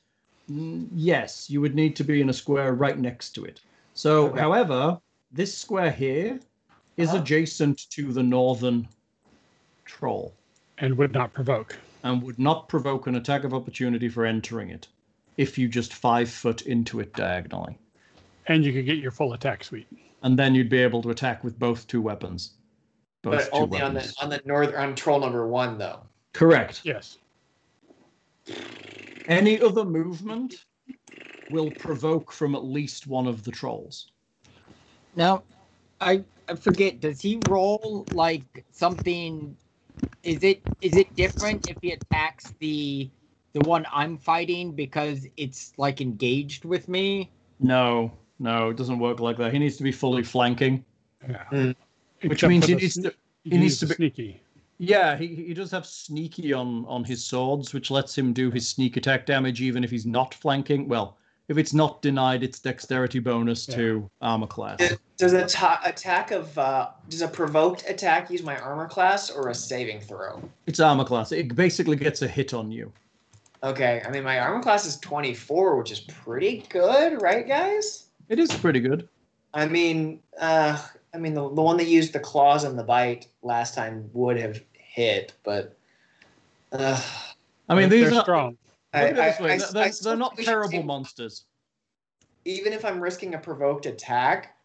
A: mm, yes, you would need to be in a square right next to it. So,
E: Okay.
A: however, this square here is
E: Uh-huh.
A: adjacent to the northern troll
C: And would not provoke.
A: and would not provoke an attack of opportunity for entering it.
B: if you just five foot into it diagonally.
C: and you can get your full attack suite.
B: And then you'd be able to attack with both two weapons. Both
E: but
B: two
E: only
B: weapons.
E: on the on the north on troll number one though.
B: Correct.
C: Yes.
B: Any other movement will provoke from at least one of the trolls.
D: Now, I, I forget. Does he roll like something? Is it is it different if he attacks the the one I'm fighting because it's like engaged with me?
B: No, no, it doesn't work like that. He needs to be fully flanking,
C: Yeah.
E: Mm.
B: which
C: Except
B: means
C: for
B: he
C: the
B: needs to.
C: sne-
B: he needs
C: the
B: to be-
C: sneaky.
B: Yeah, he, he does have sneaky on on his swords, which lets him do his sneak attack damage even if he's not flanking. Well, if it's not denied, it's dexterity bonus
C: Yeah.
B: to armor class.
E: Does a ta- attack of uh, does a provoked attack use my armor class or a saving throw?
B: It's armor class. It basically gets a hit on you.
E: Okay, I mean my armor class is 24, which is pretty good, right, guys?
B: It is pretty good.
E: I mean, uh, I mean the, the one that used the claws and the bite last time would have hit, but uh,
B: I mean,
C: They're-
B: these
C: they're
B: are.
C: strong.
E: I,
B: look at it this
E: I-
B: way,
E: I-
B: they're,
E: I
B: they're-
E: still
B: they're not
E: think
B: terrible
E: it-
B: monsters.
E: even if I'm risking a provoked attack,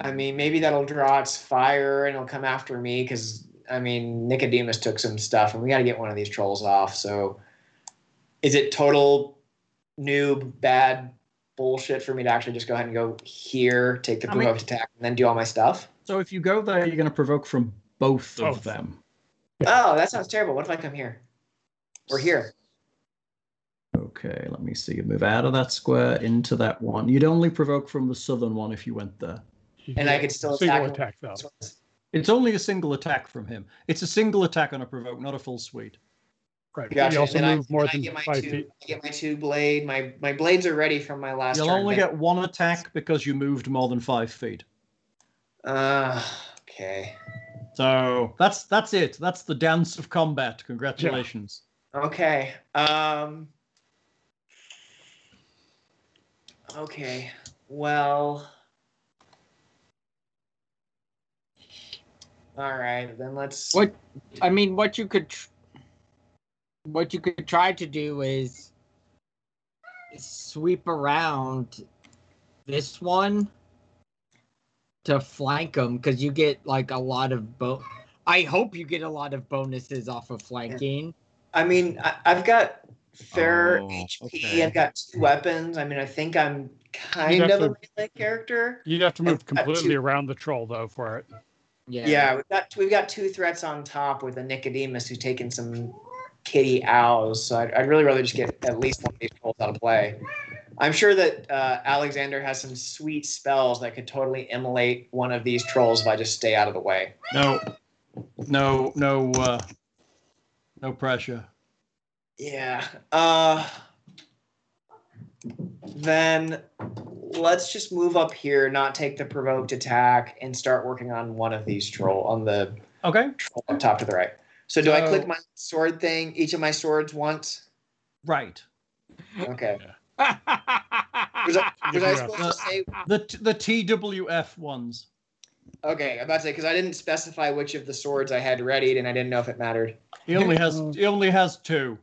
E: I mean, maybe that'll draw its fire and it'll come after me because, I mean, Nicodemus took some stuff and we got to get one of these trolls off. So is it total noob, bad bullshit for me to actually just go ahead and go here, take the
B: I mean-
E: provoked attack, and then do all my stuff?
B: So if you go there, you're going to provoke from both of
C: Both.
B: them.
E: Oh, that sounds terrible. What if I come here? Or here.
B: Okay, let me see. You move out of that square into that one. You'd only provoke from the southern one if you went there.
C: You
E: And
C: get
E: I could still
C: single
E: attack.
C: attack though.
B: It's only a single attack from him. It's a single attack on a provoke, not a full suite.
C: Right. But
E: Gotcha.
C: you also
E: And then I-
C: move more
E: I
C: than
E: get my
C: five
E: two,
C: feet.
E: I get my two blade. My my blades are ready from my last
B: You'll
E: turn.
B: only
E: They-
B: get one attack because you moved more than five feet.
E: Uh, okay.
B: So that's that's it. That's the dance of combat. Congratulations.
E: Okay. Um. Okay. Well. All right. Then let's.
D: What- I mean, what you could tr- what you could try to do is sweep around this one to flank them because you get like a lot of bo. I hope you get a lot of bonuses off of flanking.
E: I mean, I, I've got fair
B: Oh,
E: HP.
B: okay.
E: I've got two weapons. I mean, I think I'm
C: You'd
E: kind
C: have
E: of
C: to-
E: a melee character.
C: You'd have to move
E: I've got
C: completely
E: two.
C: around the troll though for it.
D: Yeah.
E: Yeah, we've got we've got two threats on top with a Nicodemus who's taken some kitty owls. So I'd, I'd really rather just get at least one of these rolls out of play. I'm sure that uh, Alexander has some sweet spells that could totally immolate one of these trolls if I just stay out of the way.
B: No, no, no, uh, no pressure.
E: Yeah. Uh, then let's just move up here, not take the provoked attack, and start working on one of these troll on the
B: Okay,
E: troll up top to the right. So do I
B: So-
E: click my sword thing, each of my swords once?
B: right.
E: Okay. Was
D: Yeah.
E: I, was I
C: Yeah.
E: supposed to say?
B: The the TWF ones.
E: Okay, I'm about to say because I didn't specify which of the swords I had readied, and I didn't know if it mattered.
B: He only has he only has two.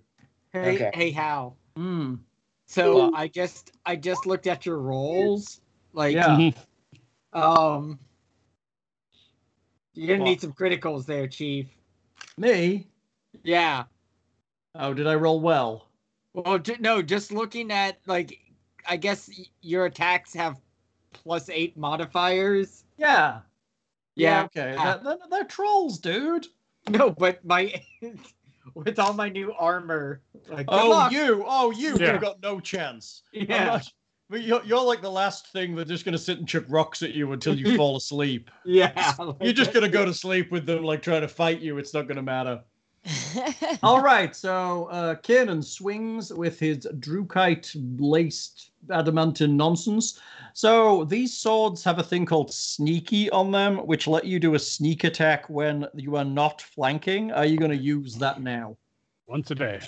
D: hey,
E: Okay.
D: hey, Hal.
B: Mm.
D: So I just I just looked at your rolls. Like,
B: Yeah.
D: um, you're gonna
B: Well-
D: need some criticals there, Chief.
B: Me?
D: Yeah.
B: Oh, did I roll well?
D: Well, ju- no, just looking at like, I guess y- your attacks have plus eight modifiers.
B: Yeah.
D: Yeah.
B: okay. They're, they're- they're trolls, dude.
D: No, but my with all my new armor, like, good
B: Oh,
D: luck.
B: you. Oh, you.
C: Yeah.
B: You've got no chance. I'm
D: yeah,
B: not- but you're, you're like the last thing that's just going to sit and chuck rocks at you until you fall asleep.
D: yeah. like
B: You're just
D: that.
B: going to go to sleep with them, like trying to fight you. It's not going to matter. All right. So uh, Kiernan swings with his Drukite laced adamantine nonsense. So these swords have a thing called sneaky on them, which let you do a sneak attack when you are not flanking. Are you going to use that now?
C: Once a day.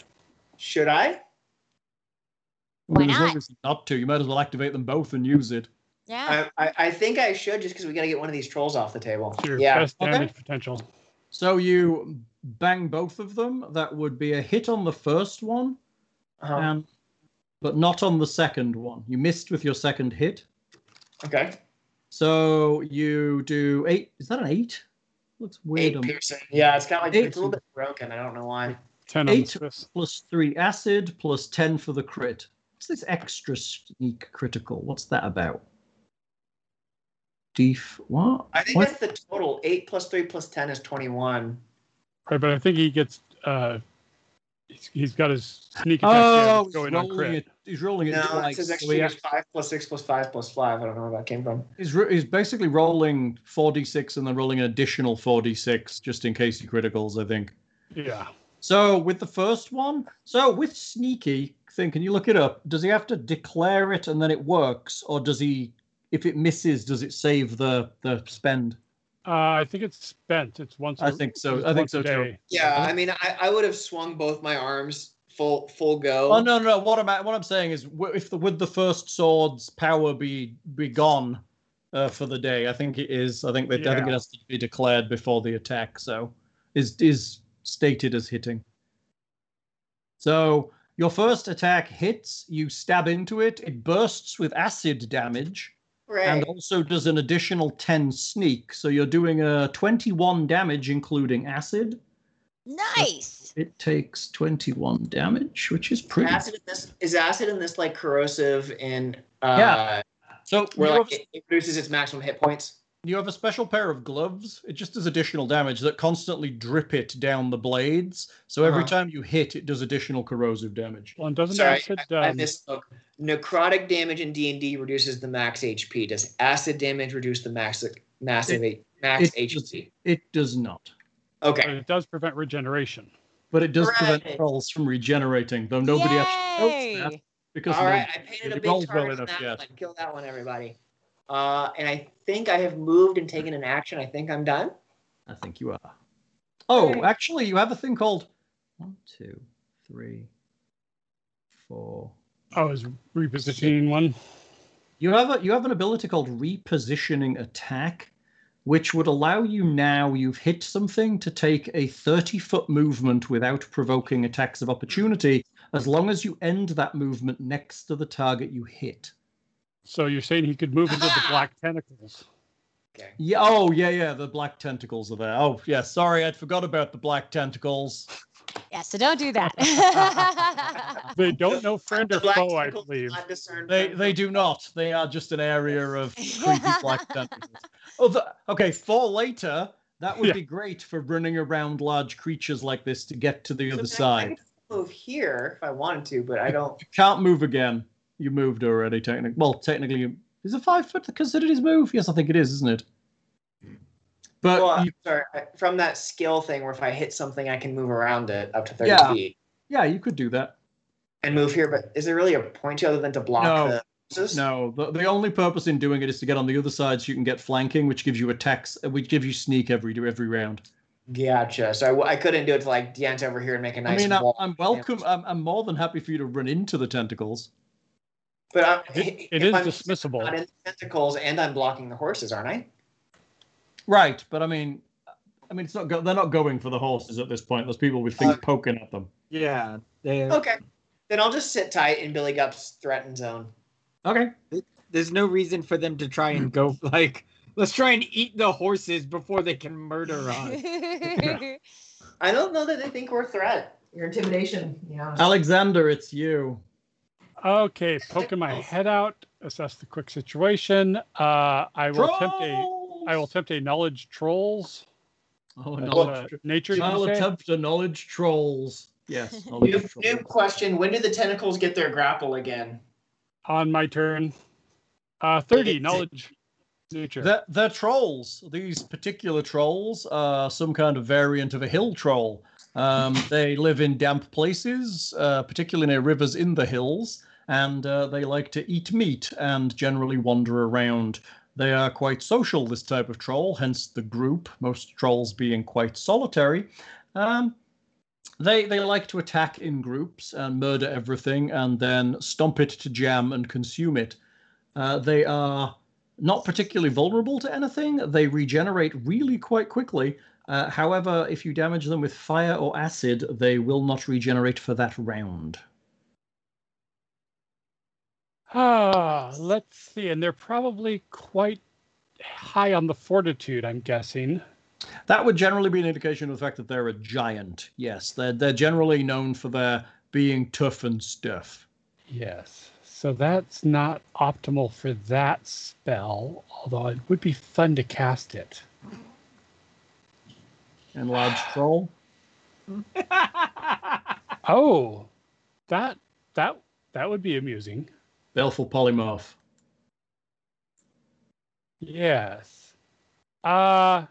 E: Should I?
H: Why
B: There's no
H: not?
B: reason not to. You might as well activate them both and use it.
H: yeah.
E: I, I, I think I should just because we got to get one of these trolls off the table.
C: It's your
E: Yeah.
C: best damage potential.
B: So you bang both of them. That would be a hit on the first one
E: Uh-huh.
B: and but not on the second one. You missed with your second hit.
E: Okay.
B: So you do eight. Is that an eight? Looks weird.
E: Eight
B: on-
E: piercing. Yeah, it's got like
B: Eight.
E: it's a little bit broken. I don't know why.
C: Ten on the
B: Eight.
C: fist.
B: plus three acid, plus 10 for the crit. What's this extra sneak critical? What's that about? Def. What?
E: I think
B: What?
E: that's the total. Eight plus three plus ten is twenty-one.
C: Right, but I think he gets. uh He's, he's got his sneak attack
B: Oh,
C: damage
B: he's
C: going on
B: rolling
C: crit.
B: it. He's rolling it
E: No, it
B: twice.
E: says
B: so he
E: extra five plus six plus five plus five. I don't know where that came from.
B: He's, ro- he's basically rolling 4d6 and then rolling an additional 4d6 just in case he criticals, I think.
C: Yeah.
B: So with the first one, so with sneaky thing, can you look it up? Does he have to declare it and then it works, or does he, if it misses, does it save the the spend?
C: Uh, I think it's spent. It's once.
B: I
C: a-
B: think so.
C: it's
B: I think
C: once
B: so
C: a
B: too.
C: day.
E: Yeah, I mean, I, I would have swung both my arms full full go.
B: Oh no, no. What I'm at- what I'm saying is, w- if the would the first sword's power be be gone uh, for the day? I think it is. I think they, I
C: Yeah.
B: think it has to be declared before the attack. So is is stated as hitting. So your first attack hits. You stab into it. It bursts with acid damage.
E: right.
B: and also does an additional 10 sneak. So you're doing a 21 damage, including acid.
H: Nice.
B: It takes 21 damage, which is pretty.
E: acid in this is acid in this like corrosive and uh,
B: Yeah. So you,
E: where like
B: have,
E: it, it reduces its maximum hit points.
B: you have a special pair of gloves. It just does additional damage that constantly drip it down the blades. So every
E: Uh-huh.
B: time you hit, it does additional corrosive damage.
C: Well, and doesn't
E: Sorry,
C: acid?
E: I,
C: Um,
E: I misspoke. Necrotic damage in D and D reduces the max HP. Does acid damage reduce the max massive max
B: it-
E: HP?
B: It does not.
C: but
E: Okay.
C: it does prevent regeneration.
B: But it does prevent
E: Hooray.
B: trolls from regenerating, though nobody actually knows that
H: Yay.
B: because
E: All
B: of
E: right.
B: the-
E: I painted a
B: it
E: big
B: rolls
E: target
B: well
E: on
B: enough
E: that
B: yet.
E: one. Kill that one, everybody. Uh, and I think I have moved and taken an action. I think I'm done.
B: I think you are. Oh,
E: Okay.
B: actually, you have a thing called one, two, three, four.
C: I was Oh, repositioning one.
B: You have a you have an ability called repositioning attack, which would allow you now you've hit something to take a thirty foot movement without provoking attacks of opportunity, as long as you end that movement next to the target you hit.
C: So you're saying he could move into the black
E: Ah!
C: tentacles?
E: Okay.
B: Yeah. Oh, yeah, yeah. The black tentacles are there. Oh, yeah. Sorry, I'd forgot about the black tentacles.
H: Yeah, so don't do that.
C: They don't know friend or
E: The black
C: foe, I
E: tentacles
C: believe.
E: not discerned
B: They
E: from-
B: they do not. They are just an area of creepy black tentacles. Oh, the, okay. For later, that would
C: Yeah.
B: be great for running around large creatures like this to get to the
E: So
B: other
E: then I- I
B: side.
E: could move here if I wanted to, but I don't.
B: You can't move again. You moved already. Technically, well, technically, you- is a five foot considered his move? Yes, I think it is, isn't it? But
E: well,
B: you-
E: I'm sorry. I- From that skill thing, where if I hit something, I can move around it up to thirty
B: Yeah.
E: feet
B: yeah, you could do that.
E: and move here. But is there really a point to other than to block
B: No.
E: the? houses?
B: No, the, the only purpose in doing it is to get on the other side so you can get flanking, which gives you attacks, which gives you sneak every every round.
E: Gotcha. So I, w- I couldn't do it to like dance over here and make a
B: I
E: nice
B: mean, I'm,
E: wall.
B: I'm welcome. I'm, I'm more than happy for you to run into the tentacles.
E: but I'm,
C: It, it
E: if
C: is
E: I'm
C: dismissible.
E: not in the tentacles and I'm blocking the horses, aren't I?
B: Right, but I mean, I mean, it's not. Go- they're not going for the horses at this point. There's people with things
E: Uh,
D: Okay.
B: poking at them.
D: Yeah. There,
B: Oh.
E: Okay. Then I'll just sit tight in Billy Gup's threatened zone.
B: Okay.
D: There's no reason for them to try and go like, let's try and eat the horses before they can murder us.
E: I don't know that they think we're a threat. Your intimidation, you know.
B: Alexander, it's you.
C: Okay, poking my head out, assess the quick situation. Uh, I will attempt a. I will attempt a knowledge trolls.
B: Oh,
C: That's,
B: knowledge.
C: uh, nature.
B: tr-
C: did you
B: I'll
C: say?
B: attempt a knowledge trolls. Yes. knowledge
E: New,
B: trolls.
E: new question: When do the tentacles get their grapple again?
C: On my turn. Uh, Thirty knowledge. Nature.
B: They're, they're trolls. These particular trolls are some kind of variant of a hill troll. Um, they live in damp places, uh, particularly near rivers in the hills, and uh, they like to eat meat and generally wander around. They are quite social, this type of troll, hence the group, most trolls being quite solitary. Um, they, they like to attack in groups and murder everything and then stomp it to jam and consume it. Uh, they are not particularly vulnerable to anything. They regenerate really quite quickly. Uh, however, if you damage them with fire or acid, they will not regenerate for that round.
C: Ah, let's see. And they're probably quite high on the fortitude, I'm guessing.
B: That would generally be an indication of the fact that they're a giant. Yes, they're they're generally known for their being tough and stuff.
C: Yes. So that's not optimal for that spell, although it would be fun to cast it.
B: Enlarged troll.
C: Oh, that that that would be amusing.
B: Baleful polymorph.
C: Yes. Uh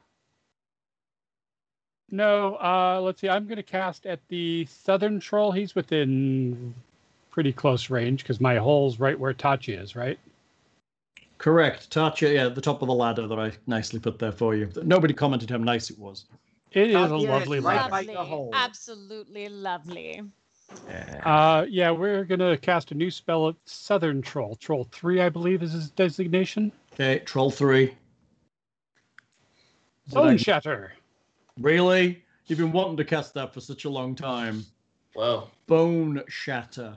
C: no, uh let's see. I'm gonna cast at the southern troll. He's within pretty close range because my hole's right where Tachi is, right?
B: Correct. Tatcha, yeah, the top of the ladder that I nicely put there for you. Nobody commented how nice it was.
C: It is a
E: Tachi is
C: lovely
E: right
C: ladder.
E: by- like the hole.
H: Absolutely lovely.
B: eh,
C: Uh yeah, we're gonna cast a new spell at Southern Troll. Troll three, I believe, is his designation.
B: Okay, troll three. Is it
C: Bone
B: actually-
C: Shatter.
B: really? You've been wanting to cast that for such a long time.
E: Whoa.
B: Bone Shatter.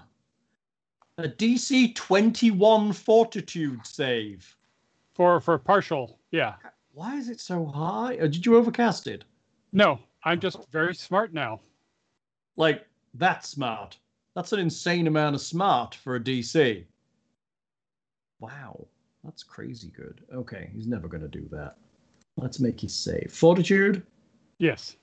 B: A DC 21 Fortitude save.
C: For for partial, yeah.
B: Why is it so high? Or did you overcast it?
C: No, I'm just very smart now.
B: Like, that's smart. That's an insane amount of smart for a DC. Wow. That's crazy good. Okay, he's never going to do that. Let's make his save. Fortitude?
C: Yes.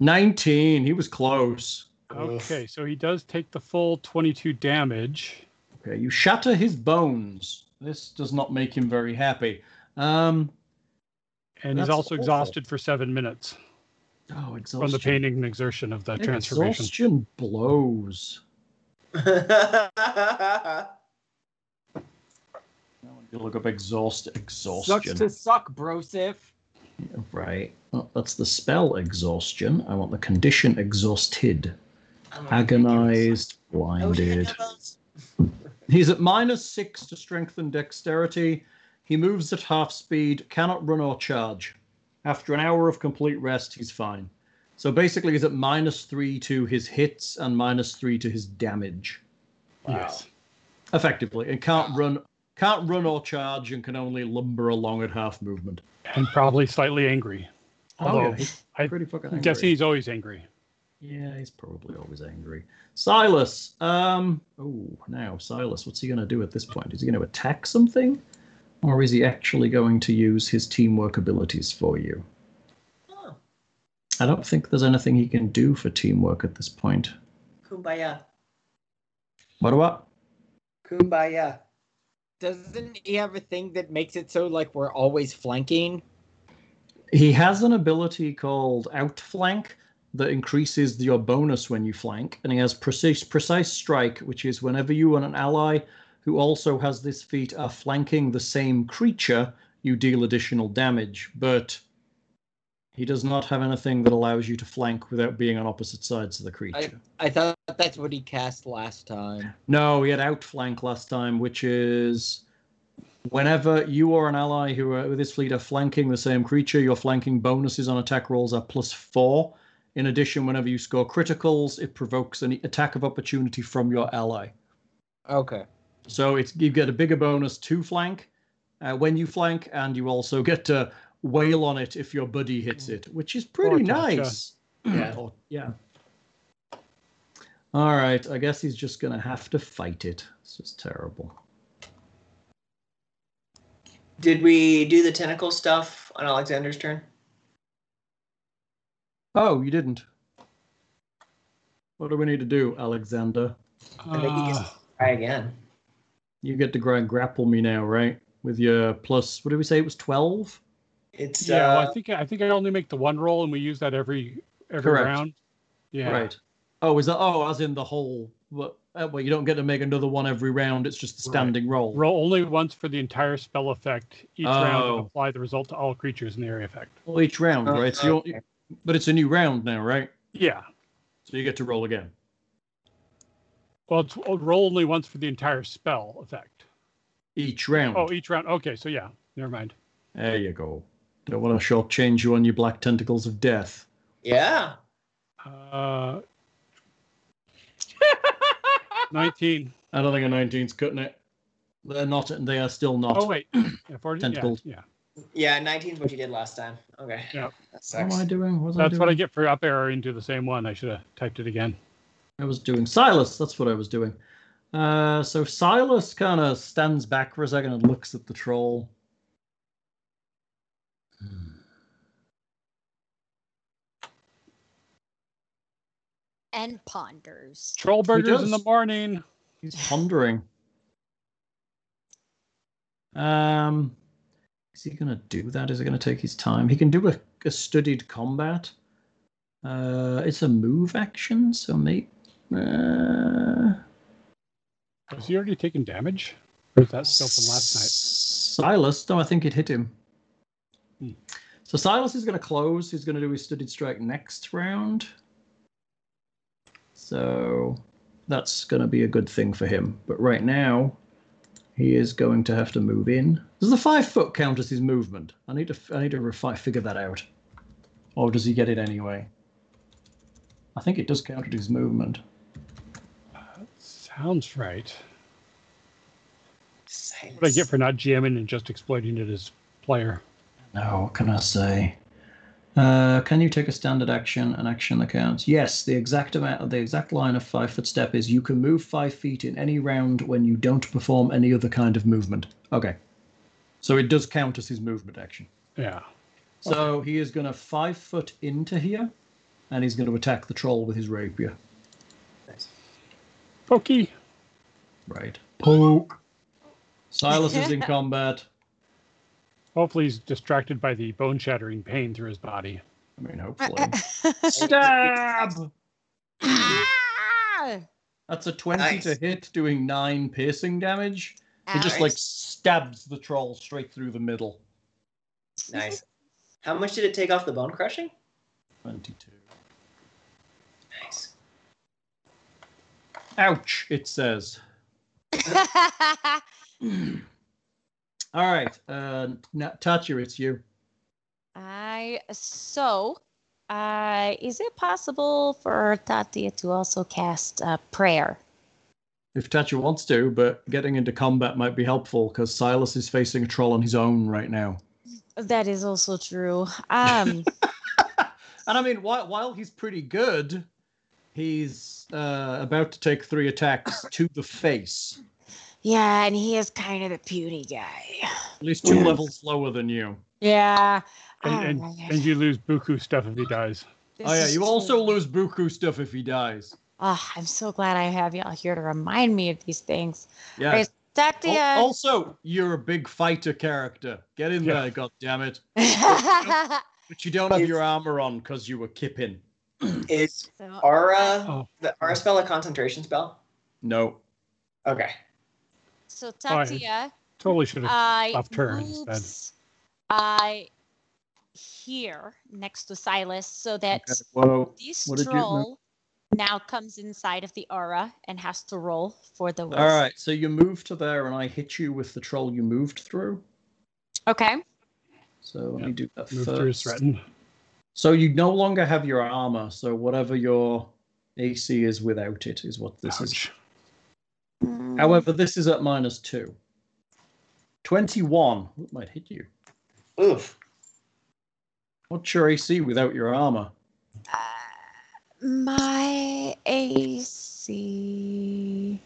B: 19. He was close.
C: Okay, so he does take the full 22 damage.
B: Okay, you shatter his bones. This does not make him very happy. Um,
C: And he's
B: That's
C: also
B: awful.
C: exhausted for seven minutes
B: oh, exhaustion.
C: from the pain and exertion of the transformation.
B: Exhaustion blows. You look up exhaust
D: Sucks
B: exhaustion.
D: to suck, bro, Sif.
B: Right. Oh, that's the spell exhaustion. I want the condition exhausted, agonized, blinded. He's at minus six to strength and dexterity. He moves at half speed, cannot run or charge. After an hour of complete rest, he's fine. So basically, he's at minus three to his hits and minus three to his damage,
C: Yes.
B: effectively, and can't run, can't run or charge, and can only lumber along at half movement. Oh,
C: And probably slightly angry. Although,
B: he's
C: I
B: pretty fucking
C: I
B: angry.
C: guess he's always angry.
B: Yeah, he's probably always angry. Silas. Um. Oh, now Silas. What's he going to do at this point? Is he going to attack something, or is he actually going to use his teamwork abilities for you?
E: Oh,
B: I don't think there's anything he can do for teamwork at this point.
E: kumbaya.
B: What about?
E: Kumbaya.
D: Doesn't he have a thing that makes it so like we're always flanking?
B: He has an ability called Outflank that increases your bonus when you flank, and he has precise precise strike, which is whenever you and an ally who also has this feat are flanking the same creature, you deal additional damage. But he does not have anything that allows you to flank without being on opposite sides of the creature.
D: I thought that's what he cast last time.
B: No, he had outflank last time, which is whenever you or an ally who are with this fleet are flanking the same creature, your flanking bonuses on attack rolls are plus four. In addition, whenever you score criticals, it provokes an attack of opportunity from your ally.
D: Okay.
B: So it's you get a bigger bonus to flank uh, when you flank, and you also get to wail on it if your buddy hits it, which is pretty
C: Or attack, yeah.
B: nice.
E: Yeah.
B: Or- yeah. All right, I guess he's just gonna have to fight it. This is terrible.
E: Did we do the tentacle stuff on Alexander's turn?
B: Oh, you didn't. What do we need to do, Alexander?
E: I think he
C: Ah,
E: gets try again.
B: You get to go and grapple me now, right? With your plus, what did we say? It was twelve.
E: It's
C: yeah, well,
E: uh,
C: I think I think I only make the one roll, and we use that every every
B: Correct.
C: round. Yeah.
B: Right. Oh, is that? Oh, as in the whole. Well, uh, well, you don't get to make another one every round. It's just a
C: Right.
B: standing roll.
C: Roll only once for the entire spell effect each round,
B: Oh.
C: and apply the result to all creatures in the area effect.
B: Roll each round,
E: Oh,
B: right? So you're, but it's a new round now, right?
C: Yeah.
B: So you get to roll again.
C: Well, it's, oh, roll only once for the entire spell effect.
B: Each round.
C: Oh, each round. Okay, so yeah, never mind.
B: there you go. Don't want to shortchange you on your black tentacles of death.
E: yeah.
C: Uh, 19.
B: I don't think a 19's cutting it. They're not. They are still not.
C: Oh, wait. Yeah, 40, yeah,
B: Tentacles.
C: yeah.
E: Yeah, 19 is what you did last time. Okay.
C: Yeah.
E: That
B: what am
E: sucks.
B: I doing? What was
C: That's
B: I doing?
C: what I get for up arrow into the same one. I should have typed it again.
B: I was doing Silas. That's what I was doing. Uh, so Silas kind of stands back for a second and looks at the troll.
H: and ponders.
C: Troll burgers in
B: does?
C: the morning.
B: He's pondering. Um, is he going to do that? Is it going to take his time? He can do a, a studied combat. Uh, it's a move action, so mate. Uh,
C: Has he already taken damage? Or is that still from last night?
B: Silas, no, I think it hit him.
C: Hmm.
B: So Silas is going to close. He's going to do his studied strike next round. So that's going to be a good thing for him. But right now, he is going to have to move in. Does the five foot count as his movement? I need to I need to refi- figure that out. Or does he get it anyway? I think it does count as his movement.
C: Sounds right.
E: Silence.
C: What I get for not jamming and just exploiting it as player.
B: No, Oh, what can I say? Uh, can you take a standard action, an action that counts? Yes, the exact amount, the exact line of five foot step is you can move five feet in any round when you don't perform any other kind of movement. Okay, so it does count as his movement action.
C: Yeah.
B: So he is going to five foot into here, and he's going to attack the troll with his rapier.
C: Pokey.
B: Right. Poke. Silas is in combat.
C: Hopefully he's distracted by the bone shattering pain through his body.
B: I mean, hopefully.
E: Stab!
H: Ah!
B: That's a 20 to
E: Nice.
B: hit, doing nine piercing damage. He just
H: Ouch.
B: like stabs the troll straight through the middle.
E: Nice. How much did it take off the bone crushing?
B: 22.
E: Nice.
B: Ouch, it says. All right, uh, Na- Tatya, it's you.
H: I so uh is it possible for Tatia to also cast uh, prayer?
B: If Tatya wants to, but getting into combat might be helpful because Silas is facing a troll on his own right now.
H: That is also true. Um
B: And I mean, while, while he's pretty good, he's uh, about to take three attacks to the face,
H: yeah, and he is kind of the puny guy.
B: at least two
H: Yeah.
B: levels lower than you.
H: Yeah.
C: And, and,
H: Oh, my
C: and you lose Buku stuff if he dies.
H: This
B: oh, yeah,
H: is
B: you also
H: true.
B: lose Buku stuff if he dies.
H: Ah, I'm so glad I have y'all here to remind me of these things.
B: Yeah.
H: Right,
B: Al-
H: Tatia.
B: Also, you're a big fighter character. Get in
C: Yeah.
B: there, god damn it. oh. But you don't have your armor on because you were kipping.
E: Is
H: So,
E: Aura
C: Oh.
E: the Aura spell a concentration spell?
B: No.
E: Okay.
H: so
C: Alright.
H: Tatia,
C: Totally should have.
H: I
C: off turn instead.
H: moves, I here next to Silas so that
B: Whoa.
H: this
B: What did you- no.
H: troll now comes inside of the aura and has to roll for the wisdom.
B: All right. So you moved to there, and I hit you with the troll you moved through.
H: Okay.
B: So let
C: Yeah.
B: me do that
C: Move
B: first.
C: through is threatened.
B: So you no longer have your armor. So whatever your AC is without it is what this is.
C: Ouch.
B: However, this is at minus two. 21 Ooh, might hit you.
E: Oof.
B: What's your AC without your armor?
H: Uh, my AC.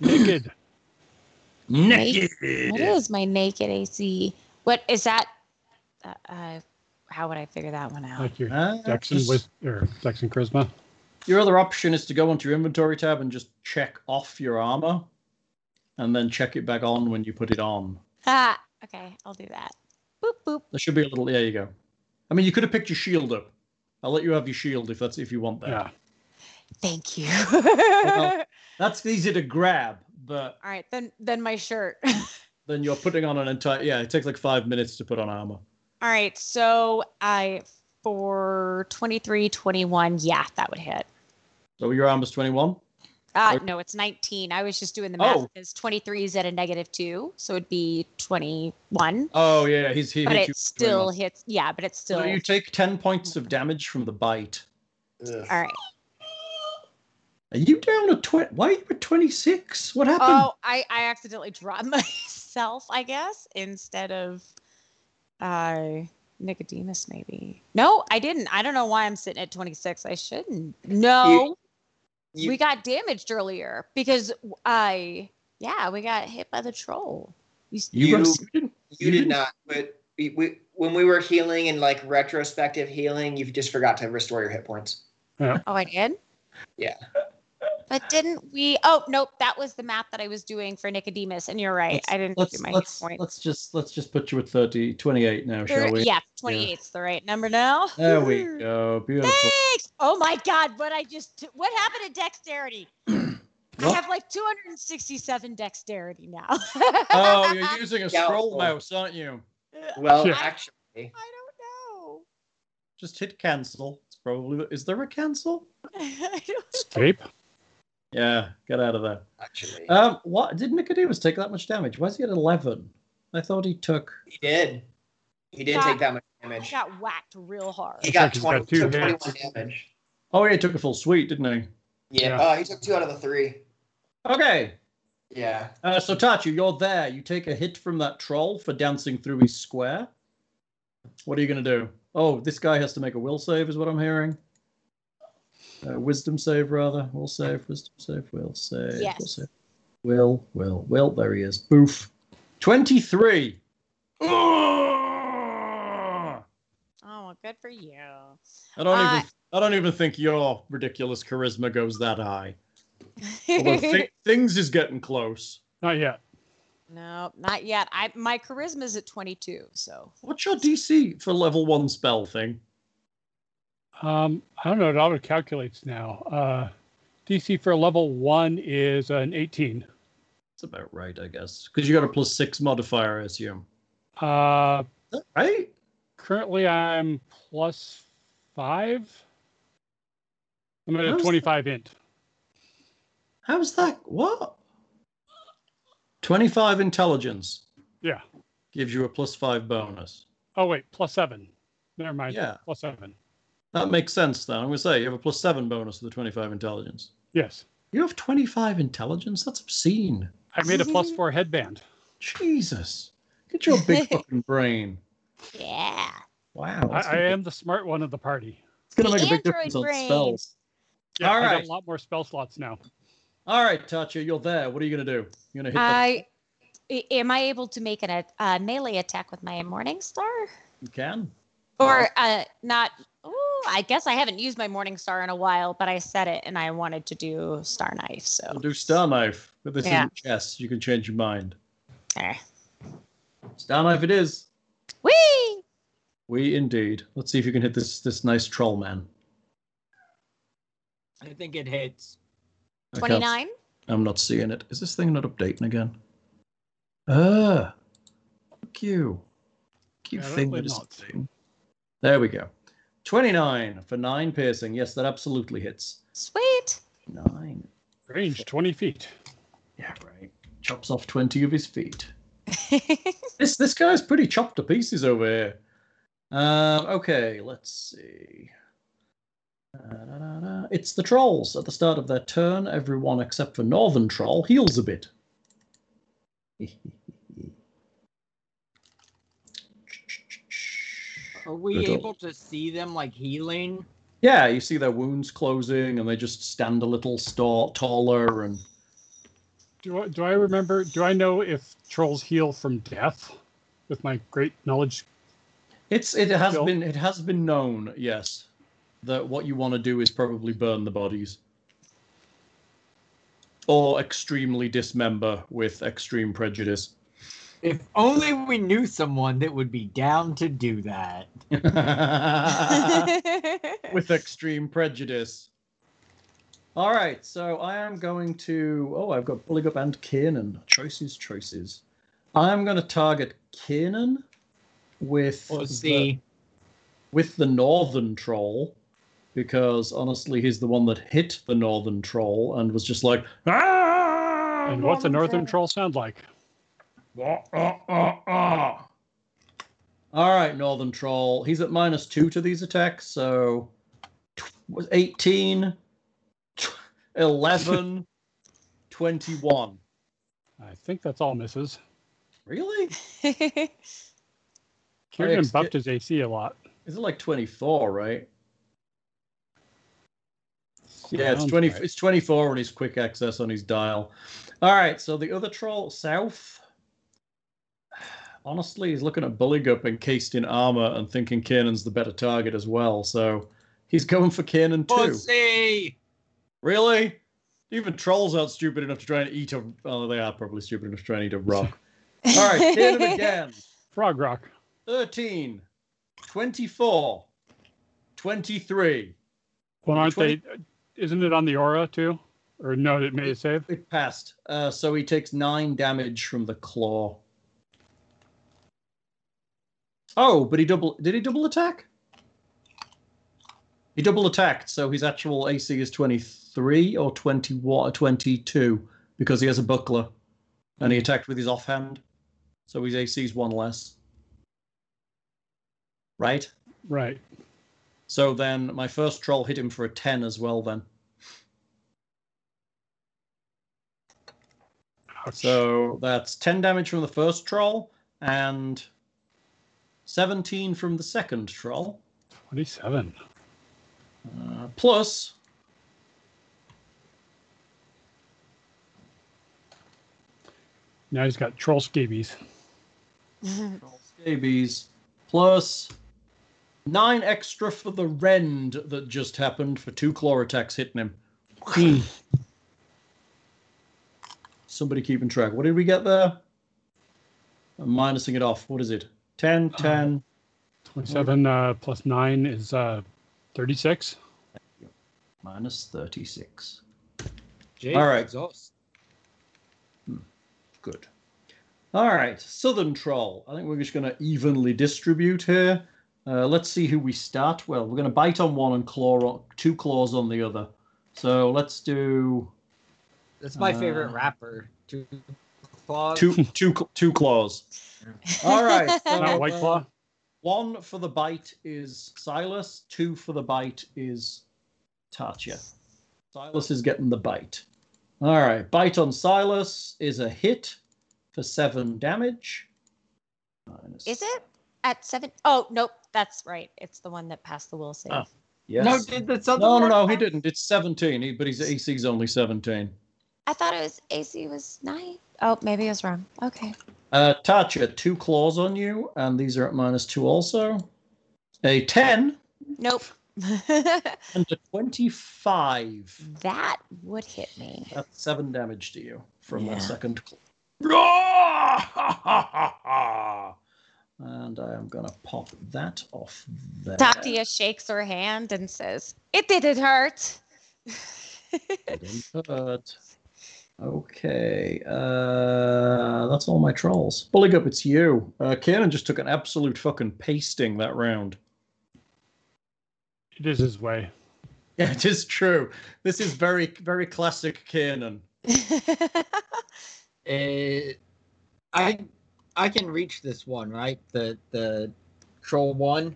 C: Naked.
H: Naked. What is my naked AC? What is that? Uh, uh, how would I figure that one out?
C: Like your
B: Ah,
C: Dex and
B: just-
C: wis- or Dex and Charisma.
B: Your other option is to go onto your inventory tab and just check off your armor and then check it back on when you put it on.
H: Ah, okay, I'll do that. Boop boop.
B: There should be a little there you go. I mean you could have picked your shield up. I'll let you have your shield if that's if you want that.
C: Yeah.
H: Thank you.
B: Well- That's easy to grab, but
H: All right, then then my shirt.
B: then you're putting on an entire yeah, it takes like five minutes to put on armor.
H: All right, so I for 23 21, yeah, that would hit.
B: So your armor's twenty one?
H: Uh,
B: Okay.
H: no, it's 19. I was just doing the math
B: Oh.
H: because 23 is at a negative 2, so it'd be 21.
B: Oh yeah, he's he
H: but
B: hit you
H: it
B: with
H: still
B: 21.
H: hits. Yeah, but it's still.
B: So you take ten points of damage from the bite.
E: Ugh.
H: All right.
B: Are you down to twenty? Why are you at twenty six? What happened?
H: Oh, I, I accidentally dropped myself, I guess, instead of uh, Nicodemus, maybe. No, I didn't. I don't know why I'm sitting at 26. I shouldn't. No,
E: You-
H: we got damaged earlier because I, yeah, we got hit by the troll. You, s-
B: you, got-
E: you-
B: you didn't-
E: You did not, but we, we, when we were healing and like retrospective healing, you just forgot to restore your hit points.
H: oh, I did?
E: Yeah.
H: But didn't we? Oh, nope. That was the map that I was doing for Nicodemus. And you're right.
B: Let's-
H: I didn't do
B: Let's
H: my hit
B: let's
H: point.
B: let's just let's just put you at 30, 28 now,
H: Thir-
B: shall we?
H: yeah, 28 is the right number now.
B: There we
H: Woohoo.
B: go. Beautiful.
H: Thanks. Oh my God, what I just t- what happened to dexterity? I
B: What?
H: have like 267 dexterity now.
B: oh, you're using a
E: Yeah.
B: scroll mouse, aren't you?
E: Well,
C: Yeah.
E: actually,
H: I don't
B: Just hit cancel. It's probably is there a cancel?
H: know. I don't-
C: Escape.
B: Yeah, get out of there.
E: actually,
C: Uh.
B: Um, what did Nicodemus take that much damage? Why is he at eleven? I thought he took.
E: he did. He did
H: Got-
E: take that much
H: I
E: damage.
H: got whacked real hard.
E: He got
C: He's
E: 20,
C: got two
E: took 21
C: hits.
E: damage.
B: Oh, yeah, he took a full suite, didn't he?
C: Yeah.
E: Yeah. Oh, he took two out of the three.
B: Okay.
E: Yeah.
B: Uh, so Tachi, you're there. You take a hit from that troll for dancing through his square. What are you going to do? Oh, this guy has to make a will save, is what I'm hearing. Uh, wisdom save, rather. Will save, wisdom save, will save. Will,
H: Yes.
B: save. will, will, will. There he is. Boof. 23. Ugh!
H: Oh, well, good for you.
B: I don't
H: Uh,
B: even. I don't even think your ridiculous charisma goes that high. Although thi- things is getting close.
C: Not yet.
H: no, not yet. I my charisma's at 22, so
B: What's your DC for level one spell thing?
C: Um, I don't know. It auto calculates now. Uh, DC for level one is an 18.
B: That's about right, I guess. Because you got a plus six modifier, I assume.
C: Uh,
B: Is that Right?
C: currently, I'm plus five. I'm at a
B: How's that?
C: 25 int.
B: How's that? What? 25 intelligence.
C: Yeah.
B: Gives you a plus five bonus.
C: Oh, wait, plus seven. Never mind.
B: Yeah,
C: Plus seven.
B: that makes sense then. I'm going to say you have a plus seven bonus to the 25 intelligence.
C: Yes.
B: You have 25 intelligence? That's obscene.
C: I made a plus four headband.
B: Jesus. Get your big fucking brain.
H: yeah.
B: Wow.
C: I,
B: that's
C: I
B: gonna-
C: am the smart one of the party.
B: It's going to
H: The
B: make a big
H: android
B: difference on
H: brain.
B: spells.
C: Yeah,
B: All
C: I
B: right.
C: got a lot more spell slots now.
B: All right, Tachi, you're there. What are you going to do? You're going to hit that
H: I a- am I able to make an a uh, melee attack with my morning star?
B: you can.
H: Or uh, not. Ooh, I guess I haven't used my Morning Star in a while, but I said it and I wanted to do Star Knife.
B: We'll
H: So,
B: do Star Knife, but this
H: Yeah.
B: isn't chess. You can change your mind.
H: eh.
B: Star Knife it is.
H: wee!
B: We indeed. Let's see if you can hit this this nice troll man.
D: I think it hits.
B: I can't-
H: 29?
B: I'm not seeing it. Is this thing not updating again? Ah, look you. Look you
C: Apparently
B: thing that is
C: not.
B: updating. There we go. 29 for 9 piercing. Yes, that absolutely hits.
H: Sweet.
B: 9.
C: Range 20 feet.
B: Yeah, right. Chops off 20 of his feet. this this guy's pretty chopped to pieces over here. Um, okay, let's see. Da-da-da-da. It's the trolls. At the start of their turn, everyone except for Northern Troll heals a bit.
D: Are we
B: Little.
D: able to see them like healing?
B: yeah, you see their wounds closing, and they just stand a little sta- taller. And
C: Do I, do I remember? Do I know if trolls heal from death with my great knowledge?
B: it's it has
C: Cool.
B: been it has been known, yes, that what you want to do is probably burn the bodies, or extremely dismember with extreme prejudice.
D: If only we knew someone that would be down to do that.
B: Uh-uh. with extreme prejudice. All right, so I am going to. Oh, I've got Bullygup and Kiernan. Choices, choices. I'm going to target Kiernan with
D: We'll
B: the,
D: see.
B: with the Northern Troll, because honestly, he's the one that hit the Northern Troll and was just like, ah!
C: And what's a northern troll sound like?
B: Ah, ah, ah, ah. All right, Northern Troll. He's at minus two to these attacks, so tw- was 18, tw- 11, 21.
C: I think that's all misses.
B: Really?
C: Kieran
B: ex-
C: buffed his AC a lot.
B: Is it like 24, right? Yeah, it's
C: Sounds
B: 20,
C: right.
B: it's 24 on his quick access on his dial. All right, so the other troll south. Honestly, he's looking at Bulligup encased in armor and thinking Kanan's the better target as well. So he's going for Kanan too.
D: Pussy!
B: Really? Even trolls aren't stupid enough to try and eat a. Oh, they are probably stupid enough to try and eat a rock. All right, Kanan again.
C: Frog Rock.
B: 13, 24, 23.
C: Well, aren't
B: Twenty-
C: they? Isn't it on the aura too? Or no, it made a save.
B: It passed. Uh, so he takes nine damage from the claw. Oh, but he double did he double attack? He double attacked, so his actual AC is 23 or 21, 22 because he has a buckler and he attacked with his offhand. So his AC is one less. Right?
C: Right.
B: So then my first troll hit him for a 10 as well then.
C: Ouch.
B: So that's 10 damage from the first troll and 17 from the second troll.
C: 27.
B: Uh, plus.
C: Now he's got troll scabies.
B: Troll scabies. Plus. Nine extra for the rend that just happened for two claw attacks hitting him.
C: Hmm.
B: Somebody keeping track. What did we get there? I'm minusing it off. What is it? 10, 10.
C: 27 uh, plus 9 is uh, 36.
B: Minus 36.
D: Jesus.
B: All right. Hmm, Good. All right, Southern Troll. I think we're just going to evenly distribute here. Uh, let's see who we start. Well, we're going to bite on one and claw on, two claws on the other. So let's do
D: That's my favorite
B: Uh,
D: rapper. Two claws.
B: two two cl- two claws. All right. so,
C: Not White
B: uh,
C: Claw.
B: One for the bite is Silas. Two for the bite is Tatya. Silas is getting the bite. All right. Bite on Silas is a hit for seven damage. Minus-
H: Is it at seven? Oh, nope. That's right. It's the one that passed the will save.
B: Oh. Yes.
D: No, did the southern
B: No, no, no,
D: one-
B: he didn't. It's 17, he, but his AC's only 17.
H: I thought it was AC was nine. Oh, maybe I was wrong. Okay.
B: Uh, Tatcha, two claws on you, and these are at minus two also. A 10
H: Nope.
B: and a 25.
H: that would hit me.
B: That's seven damage to you from
H: Yeah.
B: that second claw. And I am going to pop that off there.
H: Tatia shakes her hand and says, It didn't hurt.
B: Didn't hurt. Okay, uh, that's all my trolls. Bullygup, it's you. Uh, Kanan just took an absolute fucking pasting that round.
C: It is his way.
B: Yeah, it is true. This is very, very classic Kanan.
D: Uh, I I can reach this one, right? The the troll one.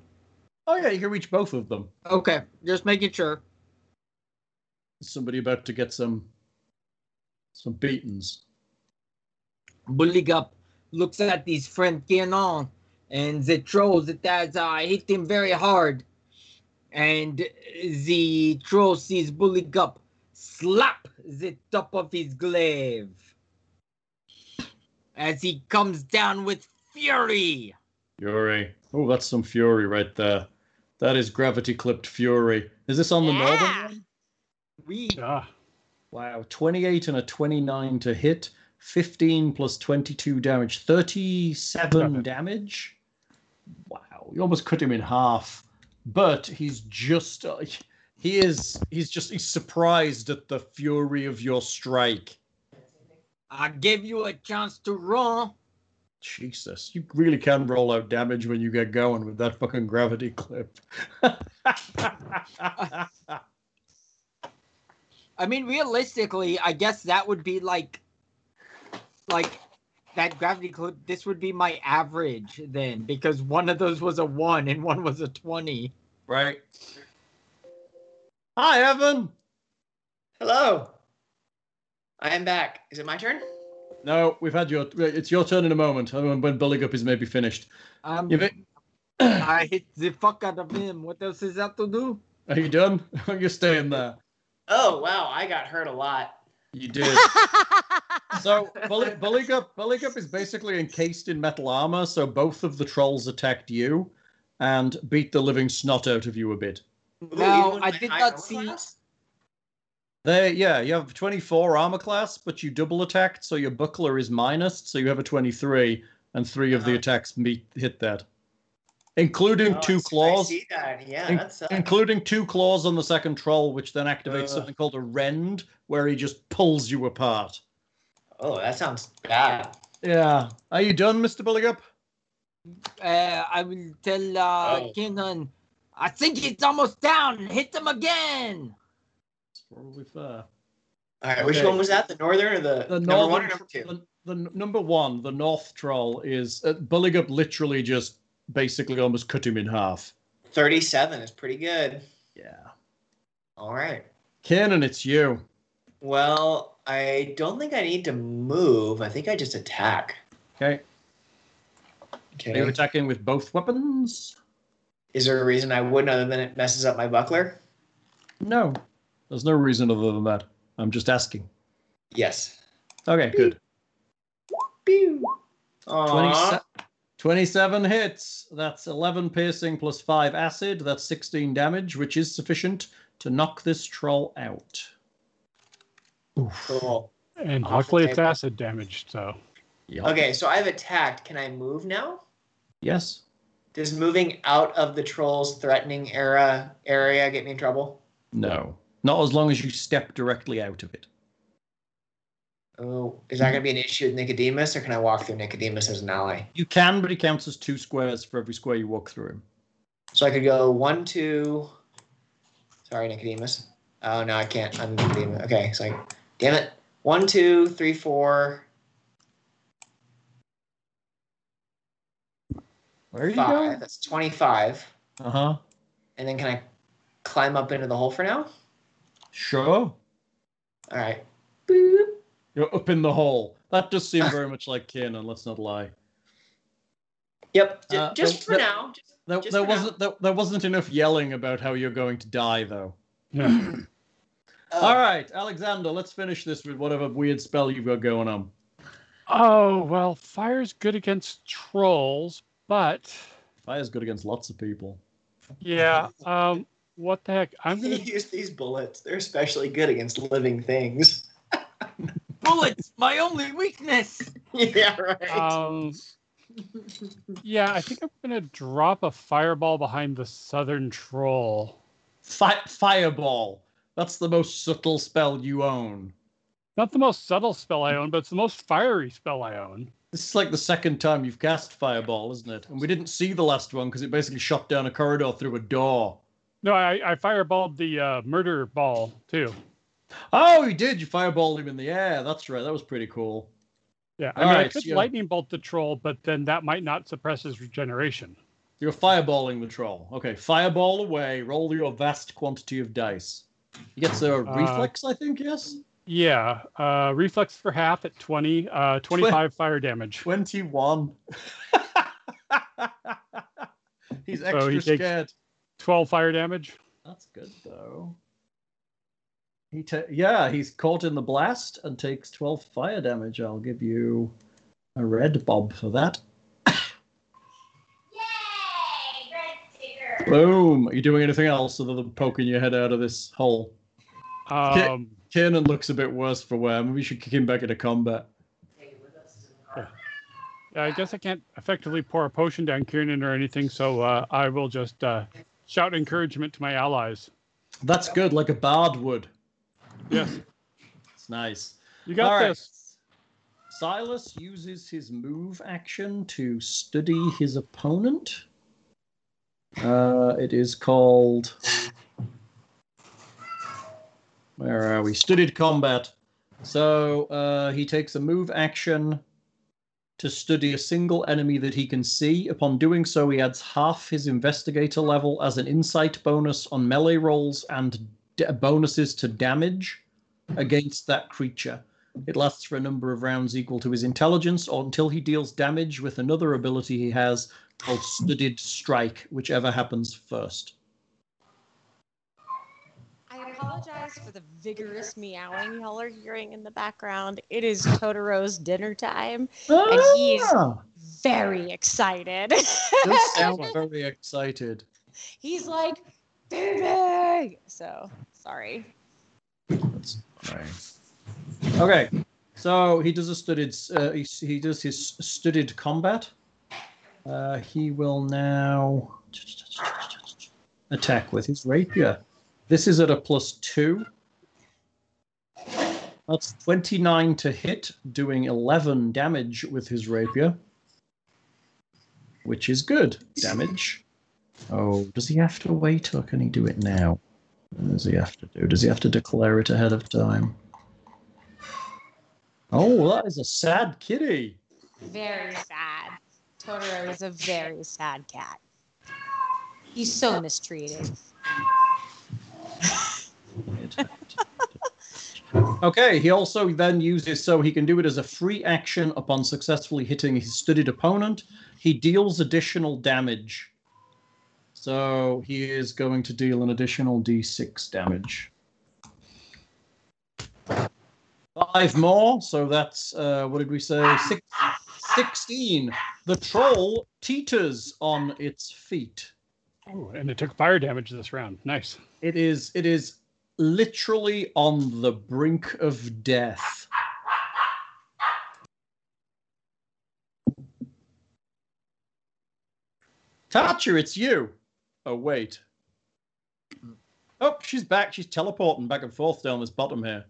B: Oh yeah, you can reach both of them.
D: Okay, just making sure.
B: Is somebody about to get some, some beatings.
D: Buligup looks at his friend Ganon and the troll that has uh, hit him very hard. And the troll sees Buligup slap the top of his glaive as he comes down with fury.
B: Fury. Oh, that's some fury right there. That is gravity clipped fury. Is this on the northern?
H: Yeah.
B: one?
D: We
C: Ah,
B: Wow, 28 and a 29 to hit, 15 plus 22 damage, 37
C: Seven.
B: damage. Wow, you almost cut him in half. But he's just uh, he is he's just he's surprised at the fury of your strike.
D: I gave you a chance to run.
B: Jesus, you really can roll out damage when you get going with that fucking gravity clip.
D: I mean, realistically, I guess that would be like, like that gravity clip. This would be my average then, because one of those was a one and one was a twenty.
B: right. Hi, Evan.
E: Hello. I am back. Is it my turn?
B: No, we've had your. It's your turn in a moment. I mean, When building up is maybe finished.
D: Um,
B: You've,
D: I hit the fuck out of him. What else is that to do?
B: are you done? You're staying there.
E: Oh wow, I got hurt a lot.
B: You did. so Bully, Bulligup, Bulligup is basically encased in metal armor, so both of the trolls attacked you and beat the living snot out of you a bit.
E: Ooh,
D: Now,
E: even
D: I
E: my
D: did
E: high
D: not
E: armor
D: see-
E: class?
B: They, yeah, you have 24 armor class, but you double attacked, so your buckler is minus, so you have a 23, and three of the
E: Uh-huh.
B: attacks meet hit that, including
E: Oh,
B: two
E: I see-
B: claws,
E: I see that. Yeah, uh,
B: In-
E: that sucks.
B: including two claws on the second troll, which then activates
E: Ugh.
B: something called a rend, where he just pulls you apart.
E: oh, that sounds bad.
B: Yeah, are you done, Mister Bulligup?
D: Uh, I will tell uh,
E: Oh.
D: Kenan, I think he's almost down. Hit him again.
B: It's probably fair.
E: All right, which
B: Okay.
E: one was that? The northern or the,
B: the
E: number
B: northern,
E: one or number two?
B: The, the n- number one, the North Troll, is uh, Bulligup literally just basically almost cut him in half.
E: Thirty-seven is pretty good.
B: Yeah.
E: All right.
B: Kanan, it's you.
E: Well, I don't think I need to move. I think I just attack.
B: Okay.
E: Okay.
B: Are you attacking with both weapons?
E: Is there a reason I wouldn't other than it messes up my buckler?
B: No. There's no reason other than that. I'm just asking.
E: Yes.
B: Okay, good.
E: Pew.
B: 20,
E: Aww.
B: 27 hits. That's 11 piercing plus 5 acid. That's 16 damage, which is sufficient to knock this troll out. Oof.
E: Cool.
C: And
E: Off the
C: luckily, it's
E: table.
C: acid damage, so
B: Yup.
E: Okay, so I've attacked. Can I move now?
B: Yes.
E: Does moving out of the troll's threatening era area get me in trouble?
B: No. Not as long as you step directly out of it.
E: Oh, is that going to be an issue with Nicodemus, or can I walk through Nicodemus as an ally?
B: You can, but he counts as two squares for every square you walk through him.
E: So I could go one, two. Sorry, Nicodemus. Oh no, I can't. I'm Nicodemus. Okay, so I, damn it. One, two, three, four,
B: Where are you
E: five.
B: going?
E: That's twenty-five.
B: Uh huh.
E: And then can I climb up into the hole for now?
B: Sure.
E: All right. Boop.
B: You're up in the hole. That does seem very much like Kanan, let's not lie.
E: Yep. j-
B: Uh,
E: just
B: the-
E: for
B: the-
E: now. Just,
B: There,
E: Just
B: there
E: for now.
B: wasn't there, there wasn't enough yelling about how you're going to die though.
C: yeah.
E: oh,
B: All right, Alexander, let's finish this with whatever weird spell you've got going on.
C: Oh well, fire's good against trolls, but
B: Fire's good against lots of people.
C: yeah. Um, what the heck? I'm gonna
E: Use these bullets. They're especially good against living things.
D: Bullets, my only weakness.
E: yeah. Right.
C: Um, yeah, I think I'm gonna drop a fireball behind the southern troll.
B: Fi- fireball. That's the most subtle spell you own.
C: Not the most subtle spell I own, but it's the most fiery spell I own.
B: This is like the second time you've cast Fireball, isn't it? And we didn't see the last one because it basically shot down a corridor through a door.
C: No, I, I fireballed the uh, murder ball too.
B: Oh, you did. You fireballed him in the air. That's right. That was pretty cool.
C: Yeah, I
B: All
C: mean, I
B: right,
C: could
B: so-
C: lightning bolt the troll, but then that might not suppress his regeneration.
B: You're fireballing the troll. Okay, fireball away. Roll your vast quantity of dice. He gets a
C: Uh,
B: reflex, I think, yes?
C: Yeah, uh, reflex for half at 20, uh, 25 fire damage.
B: 21. He's extra
C: he takes-
B: scared.
C: 12 fire damage.
B: That's good, though. He ta- yeah, he's caught in the blast and takes 12 fire damage. I'll give you a red bob for that.
H: Yay! Red digger.
B: Boom. Are you doing anything else other than poking your head out of this hole?
C: Um,
B: Kanan looks a bit worse for wear. Maybe we should kick him back into combat.
C: Yeah, I guess I can't effectively pour a potion down Kieran or anything, so uh, I will just uh, shout encouragement to my allies.
B: That's good, like a bard would.
C: Yes,
B: It's nice.
C: you got
B: All right.
C: this.
B: Silas uses his move action to study his opponent. Uh, it is called. Where are we? Studied combat. So uh, he takes a move action to study a single enemy that he can see. Upon doing so, he adds half his investigator level as an insight bonus on melee rolls and d- bonuses to damage. against that creature. It lasts for a number of rounds equal to his intelligence or until he deals damage with another ability he has called Studied Strike, whichever happens first.
H: I apologize for the vigorous meowing y'all are hearing in the background. It is Totoro's dinner time. he's-
B: Ah,
H: Very excited.
B: does sound very excited.
H: he's like, baby. So sorry.
B: That's fine. Okay, so he does a studied. Uh, he, he does his studied combat. Uh, he will now attack with his rapier. This is at a plus two. That's twenty-nine to hit, doing eleven damage with his rapier, which is good damage. Oh, does he have to wait, or can he do it now? What does he have to do? Does he have to declare it ahead of time? Oh, that is a sad kitty.
H: Very sad. Totoro is a very sad cat. He's so mistreated.
B: okay, he also then uses so he can do it as a free action upon successfully hitting his studied opponent. He deals additional damage. So he is going to deal an additional d6 damage. Five more, so that's uh, what did we say? Six, 16. The troll teeters on its feet.
C: Oh, and it took fire damage this round. Nice.
B: It is. It is literally on the brink of death. Tatcha, it's you. Oh wait. Oh, she's back. She's teleporting back and forth down this bottom here.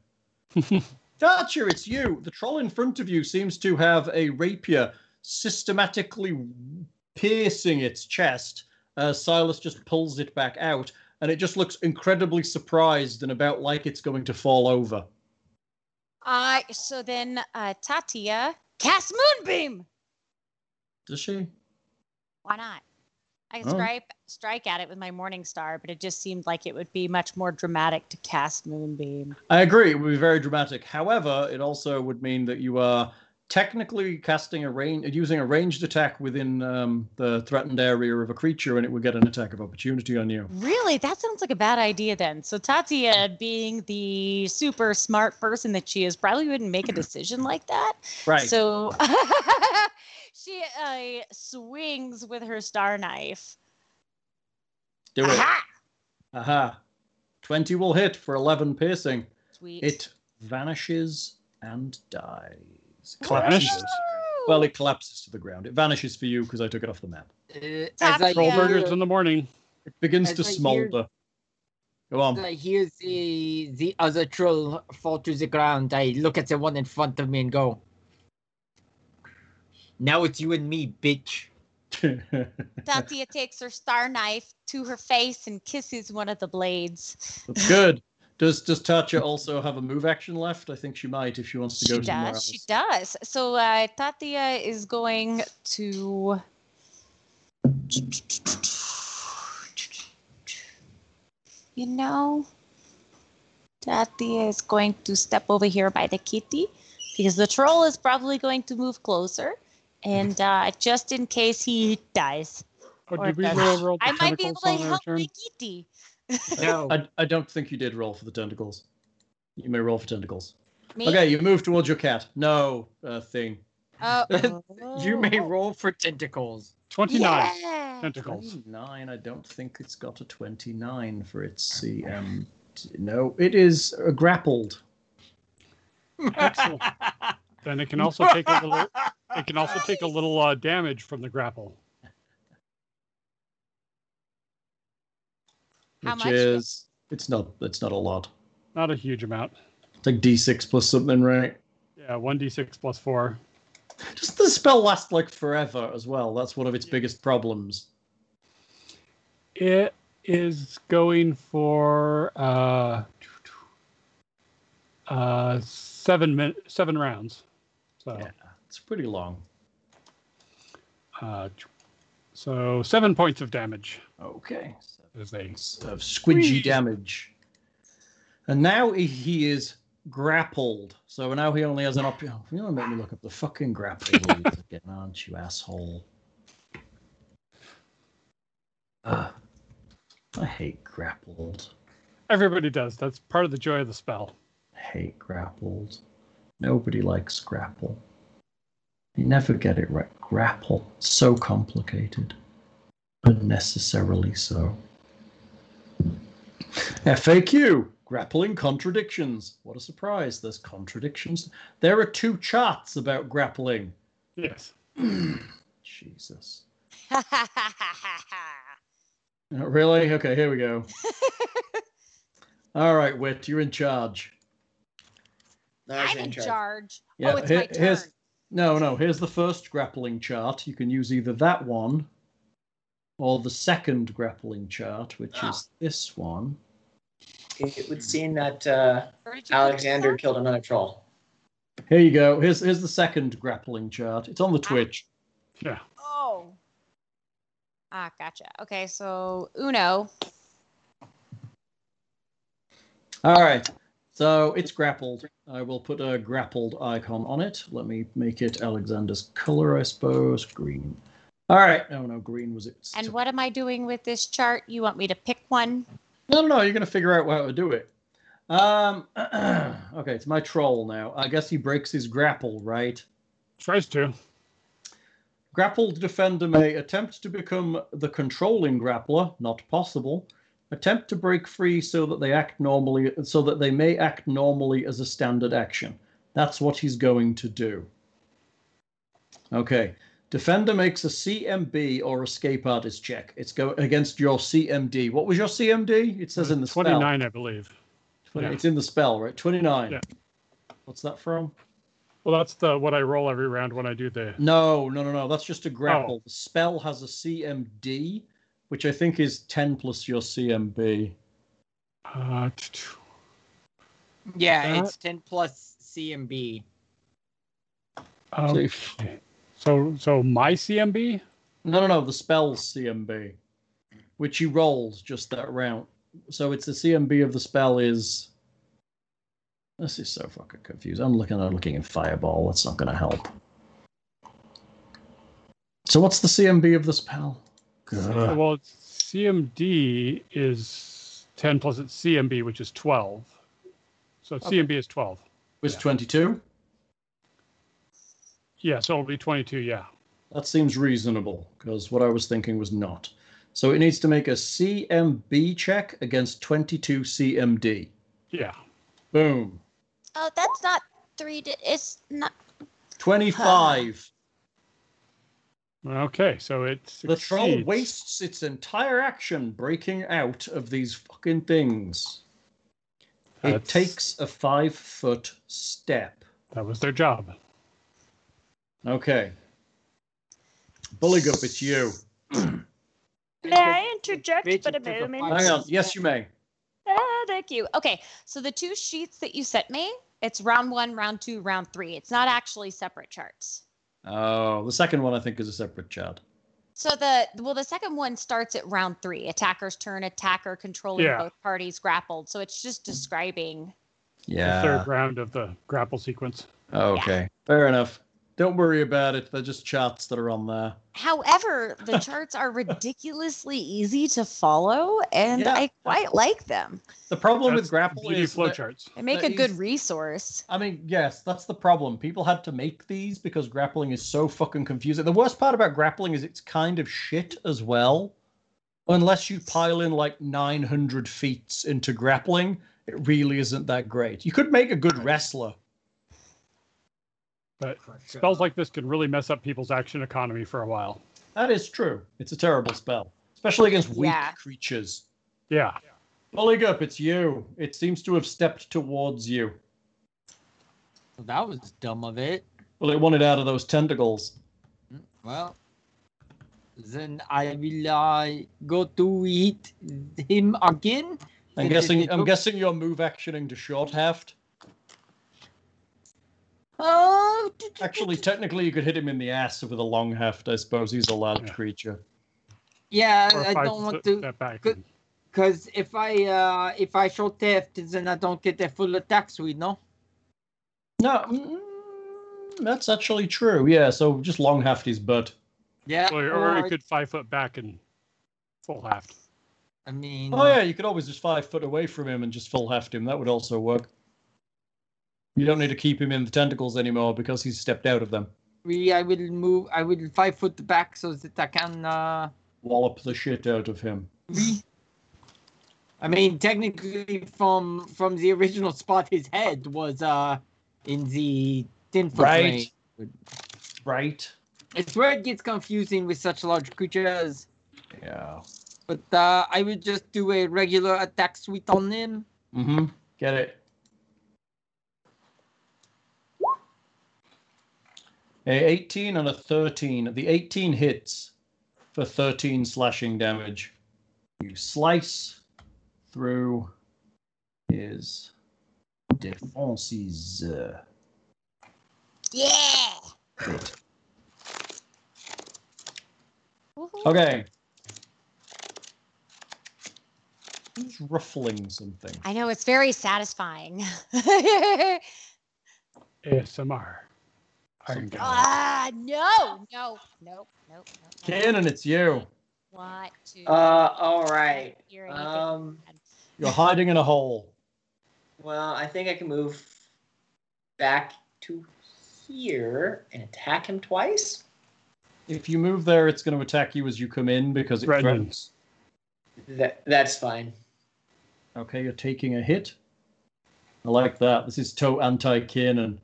B: Tatcha, it's you. The troll in front of you seems to have a rapier systematically piercing its chest. Uh, Silas just pulls it back out and it just looks incredibly surprised and about like it's going to fall over.
H: Uh, so then uh, Tatia cast Moonbeam.
B: Does she?
H: Why not? I can
B: Oh.
H: strike strike at it with my Morning Star, but it just seemed like it would be much more dramatic to cast Moonbeam.
B: I agree. It would be very dramatic. However, it also would mean that you are technically casting a range, using a ranged attack within um, the threatened area of a creature, and it would get an attack of opportunity on you.
H: Really, that sounds like a bad idea then. So Tatia, being the super smart person that she is, probably wouldn't make a decision like that.
B: Right.
H: So she uh, swings with her star knife.
B: Do it.
H: Aha!
B: Aha. Twenty will hit for eleven piercing.
H: Sweet.
B: It vanishes and dies.
C: Vanishes?
B: Collapses. Well, it collapses to the ground. It vanishes for you because I took it off the map.
D: Uh, as
H: Tap
D: I uh,
C: Troll
H: Yeah.
C: burgers
D: hear-
C: in the morning.
B: It begins
D: As
B: to
D: I hear-
B: smolder. Go on.
D: I hear the the other troll fall to the ground. I look at the one in front of me and go, "Now it's you and me, bitch."
B: That's
H: Tatia takes her star knife to her face and kisses one of the blades.
B: good. Does does Tatcha also have a move action left? I think she might if she wants to
H: She
B: go somewhere
H: does.
B: else.
H: She does. So uh, Tatia is going to. You know, Tatia is going to step over here by the kitty because the troll is probably going to move closer. And uh, just in case he dies,
C: Oh,
H: Or
C: did we
H: does-
C: roll, roll
H: I might be able
C: botanicals
H: to
C: on our
H: help
C: turn?
H: the kitty.
D: No,
B: I, I don't think you did roll for the tentacles. You may roll for tentacles.
H: Me?
B: Okay, you move towards your cat. No uh, thing.
H: Oh,
D: you may
H: oh.
D: roll for tentacles.
C: 29
H: Yeah.
C: tentacles.
B: Nine. I don't think it's got a twenty-nine for its CM. No, it is uh, grappled.
C: Excellent. Then it can also take a little. It can also take a little uh, damage from the grapple.
H: How
B: which
H: much?
B: is it's not it's not a lot.
C: Not a huge amount.
B: It's like D six plus something, right?
C: Yeah, one d6 plus four.
B: Does the spell last like forever as well? That's one of its biggest problems.
C: It is going for uh, uh, seven min- seven rounds. So,
B: Yeah, it's pretty long.
C: uh, so seven points of damage
B: Okay.
C: as they
B: Of squidgy
C: Whee!
B: damage. And now he- he is grappled. So now he only has an option. Oh, You want to make me look up the fucking grappling leagues again, aren't you, asshole? Uh, I hate grappled.
C: Everybody does. That's part of the joy of the spell.
B: I hate grappled. Nobody likes grapple. You never get it right. Grapple. So complicated. Unnecessarily so. FAQ Grappling Contradictions. What a surprise. There's contradictions. There are two charts about grappling.
C: Yes.
B: Jesus. Not Oh, really? Okay, here we go. All right, Wit, you're in charge.
F: That was
H: I'm in
F: intro.
H: charge.
B: Yeah,
H: oh, it's
B: here-
H: my turn.
B: here's- No, no, here's the first grappling chart. You can use either that one or the second grappling chart, which is this one.
E: It would seem that uh,
H: Where did you put
E: Alexander
H: yourself?
E: killed another troll.
B: Here you go. Here's here's the second grappling chart. It's on the Twitch.
C: Yeah.
H: Oh. Ah, gotcha. Okay, so Uno.
B: All right. So it's grappled. I will put a grappled icon on it. Let me make it Alexander's color, I suppose. Green. All right. Oh, No, no, green was it.
H: And what am I doing with this chart? You want me to pick one?
B: No, no, no. You're going to figure out how to do it. Um. okay, it's my troll now. I guess he breaks his grapple, right?
C: Tries to.
B: Grappled defender may attempt to become the controlling grappler, not possible. Attempt to break free so that they act normally, so that they may act normally as a standard action. That's what he's going to do. Okay. Defender makes a CMB or escape artist check. It's go against your CMD. What was your CMD? It says in the spell.
C: 29, I believe.
B: Twen-
C: yeah.
B: It's in the spell, right? Twenty-nine.
C: Yeah.
B: What's that from?
C: Well, that's the what I roll every round when I do the.
B: No, no, no, no. That's just a grapple. The spell has a CMD, which I think is 10 plus your CMB.
C: Uh, t- t-
D: Yeah,
C: That-
D: it's 10 plus CMB.
C: um,
B: So if-
C: so so my CMB.
B: No, no, no. The spell's CMB, which you rolled just that round. So it's the CMB of the spell is. This is so fucking confused. I'm looking. I'm looking in Fireball. That's not going to help. So what's the CMB of the spell? Ugh.
C: Well, it's CMD is 10 plus its CMB, which is 12. So CMB is 12.
B: was 22.
C: Yeah, so it'll be 22. Yeah.
B: That seems reasonable because what I was thinking was not. So it needs to make a CMB check against 22 CMD.
C: Yeah.
B: Boom.
H: Oh, that's not three. Di- it's not.
B: 25.
C: Okay. So it's
B: the troll wastes its entire action breaking out of these fucking things. It
C: That's-
B: takes a five foot step.
C: That was their job.
B: Okay. Bulligup, it's you.
H: May I interject
D: Bitch,
H: for a
D: it's a
H: moment?
D: fucking-
B: Hang on. Yes, you may.
H: Ah, thank you. Okay, so the two sheets that you sent me, it's round one, round two, round three. It's not actually separate charts.
B: Oh, the second one I think is a separate chat.
H: So the well, the second one starts at round three. Attacker's turn. Attacker controlling
C: Yeah.
H: both parties grappled. So it's
B: Mm.
H: just describing.
B: Yeah. Oh,
C: The third round of the grapple sequence.
B: Okay, fair enough. Don't worry about it. They're just charts that are on there.
H: However, the charts are ridiculously easy to follow, and
B: Yeah.
H: I quite like them.
B: The problem
C: That's
B: with grapple
C: beauty
B: is, that-
C: E flowcharts.
H: They make
B: That
H: a good
B: is-
H: resource.
B: I mean, yes, that's the problem. People had to make these because grappling is so fucking confusing. The worst part about grappling is it's kind of shit as well. Unless you pile in like 900 feats into grappling, it really isn't that great. You could make a good wrestler.
C: But spells like this can really mess up people's action economy for a while.
B: That is true. It's a terrible spell, especially against weak
H: Yeah.
B: creatures.
C: Yeah.
B: Bullig up, it's you. It seems to have stepped towards you.
D: Well, that was dumb of it.
B: Well, it wanted out of those tentacles.
D: Well, then I will uh, go to eat him again.
B: I'm
D: It-
B: guessing.
D: it-
B: I'm guessing your move actioning to short heft.
H: Oh,
B: Actually, technically, you could hit him in the ass with a long heft. I suppose he's a large
C: Yeah.
B: creature.
D: Yeah,
C: Or
D: I
C: five
D: don't want
C: foot
D: to,
C: step back.
D: Good. because if I uh, if I show theft, then I don't get a full attack, sweet, no?
B: No, mm, that's actually true. Yeah, so just long hafty's butt.
D: Yeah.
C: Or,
B: Oh,
C: or you
D: or-
C: could five foot back and full haft.
D: I mean,
B: Oh yeah, you could always just five foot away from him and just full heft him. That would also work. You don't need to keep him in the tentacles anymore because he's stepped out of them.
D: we, I will move. I will five foot back so that I can. Uh,
B: Wallop the shit out of him.
D: re- I mean, technically, from from the original spot, his head was uh in the ten foot
B: Right.
D: range.
B: Right.
D: It's where it gets confusing with such large creatures.
B: Yeah.
D: But uh, I would just do a regular attack suite on him.
B: Mm-hmm. Get it. A 18 and a 13. The 18 hits for 13 slashing damage. You slice through his defenses. uh,
H: Yeah.
B: bit.
H: Woohoo.
B: Okay. He's ruffling something.
H: I know it's very satisfying.
C: ASMR. Iron Guy.
H: ah, no, no, no, no, no.
B: Cannon, it's you.
H: What to
E: Uh, all right.
H: hear anything.
E: Um,
B: You're hiding in a hole.
E: well, I think I can move back to here and attack him twice.
B: If you move there, it's going to attack you as you come in because it
C: Threatens.
B: threatens.
E: That that's fine.
B: Okay, you're taking a hit. I like that. This is toe anti cannon.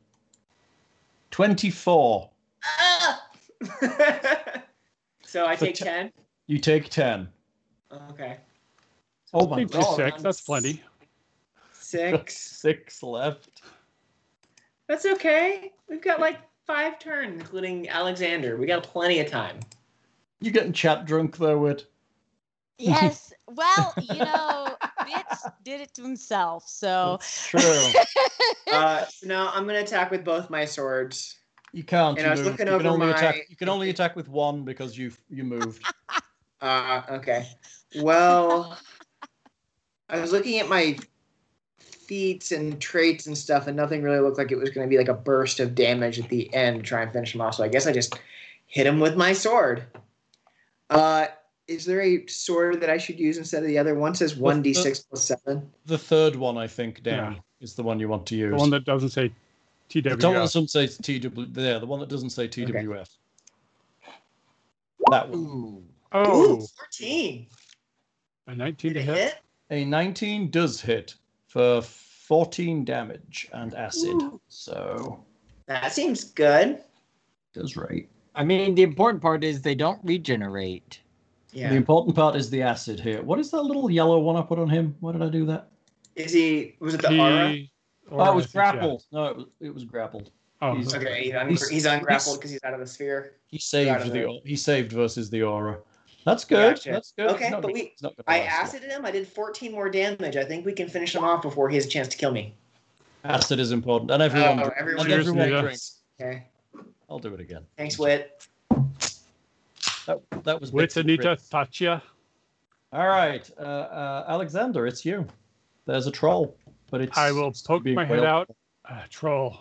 B: 24.
E: Ah! so I
B: So
E: take
B: t-
E: ten.
B: You take 10.
E: Okay.
B: Oh
C: I
B: my
C: think
B: god.
C: just
E: God.
C: six. That's plenty.
E: Six.
B: Six left.
E: That's okay. We've got like five turns, including Alexander. We got plenty of time.
B: You're getting chat drunk though, Wood.
H: yes. Well, you know, Bitch did it to himself. So
B: That's true.
E: Uh, so now I'm gonna attack with both my swords.
B: You can't.
E: And
B: you
E: I was
B: moved.
E: looking
B: you can
E: over
B: only
E: my-
B: attack. You can only attack with one because you you moved.
E: Uh, okay. Well, I was looking at my feats and traits and stuff, and nothing really looked like it was going to be like a burst of damage at the end to try and finish him off. So I guess I just hit him with my sword. Uh, is there a sword that I should use instead of the other one? It says one d six plus seven.
B: The third one, I think, down is the one you want to use.
C: The one that doesn't say
B: The one that
C: TW.
B: doesn't say TW. There, the one that doesn't say TWF. That one.
D: Ooh.
C: Oh,
E: Ooh, 14.
C: a 19
E: Did
C: to
E: it
C: hit.
E: hit?
B: A 19 does hit for 14 damage and acid.
E: Ooh.
B: So
E: That seems good.
B: does right.
D: I mean, the important part is they don't regenerate.
B: The
E: Yeah.
B: important part is the acid here. What is that little yellow one I put on him? Why did I do that?
E: Is he? Was it the
C: He-
E: aura?
C: or
B: oh, it
C: I
B: was
C: think, yeah.
B: grappled. No, it was, it was grappled.
C: Oh,
B: He's-
E: Okay, he's, un-
B: He's-
E: he's ungrappled because he's out of the sphere.
B: He
E: Got it.
B: saved the he saved versus the aura. That's good.
E: Gotcha.
B: That's good.
E: Okay,
B: It's not
E: but
B: gonna-
E: we-
B: it's not gonna
E: I
B: last long.
E: acided him. I did 14 more damage. I think we can finish him off before he has a chance to kill me.
B: Acid is important, and everyone.
E: Oh,
B: dr-
E: everyone
B: and
C: Cheers,
B: everyone
C: Nita.
B: drinks.
E: Okay.
B: I'll do it again.
E: Thanks, Wit.
B: That, that was
C: With
B: basically-
C: Anita Tatya.
B: All right, uh, uh, Alexander, it's you. There's a troll, but it's.
C: I will poke
B: being
C: my head
B: well-
C: out. Uh, troll.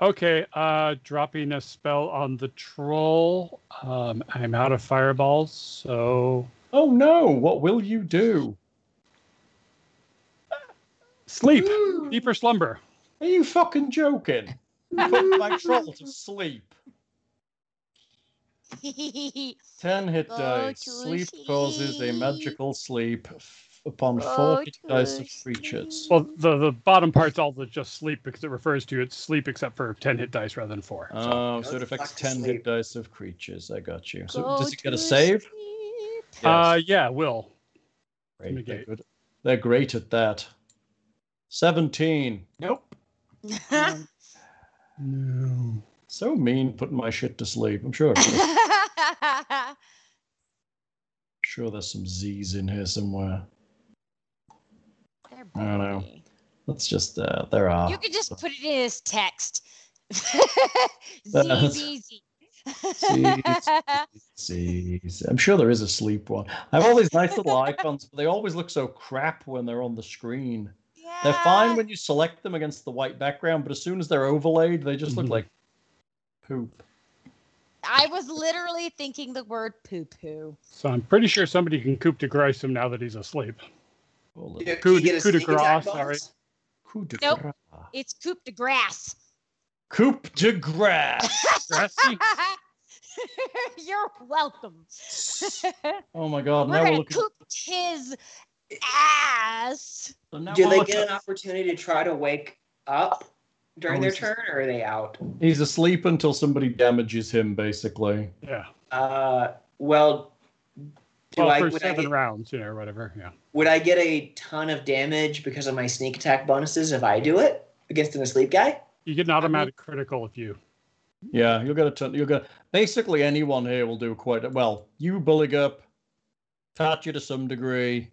C: Okay, uh, dropping a spell on the troll. Um, I'm out of fireballs, so
B: Oh no! What will you do?
C: sleep, deeper slumber.
B: Are you fucking joking? Put my troll to sleep. Ten hit
H: Go
B: dice.
H: to
B: Sleep causes a magical sleep f- upon
H: Go
B: four hit
H: to
B: dice of
H: sleep.
B: creatures.
C: Well, the the bottom part's all the just sleep because it refers to it's sleep except for ten hit dice rather than four. So
B: Oh, so
E: Go
B: it
E: the
B: affects
E: fuck to
B: ten hit
E: sleep.
B: dice of creatures. I got you. So
H: Go
B: does it get
H: to
B: a save?
H: sleep.
C: Uh, yeah, will.
B: Great, They're,
C: negate.
B: good. They're great at that. Seventeen.
D: Nope.
H: Um,
C: No.
B: So mean putting my shit to sleep. I'm sure. sure there's some Z's in here somewhere.
H: They're
B: I don't know.
H: bulky.
B: Let's just uh there are.
H: You could just put it in his text.
B: That's-
H: Z, Z,
B: Jeez. Z's. I'm sure there is a sleep one. I have all these nice little icons, but they always look so crap when they're on the screen. They're
H: Uh.
B: fine when you select them against the white background, but as soon as they're overlaid, they just look
C: Mhm.
B: like poop.
H: I was literally thinking the word poo poo.
C: So I'm pretty sure somebody can coup de grace him now that he's asleep.
B: Well,
E: You- you
C: Coup-
E: get a
C: coup de
E: sneak attack
C: grace, sorry.
E: bonus.
B: Coup de
H: Nope.
B: grace.
H: It's coup de grass.
B: Coupe de grace.
C: Grassy?
H: You're welcome.
B: Oh my god,
H: We're
B: now we're
H: gonna
B: looking.
H: cook his ass.
B: so now
E: Do
B: we're
E: they
B: looking-
E: get an opportunity to try to wake up during
B: Oh,
E: their
B: he's just-
E: turn, or are they out?
B: He's asleep until somebody damages him, basically.
C: Yeah.
E: Uh, well, do
C: Well,
E: I,
C: for
E: would, I
C: seven
E: get,
C: rounds, you know, or whatever. Yeah.
E: would I get a ton of damage because of my sneak attack bonuses if I do it against an asleep guy?
C: You get an automatic critical if you.
B: Yeah, you'll get a ton. You'll get basically anyone here will do quite well. You bullig up, Tatya to some degree.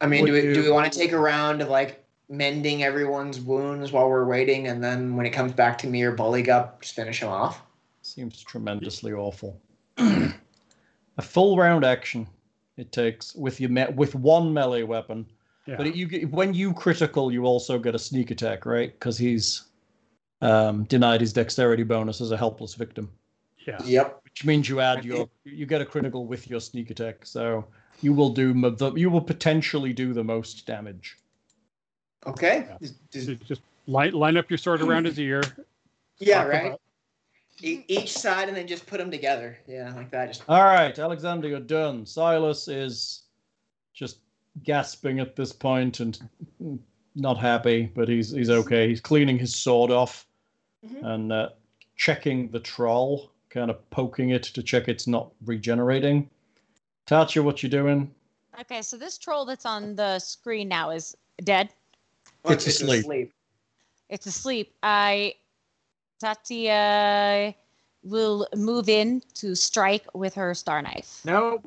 E: I mean,
B: Would
E: do we, do
B: you-
E: we want to take a round of like mending everyone's wounds while we're waiting, and then when it comes back to me or Bully up, just finish him off?
B: Seems tremendously awful. a full round action it takes with your me- with one melee weapon.
C: Yeah.
B: But you get, when you critical, you also get a sneak attack, right? Because he's um, denied his dexterity bonus as a helpless victim,
C: yeah.
E: Yep.
B: which means you add your you get a critical with your sneak attack. So you will do mo- the, you will potentially do the most damage.
E: Okay.
C: Yeah.
E: Does- does-
C: So just line, line up your sword around his ear.
E: Yeah.
C: Talk
E: Right.
C: about-
E: E- each side, and then just put them together. Yeah, like that. Just
B: All right, Alexander, you're done. Silas is just gasping at this point and not happy, but he's he's okay. He's cleaning his sword off
H: Mm-hmm.
E: Mhm.
B: and uh, checking the troll, kind of poking it to check it's not regenerating. Tatcha, what you doing?
H: Okay, so this troll that's on the screen now is dead.
E: well,
B: It's asleep.
H: It's asleep. I Tatia will move in to strike with her star knife.
D: No,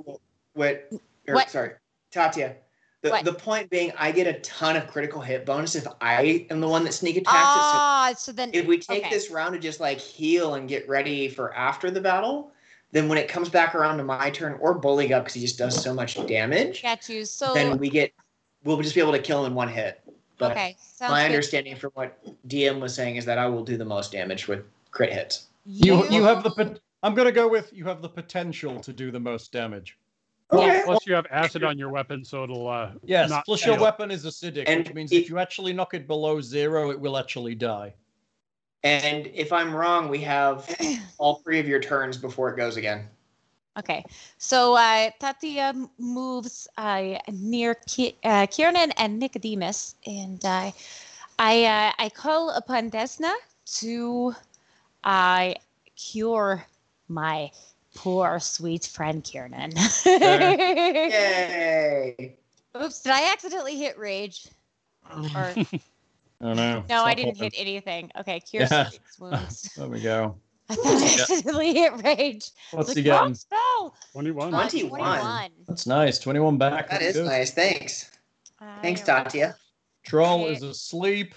E: Wait, or,
H: What?
E: Sorry, Tatya. The,
H: What?
E: the point being, I get a ton of critical hit bonus if I am the one that sneak attacks it. So
H: Ah, so then
E: if we take
H: okay.
E: this round to just like heal and get ready for after the battle, then when it comes back around to my turn or bullying up because he just does so much damage,
H: got you. So
E: then we get we'll just be able to kill him in one hit. But
H: okay, sounds
E: my
H: good.
E: understanding from what DM was saying is that I will do the most damage with crit hits.
B: You you have the pot- I'm gonna go with you have the potential to do the most damage.
H: Okay.
C: Plus, you have acid on your weapon, so it'll. Uh,
B: Yes,
C: Not
B: plus your
C: fail.
B: weapon is acidic,
E: And
B: which means
E: it-
B: if you actually knock it below zero, it will actually die.
E: And if I'm wrong, we have all three of your turns before it goes again.
H: Okay, so uh, Tatia m- moves uh, near Ki- uh, Kiernan and Nicodemus, and uh, I uh, I call upon Desna to uh, cure my poor sweet friend Kiernan.
E: Yay!
H: Oops! Did I accidentally hit rage? Or
B: Oh no.
H: no, I didn't hit anything. Okay, cure
B: Yeah.
H: sweet wounds.
B: There we go.
H: I thought I accidentally hit rage.
B: What's
H: It's
B: he
H: like, wrong
B: getting?
H: spell.
C: 21.
H: Uh,
E: 21.
B: That's nice. 21 back.
E: That
B: That's
E: is
B: good.
E: nice. Thanks.
H: I
E: Thanks,
H: rolled-
E: Tatia.
B: Troll
H: Okay.
B: is asleep.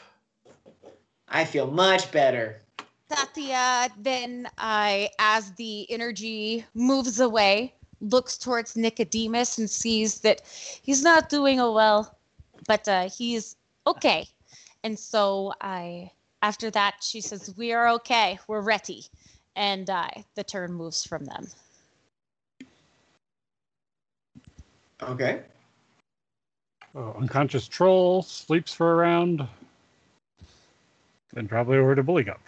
E: I feel much better.
H: Satya then, uh, as the energy moves away, looks towards Nicodemus and sees that he's not doing a well, but uh, he's okay. And so I, after that, she says, "We are okay. We're ready," and uh, the turn moves from them.
E: Okay.
C: Oh, unconscious troll sleeps for a round. Then probably over to bully up.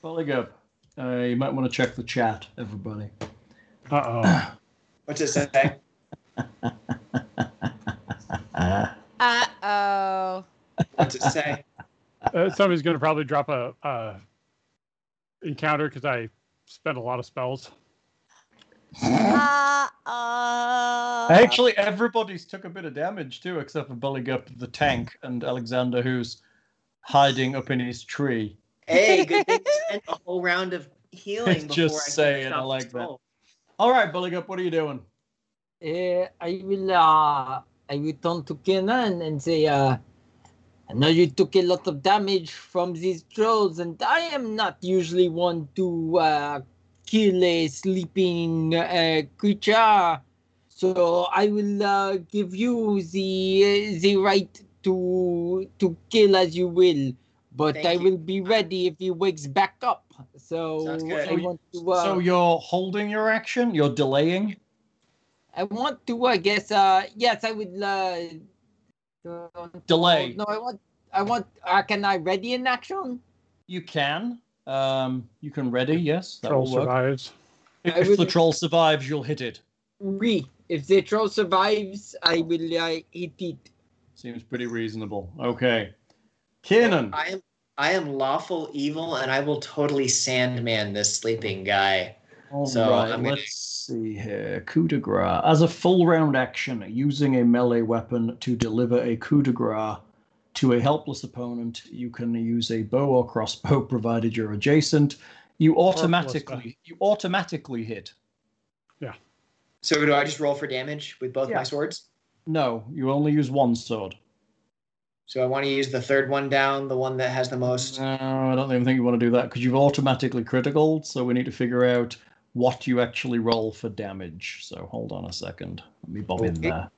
B: Fully good. Uh, you might want to check the chat, everybody.
C: Uh oh.
E: What's it say?
H: Uh oh.
E: What's it say?
C: uh, somebody's going to probably drop a, a encounter because I spent a lot of spells.
H: Uh oh.
E: Uh,
B: Actually, everybody's took a bit of damage too, except for Bully Gup, the tank, and Alexander, who's hiding up in his tree.
E: Hey, good thing you spent a whole round of healing
B: Just
E: before I could
B: saying,
E: stop
B: I like
E: the
B: that.
E: troll.
B: All right, Bully Gup, what are you doing?
D: Uh, I will uh, I will turn to Kenan and say, uh, I know you took a lot of damage from these trolls, and I am not usually one to uh, kill a sleeping uh, creature. So So I will uh, give you the uh, the right to to kill as you will, but
E: Thank
D: I
E: you.
D: will be ready if he wakes back up. So
E: Sounds good.
D: I want to. Uh,
B: so you're holding your action. You're delaying.
D: I want to. I guess. Uh, yes, I would. Uh,
E: Oh,
B: Delay.
D: No, I want. I want. Uh, can I ready an action?
B: You can. Um, you can ready. Yes, that
C: Troll
B: will work.
C: survives.
D: I
B: If
D: will-
B: the troll survives, you'll hit it.
D: Re. If the troll survives, I will uh, eat it.
B: Seems pretty reasonable. Okay, Kiernan.
E: I am I am lawful evil and I will totally sandman this sleeping guy.
B: All
E: So,
B: right,
E: I'm gonna-
B: let's see here. Coup de grace. As a full round action, using a melee weapon to deliver a coup de grace to a helpless opponent, you can use a bow or crossbow provided you're adjacent. You
C: crossbow.
B: automatically you automatically hit.
E: So do I just roll for damage with both my swords?
B: No, you only use one sword.
E: So I want to use the third one down, the one that has the most.
B: No, I don't even think you want to do that because you've automatically critical, so we need to figure out what you actually roll for damage. So hold on a second. Let me bob in
E: Okay.
B: there.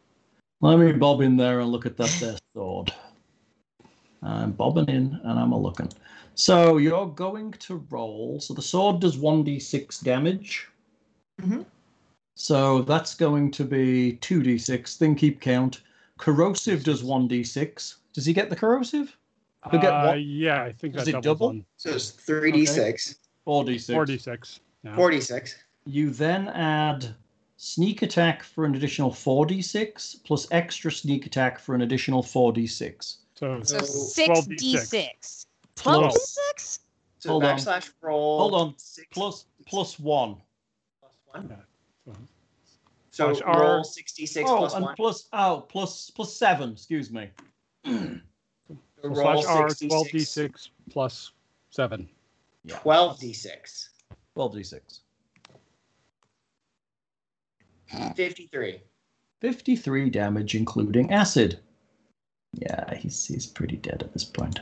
B: Let me bob in there and look at that there sword. I'm bobbing in and I'm a looking. So you're going to roll. So the sword does 1d6 damage.
E: Mhm.
B: So that's going to be 2d6. Then keep count. Corrosive does 1d6. Does he get the corrosive? He'll get
C: Uh,
B: what?
C: yeah, I think
B: Does
C: that
B: it
C: doubles
B: double?
C: on
E: So it's three d six,
B: 4d6.
C: 46. Yeah.
E: forty six.
B: You then add sneak attack for an additional 4d6 plus extra sneak attack for an additional 4d6.
C: So,
H: So
E: So,
H: six
C: 12d6.
H: d six.
B: Plus-
H: Twelve d six.
E: So
B: Hold on.
E: backslash roll.
B: Hold on.
E: Six
B: Plus plus 1.
E: plus one.
C: Yeah.
E: So
C: Slash R.
E: roll sixty six
B: oh,
E: plus
B: and
E: one.
B: plus oh, plus plus 7, excuse me.
E: So roll
C: slash R,
E: 66,
C: 12d6 plus 7.
B: Yeah.
E: 12 d6,
B: 12d6.
E: 53.
B: 53 damage including acid. Yeah, he's he's pretty dead at this point.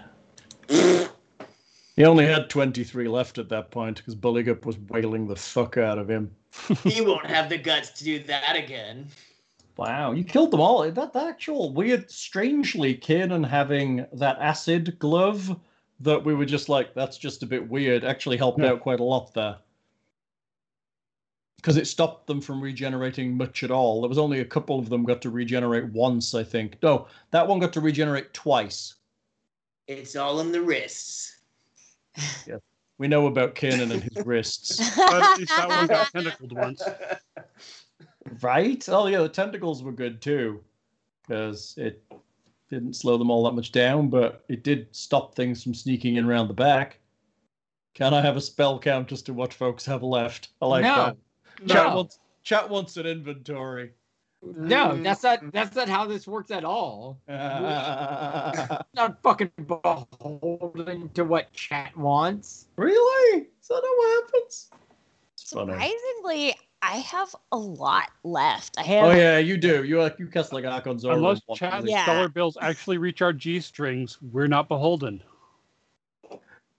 B: He only had 23 left at that point because Bulligup was wailing the fuck out of him.
E: he won't have the guts to do that again.
B: Wow, you killed them all. That, that actual weird, strangely, Kiernan having that acid glove that we were just like, that's just a bit weird, actually helped
C: Yeah.
B: out quite a lot there. Because it stopped them from regenerating much at all. There was only a couple of them got to regenerate once, I think. No, that one got to regenerate twice.
E: It's all in the wrists.
B: We know about Kiernan and his wrists.
C: But at least that one got tentacled once.
B: Right? Oh, yeah, the tentacles were good too. Because it didn't slow them all that much down, but it did stop things from sneaking in around the back. Can I have a spell count as to what folks have left? I like
D: No.
B: that.
D: No.
B: Chat, wants, chat wants an inventory.
D: No, that's not. That's not how this works at all. Not fucking beholden to what chat wants.
B: really? Is that what happens? It's funny.
H: Surprisingly, I have a lot left. I have
B: Oh, yeah, you do. You, you cast like Archon Zora.
C: Unless
B: once,
C: Chad's
B: really.
H: Yeah.
C: stellar bills actually reach our G strings, we're not beholden.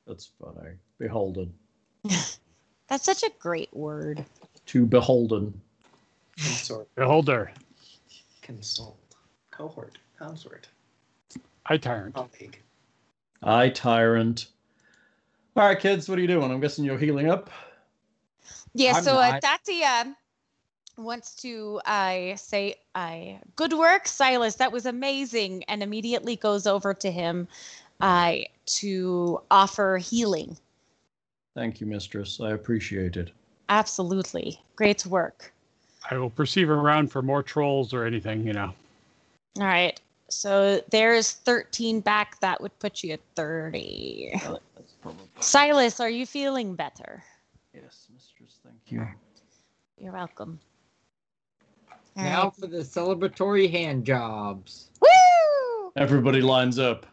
B: That's funny. Beholden.
H: That's such a great word.
B: To beholden.
E: Consort.
C: Beholder,
E: Consult. Cohort. Consort.
C: I tyrant.
E: Colleague.
B: I tyrant. All right, kids, what are you doing? I'm guessing you're healing up.
H: Yeah,
D: I'm
H: so uh,
D: not.
H: Tatia wants to I say I good work, Silas. That was amazing, and immediately goes over to him uh, to offer healing.
B: Thank you, mistress. I appreciate it.
H: Absolutely, great work.
C: I will perceive around for more trolls or anything, you know.
H: All right, so there's 13 back. That would put you at 30.
B: That's probably
H: Silas, are you feeling better?
B: yes, mistress. Thank you.
H: You're welcome. All right.
D: Now for the celebratory hand jobs.
H: Woo!
B: Everybody lines up.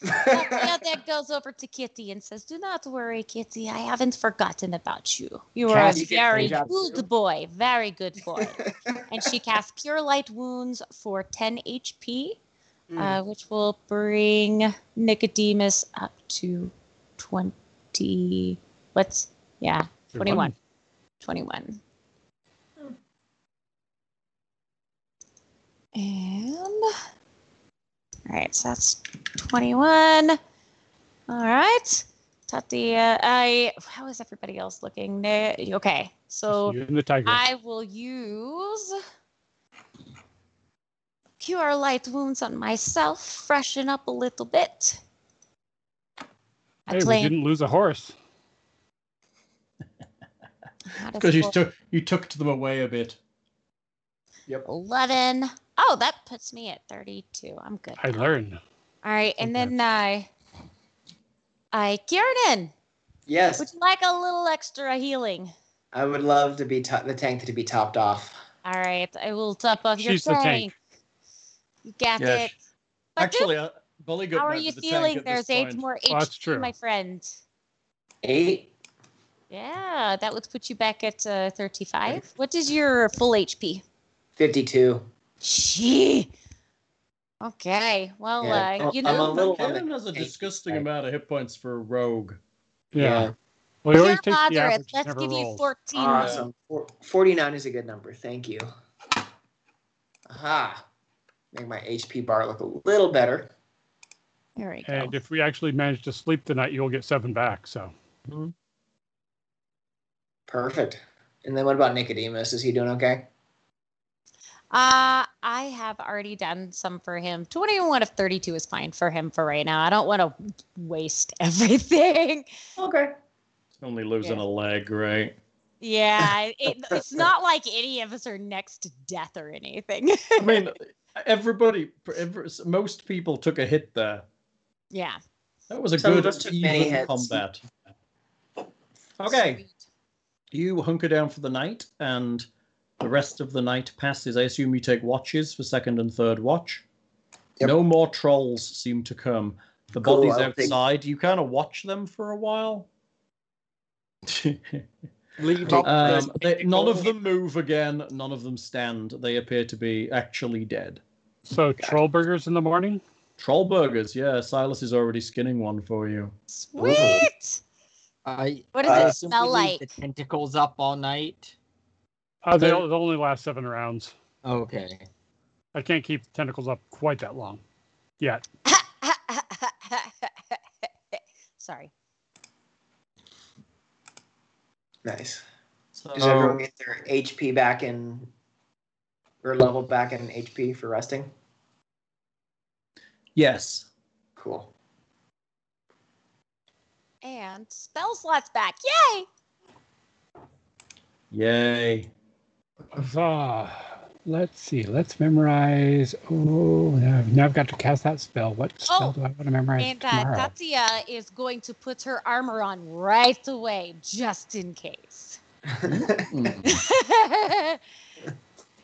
H: Now that goes over to Kitty and says, "Do not worry, Kitty. I haven't forgotten about you. You are a
D: Cass, you
E: get
H: very
E: blowjobs
H: good
E: too?
H: boy, very good boy." and she casts Cure Light Wounds for 10 HP,
E: Hmm.
H: uh, which will bring Nicodemus up to 20. What's yeah, 21. 21. And all right, so that's 21. All right. Tatia, I how is everybody else looking? Ne- Okay, so
C: you and the tiger.
H: I will use cure light wounds on myself, freshen up a little bit. I
C: hey, we
H: claim
C: didn't lose a horse.
H: how does
B: Because you
H: roll?
B: took you took them away a bit.
H: 11. Oh, that puts me at 32. I'm good.
C: I learned.
H: All right, and
C: Okay.
H: then I, I Kiernan,
E: Yes,
H: would you like a little extra healing?
E: I would love to be to- the tank to be topped off.
H: All right, I will top off your
C: She's the tank.
H: You got
B: Yeah,
H: it.
B: sh-
H: But
B: Actually, uh, Bully
H: dude,
B: got
H: how are
B: back to
H: you
B: the tank
H: feeling?
B: at this
H: There's eight
B: point.
H: more
C: Oh, that's
H: HP, my
C: true.
H: friend.
E: Eight.
H: Yeah, that would put you back at uh, 35. What is your full HP?
E: 52.
H: Gee. Okay. Well,
E: Yeah, Oh,
H: uh, you
E: I'm a
H: know,
E: little on the
B: Kieran has a
E: tank
B: disgusting
E: side.
B: amount of hit points for a rogue.
C: Yeah.
E: Yeah.
C: Well, he
H: you're
C: always takes the
H: moderate.
C: average.
H: Let's
C: never
H: give you
C: rolls.
H: 14.
E: Awesome. Four- 49 is a good number. Thank you. Aha. Make my HP bar look a little better.
H: There we go.
C: And if we actually manage to sleep tonight, you'll get seven back. So
E: Perfect. And then what about Nicodemus? Is he doing okay?
H: Uh, I have already done some for him. 21 of 32 is fine for him for right now. I don't want to waste everything.
E: Okay.
B: Only losing
H: Yeah.
B: a leg, right?
H: Yeah, it, it's not like any of us are next to death or anything.
B: I mean, everybody, every, most people took a hit there.
H: yeah.
B: That was a
E: Some of
B: good
E: us took many
B: even
E: hits.
B: combat. Okay, you hunker down for the night, and the rest of the night passes. I assume you take watches for second and third watch.
E: Yep.
B: No more trolls seem to come. The
E: Cool,
B: bodies
E: I don't think-
B: outside. You kind of watch them for a while.
C: leave.
B: um, they, none of them move again. None of them stand. They appear to be actually dead.
C: So troll burgers in the morning.
B: Troll burgers, yeah. Silas is already skinning one for you.
H: Sweet.
D: I
H: What
D: I
H: does it
D: assume we
H: smell
D: leave
H: like?
D: The tentacles up all night.
C: Uh, they
B: They're-
C: they only last seven rounds.
D: Okay.
C: I can't keep tentacles up quite that long. Yet.
H: Sorry.
E: Nice.
B: So
E: Does everyone get their HP back in or level back in HP for resting?
B: yes,
E: Cool.
H: And spell slots back. Yay.
B: yay.
C: Huzzah. Let's see. Let's memorize. Oh, now now I've got to cast that spell. What spell
H: Oh,
C: do I want to memorize
H: And uh,
C: tomorrow?
H: Tatia is going to put her armor on right away, just in case.
B: Mm.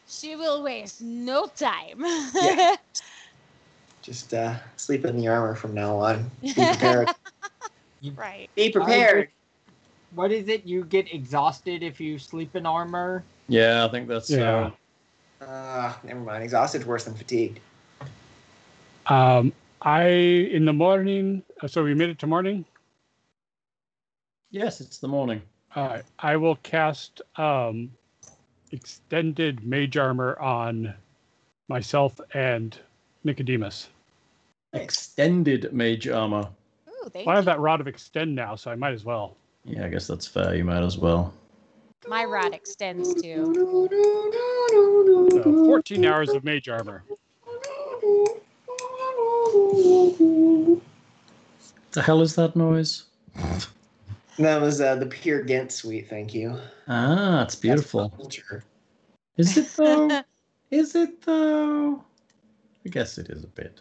H: she will waste no time.
E: Yeah. Just uh, sleep in the armor from now on. Be prepared.
H: right.
E: Be prepared.
D: What is it? You get exhausted if you sleep in armor.
B: yeah, I think that's
C: Yeah.
B: yeah.
E: Uh, never mind. Exhausted's worse than fatigued.
C: Um, I, in the morning, uh, so we made it to morning.
B: yes, it's the morning.
C: Uh, I will cast um, extended mage armor on myself and Nicodemus.
B: Extended mage armor.
H: Ooh, thank
C: Well, I have
H: you.
C: that rod of extend now, so I might as well.
B: Yeah, I guess that's fair. You might as well.
H: My rod extends too.
C: So 14 hours of mage armor.
B: The hell is that noise?
E: That was uh, the pure Ghent suite. Thank you.
B: Ah, it's beautiful.
E: Culture.
B: Is it though? is it though? I guess it is a bit.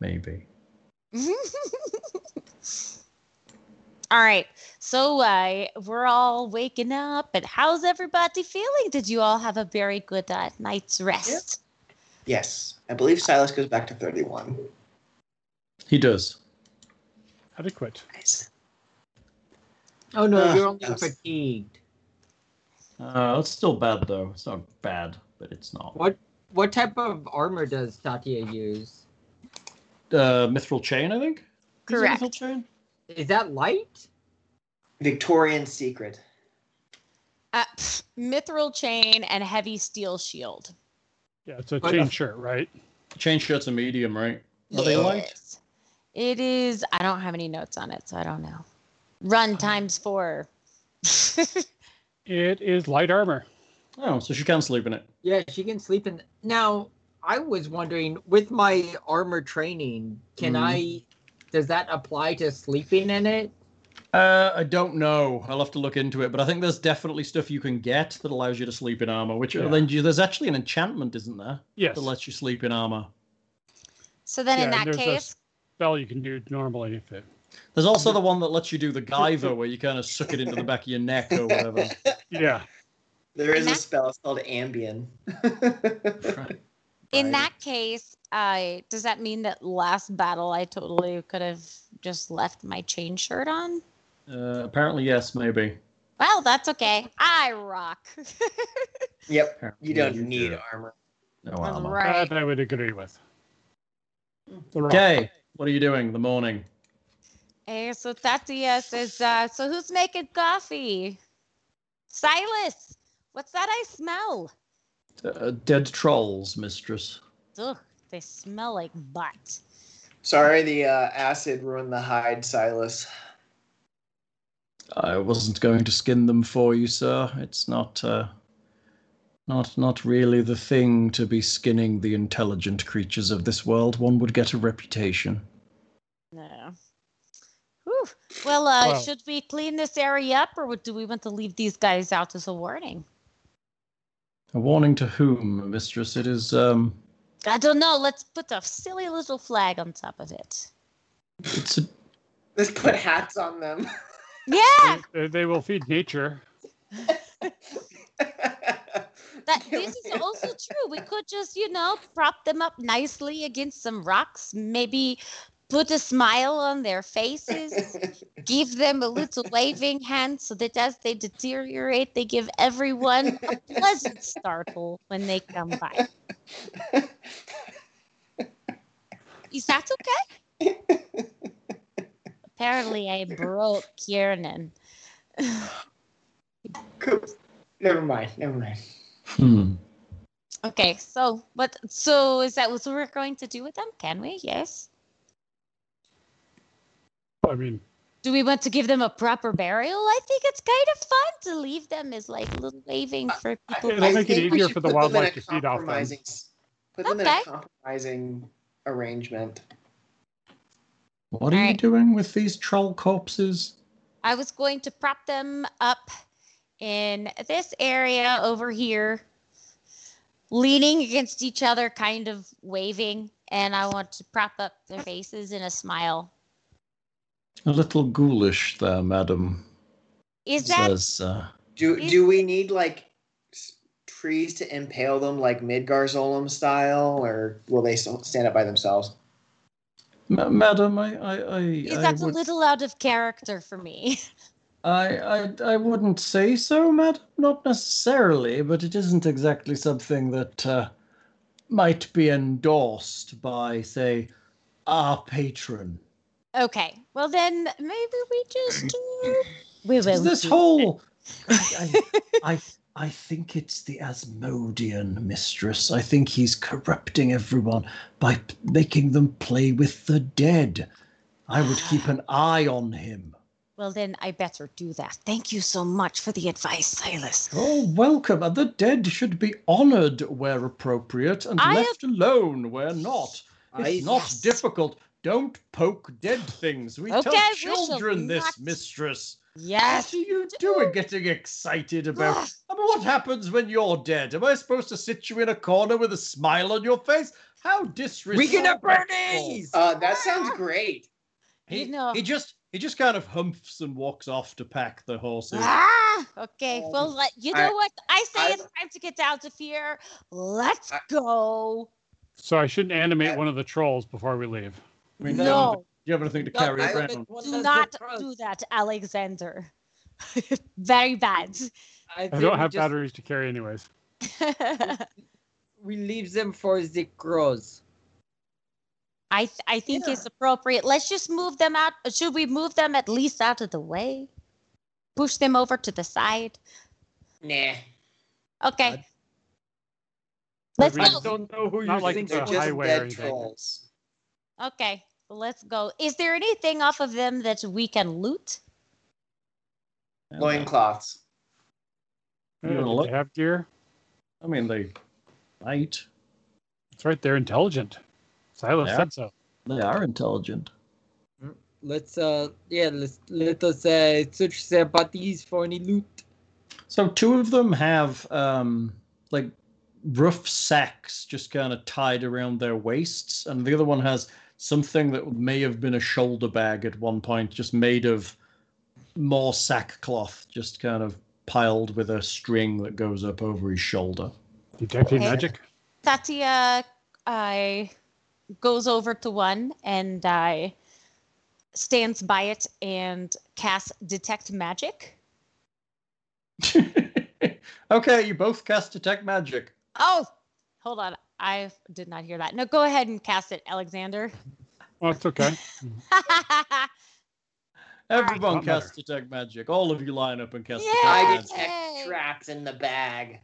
B: Maybe.
H: all right. So uh, we're all waking up, and how's everybody feeling? Did you all have a very good uh, night's rest?
E: Yes, I believe Silas goes back to thirty-one.
B: He does.
C: Adequate.
E: Nice.
D: Oh no,
E: Ah,
D: you're only
E: yes.
D: fatigued.
B: Uh, it's still bad though. It's not bad, but it's not.
D: What what type of armor does Tatia use?
B: Uh, mithril chain, I think. Is it
H: Correct.
B: Mithril chain.
D: Is that light?
E: Victorian secret.
H: Uh, pff, mithril chain and heavy steel shield.
C: Yeah, it's a
D: But-
C: chain shirt, right?
G: Change shirt to medium, right? Are they light?
H: Yes. It is. I don't have any notes on it, so I don't know.
C: Oh.
H: Run times four.
C: It is light armor.
G: Oh, so she can sleep in it.
D: Yeah, she can sleep in. Now, I was wondering with my armor training, can
G: Mhm.
D: I? Does that apply to sleeping in it?
G: Uh, I don't know. I'll have to look into it, but I think there's definitely stuff you can get that allows you to sleep in armor. Which
C: Yeah.
G: then you, there's actually an enchantment, isn't there,
C: Yes.
G: that lets you sleep in armor?
H: so then,
C: Yeah,
H: in
C: and
H: that
C: there's a
H: case,
C: spell you can do normally if it.
G: There's also the one that lets you do the Guyver, where you kind of suck it into the back of your neck or whatever.
C: Yeah.
E: There is a
H: Mac-
E: spell. It's called Ambien.
G: Right.
H: in that case, I does that mean that last battle I totally could have just left my chain shirt on?
G: Uh, apparently, yes, maybe.
H: Well, that's okay. I rock.
E: yep.
G: Apparently,
E: You don't
G: yes.
E: need
I: do.
E: armor.
I: No
G: Oh,
H: That's
I: armor.
H: right.
C: That I would agree with. The rock.
G: Okay, what are you doing in the morning?
H: Hey, so Tatia says, uh, so who's making coffee? Silas, what's that I smell?
G: Uh, dead trolls, mistress.
H: Ugh, they smell like butt.
E: Sorry, the uh, acid ruined the hide, Silas.
G: I wasn't going to skin them for you, sir. It's not, uh, not, not really the thing to be skinning the intelligent creatures of this world. One would get a reputation.
H: No. Whew. Well, uh,
C: Well-
H: should we clean this area up, or would- do we want to leave these guys out as a warning?
G: A warning to whom, mistress? It is, um,
H: I don't know. Let's put a silly little flag on top of it.
G: it's a,
E: Let's put hats on them.
H: Yeah,
C: They, they will feed nature.
H: that this is also true. We could just, you know, prop them up nicely against some rocks. Maybe put a smile on their faces. give them a little waving hand so that as they deteriorate, they give everyone a pleasant startle when they come by. Is that okay? Apparently, I broke Kiernan.
E: Cool. Never mind. Never mind.
G: hmm.
H: Okay, so what? So is that what we're going to do with them? Can we? Yes.
C: I mean,
H: Do we want to give them a proper burial? I think it's kind of fun to leave them as like little waving for people.
C: It'll
E: I
C: make it
E: think we
C: easier
E: should
C: for the
E: put them in
C: wildlife to
E: a
C: feed off them.
E: compromising- Put them in
H: Okay.
E: a compromising arrangement.
G: What are you
H: Alright.
G: doing with these troll corpses?
H: I was going to prop them up in this area over here, leaning against each other, kind of waving, and I want to prop up their faces in a smile.
G: A little ghoulish there, madam.
H: Is that
G: says, uh,
E: Do
H: Is-
E: do we need like s- trees to impale them like Midgar Zolom style, or will they s- stand up by themselves?
G: "Ma- Madam, I, I, I,
H: is
G: I
H: that a
G: would-
H: little out of character for me?
G: I, I I wouldn't say so, madam. Not necessarily, but it isn't exactly something that uh, might be endorsed by, say, our patron.
H: okay, well then maybe we just uh, we will.
G: this
H: do
G: whole, I, I, I I think it's the Asmodean mistress. I think he's corrupting everyone by p- making them play with the dead. I would keep an eye on him.
H: Well then, I better do that. Thank you so much for the advice, Silas.
G: Oh, welcome. And the dead should be honored where appropriate and
H: I
G: left alone where not. It's not
H: Yes.
G: difficult. Don't poke dead things.
B: Oh.
G: We
H: Okay,
G: tell
H: we shall
G: children this,
H: not-
G: mistress.
H: Yes. Ah,
G: What are you doing getting excited about?
H: Ugh.
G: I mean, what happens when you're dead? Am I supposed to sit you in a corner with a smile on your face? How
D: We
G: disrespectful.
D: gonna burn these.
E: Uh, that sounds great.
G: He,
H: You know-
G: he just he just kind of humps and walks off to pack the horses.
H: Ah, okay. well,
E: Um,
H: let, you know
E: I-
H: what? I say
E: I-
H: it's time to get out of here. Let's
E: I-
H: go.
C: so I shouldn't animate one of the trolls before we leave.
G: I mean,
H: no,
G: do you have anything to
D: Don't
G: carry
D: I
G: around?
D: think one
H: do
D: does
H: not
D: the trust.
H: do that, Alexander. Very bad.
C: I
D: think
C: don't
D: we
C: have
D: just-
C: batteries to carry anyways.
D: We leave them for the crows.
H: I th- I think it's appropriate. Let's just move them out. Should we move them at least out of the way? Push them over to the side.
E: Nah.
H: Okay.
D: I'd-
H: Let's
C: I
H: go.
C: don't know who you're
E: like
C: like
E: they're
C: the
F: They're
E: just
F: just
C: highway or
F: dead
C: anything.
F: trolls.
H: Okay, let's go. Is there anything off of them that we can loot?
E: Loincloths.
C: Uh,
B: You wanna
C: did
B: look?
C: they have gear.
B: I mean, they might.
C: It's right. They're intelligent. Silas
B: Yeah.
C: said so.
B: They are intelligent.
D: Let's uh yeah, let's let us uh search their bodies for any loot.
B: So two of them have um, like rough sacks just kind of tied around their waists, and the other one has something that may have been a shoulder bag at one point, just made of more sackcloth, just kind of piled with a string that goes up over his shoulder.
C: Detecting
H: Okay.
C: magic.
H: Tatia uh, goes over to one and uh, stands by it and casts Detect Magic.
B: okay, you both cast detect magic.
H: Oh, hold on. I did not hear that. No, go ahead and cast it, Alexander.
C: Oh, it's okay.
B: Everyone
C: Not
B: cast detect magic. All of you line up and cast
H: Yeah.
B: detect
E: I
B: magic.
H: Yay.
E: detect traps in the bag.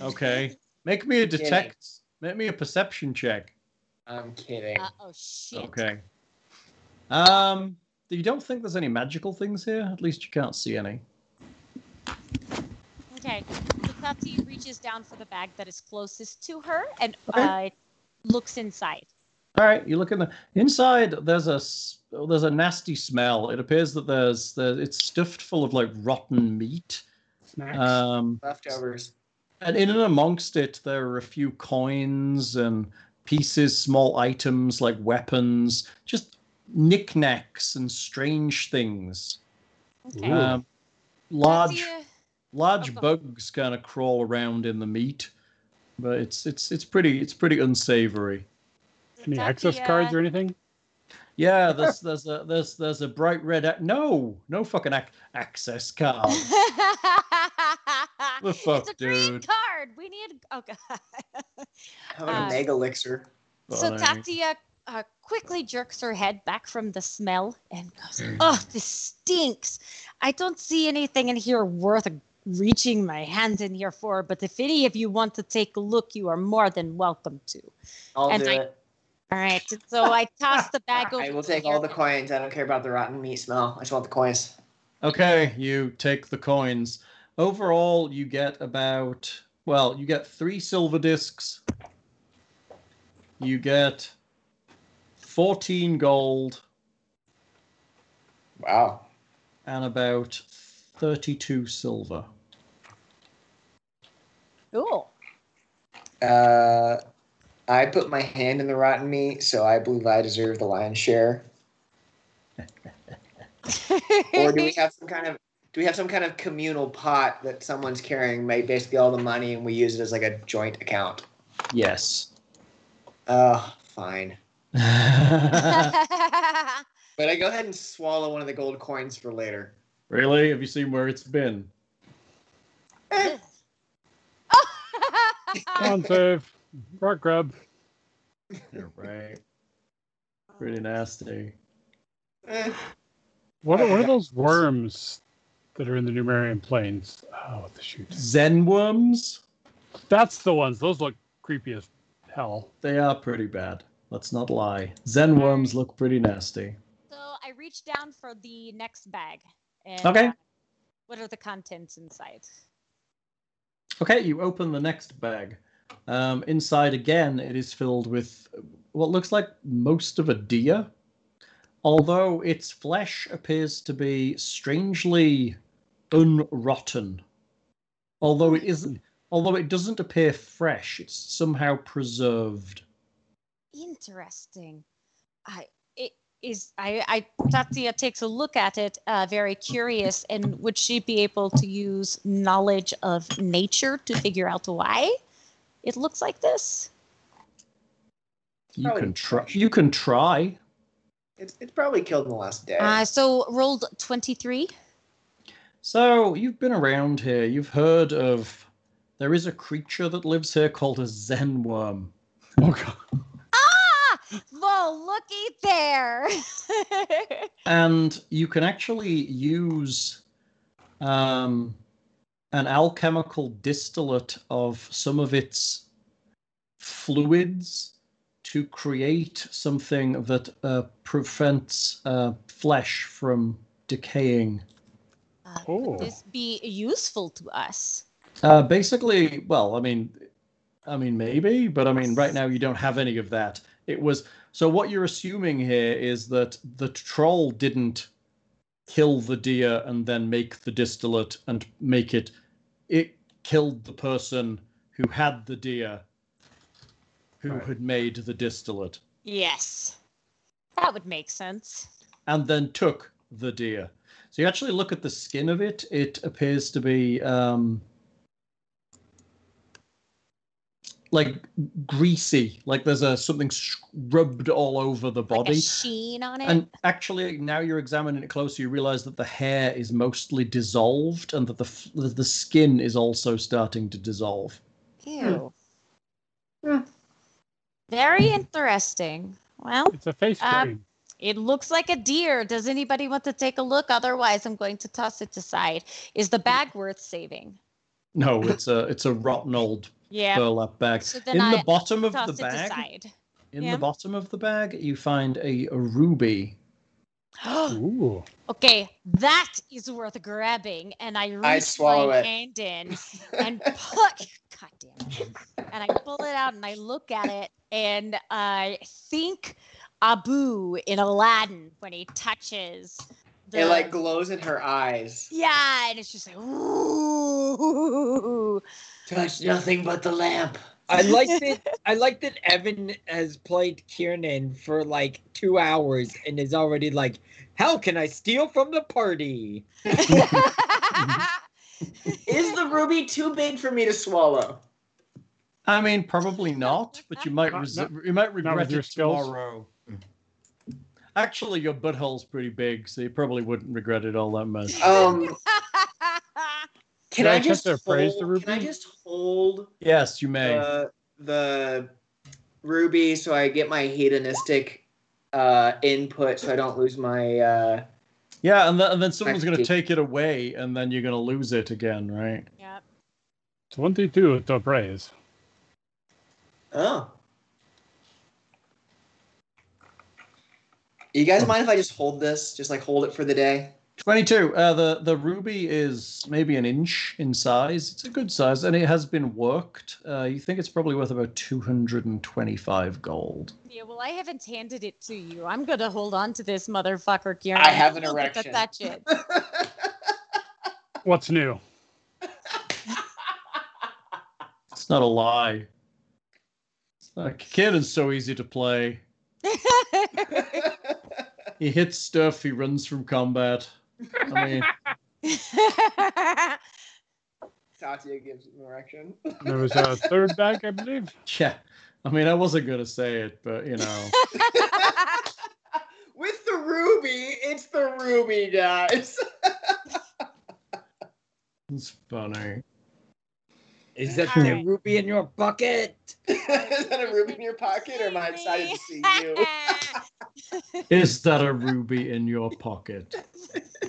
B: Okay. Make me a
E: Kidding.
B: detect. Make me a perception check.
E: I'm kidding.
H: uh, oh, shit.
B: Okay. Um, you don't think there's any magical things here? At least you can't see any.
H: Okay. So Tati reaches down for the bag that is closest to her and
B: Okay.
H: uh, looks inside.
B: All right, you look in the inside. There's a s- there's a nasty smell. It appears that there's there, it's stuffed full of like rotten meat.
C: Snacks.
B: Um,
E: Leftovers.
B: and in and amongst it, there are a few coins and pieces, small items like weapons, just knickknacks and strange things.
H: Okay.
C: Ooh.
B: Um, large.
H: Tatia-
B: large
H: Okay.
B: bugs kind of crawl around in the meat but it's it's it's pretty it's pretty unsavory
C: Any
H: Tatia-
C: access cards or anything?
B: yeah there's there's a there's there's a bright red ac- no no fucking ac- access card The fuck,
H: it's a green
B: dude.
H: card. We need. Oh god.
E: How about
H: uh,
E: a mega elixir?
H: so
B: Funny.
H: Tatia uh, quickly jerks her head back from the smell and goes,
B: Mm.
H: "Oh, this stinks. I don't see anything in here worth reaching my hand in here for. But if any of you want to take a look, you are more than welcome to."
E: I'll
H: and
E: do
H: I-
E: it.
H: All right. So I toss the bag over.
E: I will
H: to
E: take all the
H: Harriet.
E: coins. I don't care about the rotten meat smell. I just want the coins.
B: okay you take the coins overall you get about well you get three silver discs you get 14 gold
E: Wow.
B: and about 32 silver
H: Ooh.
E: Uh, I put my hand in the rotten meat, so I believe I deserve the lion's share. Or do we have some kind of do we have some kind of communal pot that someone's carrying made basically all the money and we use it as like a joint account?
B: yes
E: Oh, fine. But I go ahead and swallow one of the gold coins for later.
B: Really? Have you seen where it's been?
C: Con save. Rock grub.
B: You're right. Pretty nasty.
E: Eh,
C: What, are- what are those worms that are in the Numerian plains? Oh, what the shoot.
B: Zen worms?
C: That's the ones. Those look creepy as hell.
B: They are pretty bad. Let's not lie. Zen worms look pretty nasty.
H: so I reach down for the next bag. And,
B: Okay.
H: uh, what are the contents inside?
B: Okay, you open the next bag. Um, inside again, it is filled with what looks like most of a deer, although its flesh appears to be strangely unrotten. Although it isn't, although it doesn't appear fresh, it's somehow preserved.
H: Interesting. I it is I I Tatia takes a look at it, uh, very curious, and would she be able to use knowledge of nature to figure out why it looks like this?
B: You
E: probably
B: can try.
E: fresh.
B: You can try.
E: It's, it's probably killed in the last day.
H: Uh, so rolled twenty three.
B: So you've been around here. You've heard of. There is a creature that lives here called a Zen worm.
C: Oh, God.
H: Ah! Well, looky there.
B: and you can actually use um, an alchemical distillate of some of its fluids to create something that uh, prevents uh, flesh from decaying.
H: Uh,
C: Oh.
H: Could this be useful to us?
B: Uh, basically, well, I mean, I mean maybe, but I mean right now you don't have any of that. It was so. What you're assuming here is that the troll didn't kill the deer and then make the distillate and make it. It killed the person who had the deer, who
C: Right.
B: had made the distillate,
H: Yes. That would make sense.
B: and then took the deer. So you actually look at the skin of it. It appears to be um, like greasy, like there's a something sh- rubbed all over the
H: Like a
B: body.
H: sheen on it.
B: And actually, now you're examining it closer, you realize that the hair is mostly dissolved, and that the f- the the skin is also starting to dissolve.
H: Ew.
E: Hmm.
H: Very interesting. Well,
C: It's a face
H: Uh,
C: cream.
H: it looks like a deer. Does anybody want to take a look? Otherwise, I'm going to toss it aside. Is the bag worth saving?
B: No, it's a it's a rotten old
H: Yeah.
B: burlap bag.
H: So then
B: In
H: I
B: the bottom of
H: toss
B: the
H: it
B: bag,
H: aside.
B: In
H: Yeah.
B: the bottom of the bag, you find a, a ruby.
C: Ooh.
H: okay, that is worth grabbing. And I reach
E: swallow
H: my
E: it.
H: hand in and put god damn it. and i pull it out and i look at it and i think abu in aladdin when he touches the
E: It like glows in her eyes.
H: yeah and it's just like ooh
E: Touch nothing but the lamp.
D: I like that. I like that Evan has played Kiernan for like two hours and is already like, "How can I steal from the party?"
E: Is the ruby too big for me to swallow?
B: I mean, probably not, but you might
C: Not-
B: res-
C: not-
B: you might regret
C: your
B: it
C: skills.
B: tomorrow. Actually, your butthole's pretty big, so you probably wouldn't regret it all that much.
E: Um, can
C: Did I
E: I
C: catch
E: just
C: their
E: hold,
C: praise, the
E: Can I
C: ruby?
E: just hold
B: yes, you may.
E: the the ruby so I get my hedonistic uh, input so I don't lose my. Uh,
B: yeah, and, th- and then someone's going to
E: Actually-
B: take it away, and then you're going to lose it again, right?
H: Yep.
C: It's one thing to do with the praise.
E: oh. You guys mind if I just hold this? Just like hold it for the day.
B: Twenty-two. Uh, the the ruby is maybe an inch in size. It's a good size, and it has been worked. Uh, you think it's probably worth about two hundred and twenty-five gold.
H: yeah well i haven't handed it to you i'm gonna hold on to this motherfucker Kieran.
E: I have an
H: You don't get to
E: erection.
H: touch it
C: What's new?
B: It's not a lie. It's not- Kiernan's so easy to play. He hits stuff, he runs from combat. I mean,
E: Satya gives an erection.
C: There was a third bag, I believe.
B: yeah. I mean, I wasn't going to say it, but you know.
E: With the ruby, it's the ruby, guys.
B: It's funny.
D: Is that
H: All
D: the
H: right.
D: ruby in your bucket?
E: Is that a ruby in your pocket, or am I excited to see you?
B: Is that a ruby in your pocket?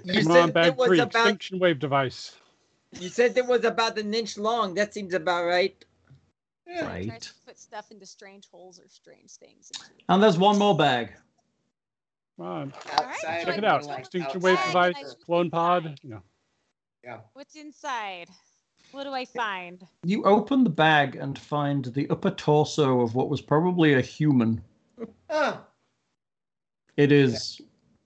D: You
C: Come on,
D: said it
C: bag
D: was
C: three,
D: about.
C: extinction wave device.
D: You said it was about an inch long. That seems about right.
H: I tried
B: Right.
H: to put stuff into strange holes or strange things.
B: And there's one more bag.
C: Come on.
E: Outside,
C: Check
H: Like,
C: it out.
H: like,
C: Extinction wave
H: outside.
C: device, clone pod. You know,
H: What's inside? What do I find?
B: You open the bag and find the upper torso of what was probably a human.
E: Oh,
B: It is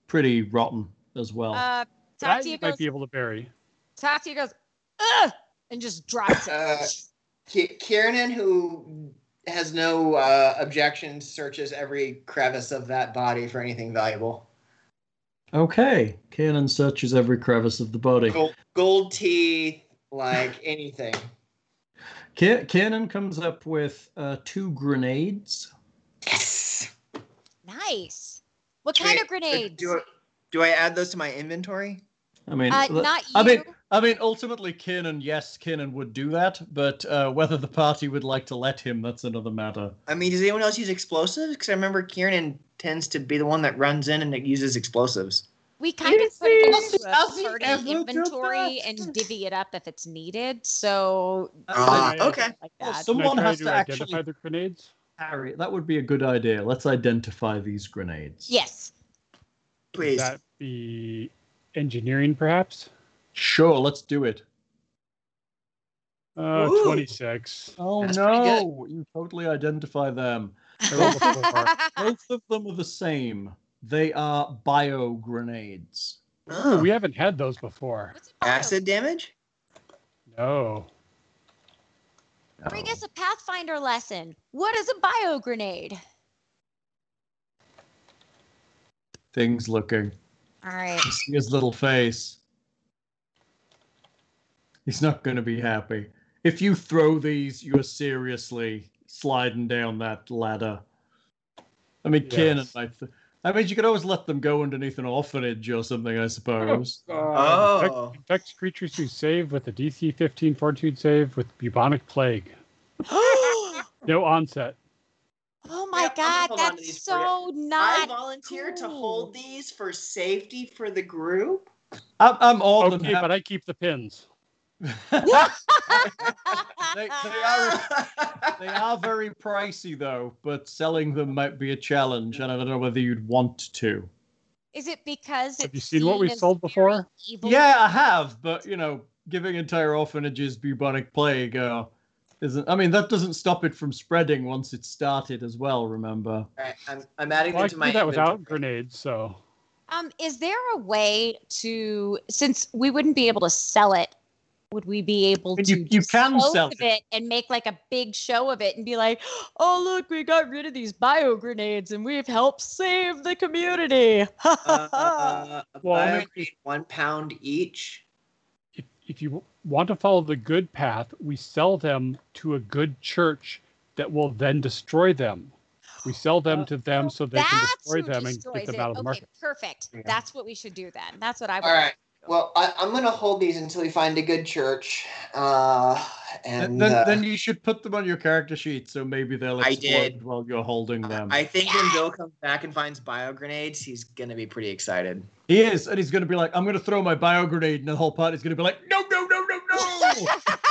B: pretty rotten as well.
H: Uh,
C: that
H: Tatia
C: you might
H: goes.
C: be able to bury.
H: Tatia goes. Ugh, and just drops
E: Uh,
H: it.
E: Ki- Kiernan, who has no uh, objections, searches every crevice of that body for anything valuable.
B: okay. Kiernan searches every crevice of the body.
E: Gold, gold teeth, like anything.
B: Kier- Kiernan comes up with uh, two grenades.
E: Yes.
H: Nice. What
E: Do
H: kind
E: I-
H: of grenades?
E: Do I, do I add those to my inventory?
B: I mean,
H: uh,
B: l-
H: not you.
B: I mean, I mean, ultimately, Kiernan, yes, Kiernan would do that, but uh, whether the party would like to let him, that's another matter.
E: I mean, does anyone else use explosives? Because I remember Kiernan tends to be the one that runs in and that uses explosives.
H: We kind of put it
D: Does
H: into
D: he-
H: a
D: does he
H: party
D: ever do
H: inventory
D: that?
H: and divvy it up if it's needed. So
E: Ah,
C: Yeah.
E: okay.
H: like
B: Uh, Well,
H: that.
B: some- Someone
C: Can I try
B: has
C: to,
B: to
C: identify
B: actually-
C: the grenades.
B: Harry, that would be a good idea. Let's identify these grenades.
H: Yes.
E: Please.
C: That be engineering, perhaps.
B: Sure, let's do it.
C: Uh,
E: Ooh.
C: 26.
B: Oh
E: That's pretty
B: no, you totally identify them. They're all Both of them are the same. They are bio grenades.
E: Oh,
C: We haven't had those before.
H: What's it called?
E: acid damage?
C: No.
H: Bring us a Pathfinder lesson. What is a bio grenade?
B: Things looking.
H: All right.
B: You see his little face. He's not going to be happy. If you throw these, you're seriously sliding down that ladder. I mean,
C: Yes.
B: Kieran might. Th- I mean, you could always let them go underneath an orphanage or something, I suppose.
E: Oh.
C: Infect, infects creatures who save with a DC 15 fortitude save with bubonic plague.
H: oh
C: No onset.
H: my
E: Yeah, I'm gonna
H: god,
E: hold on to
H: that's
E: these for you.
H: so
E: I
H: not.
E: volunteered to
H: cool.
E: hold these for safety for the group.
B: I'm, I'm all than
C: Okay,
B: happy.
C: but I keep the pins.
B: They- they are- they are very pricey, though, but selling them might be a challenge, and I don't know whether you'd want to.
H: Is it because
C: Have
H: it's
C: you seen what
H: seen
C: we
H: as
C: sold
H: very
C: before?
H: evil?
B: Yeah, I have, but you know, giving entire orphanages bubonic plague uh, isn't. I mean, that doesn't stop it from spreading once it's started as well. Remember?
E: Alright, I'm, I'm adding
C: Well, I
E: them to
C: can
E: my
C: do that without
E: inventory.
C: grenades, so.
H: Um, is there a way to since we wouldn't be able to sell it, would we be able
B: mean,
H: to
B: you- you can
H: dispose
B: sell
H: of
B: it.
H: it and make like a big show of it and be like, oh look, we got rid of these bio grenades and we've helped save the community.
E: Uh, a
C: Well, I
E: bio
C: mean-
E: grenade, one pound each.
C: if, if you want to follow the good path, we sell them to a good church that will then destroy them. We sell them to them Um, so they can
H: That's
C: destroy
H: who
C: them and
H: destroys
C: get them
H: it.
C: out of the
H: okay,
C: market.
H: perfect.
E: Yeah.
H: That's what we should do then. That's what I would.
E: All right. Well, I, I'm going to hold these until we find a good church. Uh,
B: Then,
E: and
B: then,
E: uh,
B: then you should put them on your character sheet, so maybe they'll
E: I
B: explode
E: did.
B: while you're holding them.
E: I think when Bill comes back and finds bio grenades, he's going to be pretty excited.
B: he is, and he's going to be like, "I'm going to throw my bio grenade," and the whole party's going to be like, "No, no, no, no, no!"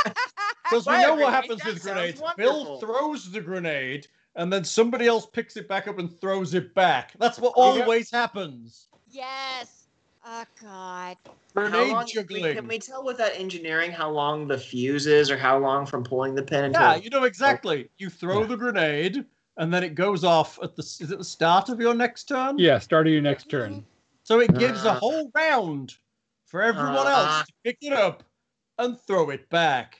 B: Because we
E: Fire
B: know what
E: grenade,
B: happens
E: that
B: with
E: sounds
B: grenades. Bill
E: wonderful.
B: throws the grenade, and then somebody else picks it back up and throws it back. That's what always happens.
H: Yes. Oh God.
E: How long,
B: Grenade
E: we-
B: juggling.
E: Can we tell without engineering how long the fuse is or how long from pulling the pin until
B: yeah, you know exactly. You throw the grenade, and then it goes off at the is it the start of your next turn?
C: Yeah, starting your next turn.
B: So it gives a
E: Ah.
B: whole round for everyone
E: Ah.
B: else to pick it up and throw it back.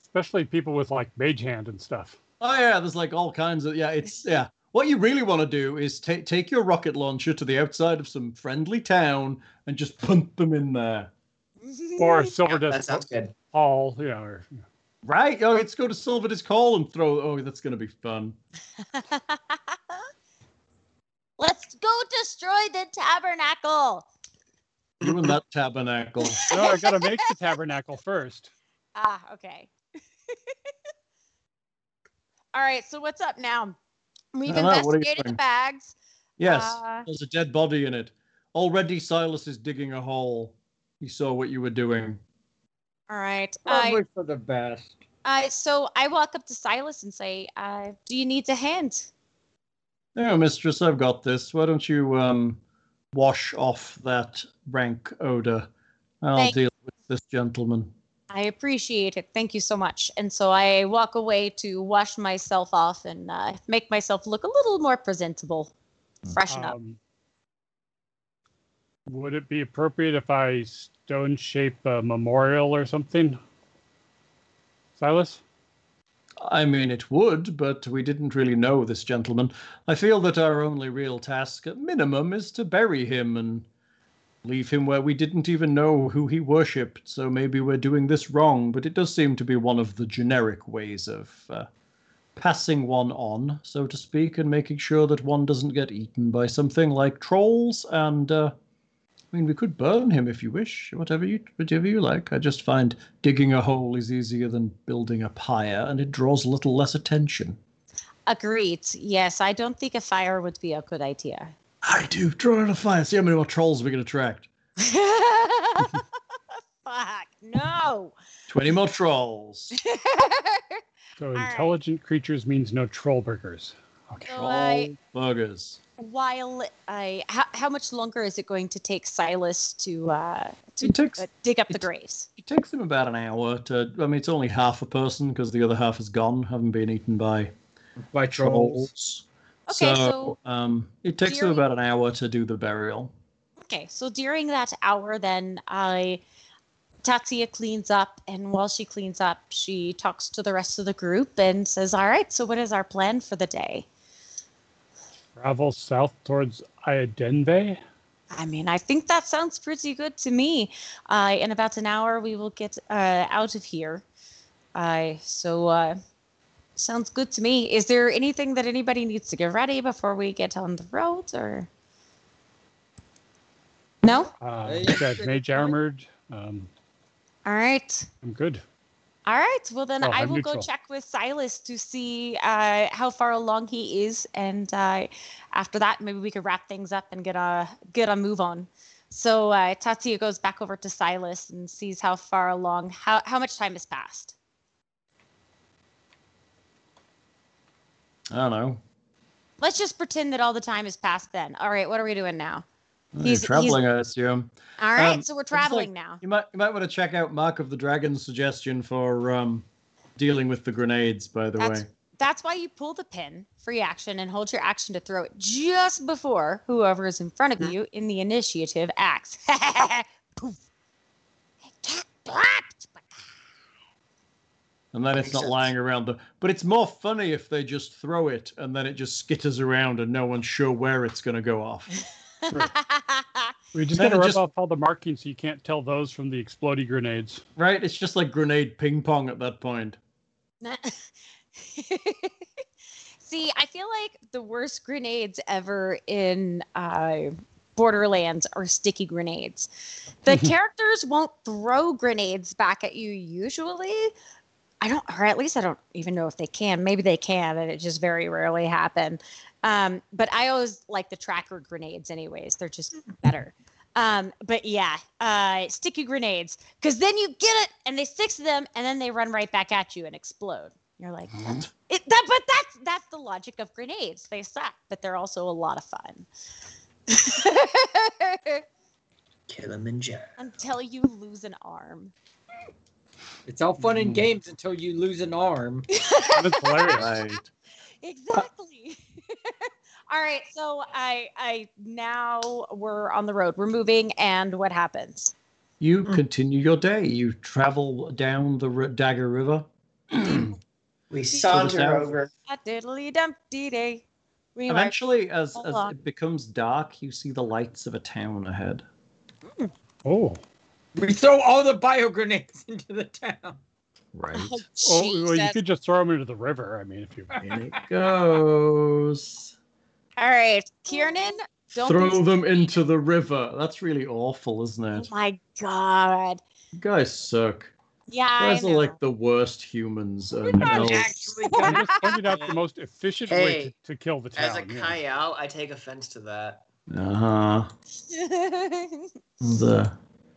C: Especially people with like mage hand and stuff.
B: Oh yeah, there's like all kinds of yeah. It's yeah. What you really want to do is take take your rocket launcher to the outside of some friendly town and just punt them in there.
C: Or
E: Yeah,
C: Silver
E: that
C: Dust
E: sounds good.
C: Hall, you know. Or,
B: Right? Oh, let's go to Silver's Call and throw. Oh, that's gonna be fun.
H: Let's go destroy the tabernacle.
B: You and that tabernacle.
C: no, I gotta make the tabernacle first.
H: Ah, okay. All right, so what's up now? We've
B: I don't know, what are you
H: investigated the
B: doing?
H: bags.
B: Yes,
H: Uh,
B: there's a dead body in it. Already, Silas is digging a hole. He saw what you were doing.
H: All right. I,
B: Oh,
D: Probably for the best.
H: I so I walk up to Silas and say, uh, "Do you need a hand?"
B: No, mistress, I've got this. Why don't you um, wash off that rank odor? I'll
H: Thank-
B: deal with this gentleman.
H: I appreciate it. Thank you so much. And so I walk away to wash myself off and uh, make myself look a little more presentable, freshen
B: Oh,
H: up.
C: Um, would it be appropriate if I stone shape a memorial or something? Silas?
B: I mean, it would, but we didn't really know this gentleman. I feel that our only real task, at minimum, is to bury him and leave him where we didn't even know who he worshipped. So maybe we're doing this wrong, but it does seem to be one of the generic ways of uh, passing one on, so to speak, and making sure that one doesn't get eaten by something like trolls. And uh, I mean, we could burn him if you wish, whatever you whatever you like. I just find digging a hole is easier than building a pyre, and it draws a little less attention.
H: Agreed. Yes, I don't think a fire would be a good idea.
B: I do. Draw out a fire. See how many more trolls we can attract.
H: Fuck no.
B: 20 more trolls.
C: So
H: right.
C: intelligent creatures means no troll burgers. Okay.
H: So I,
B: Buggers.
H: while I, how, how much longer is it going to take Silas to uh, to
B: It takes,
H: uh, dig up the
B: it-
H: graves?
B: it takes them about an hour to. I mean, it's only half a person because the other half is gone, haven't been eaten by
D: By trolls.
B: trolls.
H: Okay,
B: so um, it takes them
H: Dear-
B: about an hour to do the burial.
H: Okay, so during that hour, then I Tatsia cleans up, and while she cleans up, she talks to the rest of the group and says, "All right, so what is our plan for the day?"
C: Travel south towards Iadenve.
H: I mean, I think that sounds pretty good to me. Uh, in about an hour, we will get uh, out of here. I so uh, sounds good to me. Is there anything that anybody needs to get ready before we get on the road, or no?
C: Uh,
D: Hey,
C: I've got
D: good
C: mage
D: point.
C: armored. Um,
H: All right.
C: I'm good.
H: All right. Well, then
C: Well,
H: I
C: I'm
H: will go
C: neutral.
H: check with Silas to see uh, how far along he is, and uh, after that, maybe we could wrap things up and get a get a move on. So uh, Tatsuya goes back over to Silas and sees how far along, how how much time has passed.
B: I don't know.
H: Let's just pretend that all the time has passed. Then, all right. What are we doing now? He's-
B: He's,
H: he's-
B: traveling, I assume.
H: All right.
B: Um,
H: so we're
B: just like-
H: traveling now.
B: You might you might want to check out Mark of the Dragon's suggestion for um, dealing with the grenades. By the
H: That's-
B: way,
H: That's why you pull the pin, free action, and hold your action to throw it just before whoever is in front of you in the initiative acts. Poof. Get clapped.
B: and then it's not
F: Makes sense.
B: lying around the. But it's more funny if they just throw it and then it just skitters around and no one's sure where it's going to go off.
C: We just
B: Then
C: gotta rip
B: just-
C: off all the markings so you can't tell those from the exploding grenades.
B: Right? It's just like grenade ping pong at that point.
H: See, I feel like the worst grenades ever in uh, Borderlands are sticky grenades. The characters won't throw grenades back at you usually. I don't, or at least I don't even know if they can. Maybe they can, and it just very rarely happen. Um, but I always like the tracker grenades, anyways. They're just better. Um, but yeah, uh, sticky grenades, because then you get it, and they stick to them, and then they run right back at you and explode. You're like, it, that, but that's that's the logic of grenades. They suck, but they're also a lot of fun.
F: Kill him and Jeff.
H: Until you lose an arm.
D: It's all fun
B: Mm.
D: and games until you lose an arm.
C: That's hilarious.
B: Right.
H: Exactly. All right, so I I now we're on the road. We're moving, and what happens?
B: You
D: Hmm.
B: continue your day. You travel down the R- Dagger River.
F: We
B: So the
F: saunter
B: sound-
F: over.
H: A diddly dumpty day. We march.
B: Eventually, as,
H: Hold
B: as
H: on.
B: it becomes dark, you see the lights of a town ahead.
C: Oh.
D: We throw all the bio grenades into the town.
B: Right.
H: Oh,
C: Oh, well, you
H: Jesus.
C: could just throw them into the river. I mean, if you.
B: In it goes.
H: All right, Kiernan, don't be-
B: Throw them into the river. That's really awful, isn't
H: Oh
B: it?
H: my god.
B: You guys suck.
H: Yeah,
B: You guys
H: I
B: are
H: know.
B: like the worst humans.
D: We're
B: and
D: not
B: elves.
D: actually
C: I'm
D: gonna
C: just pointing out the most efficient way to,
E: Hey,
C: to kill the town.
E: As a
C: yeah.
E: Kyle, I take offense to that.
B: Uh-huh. The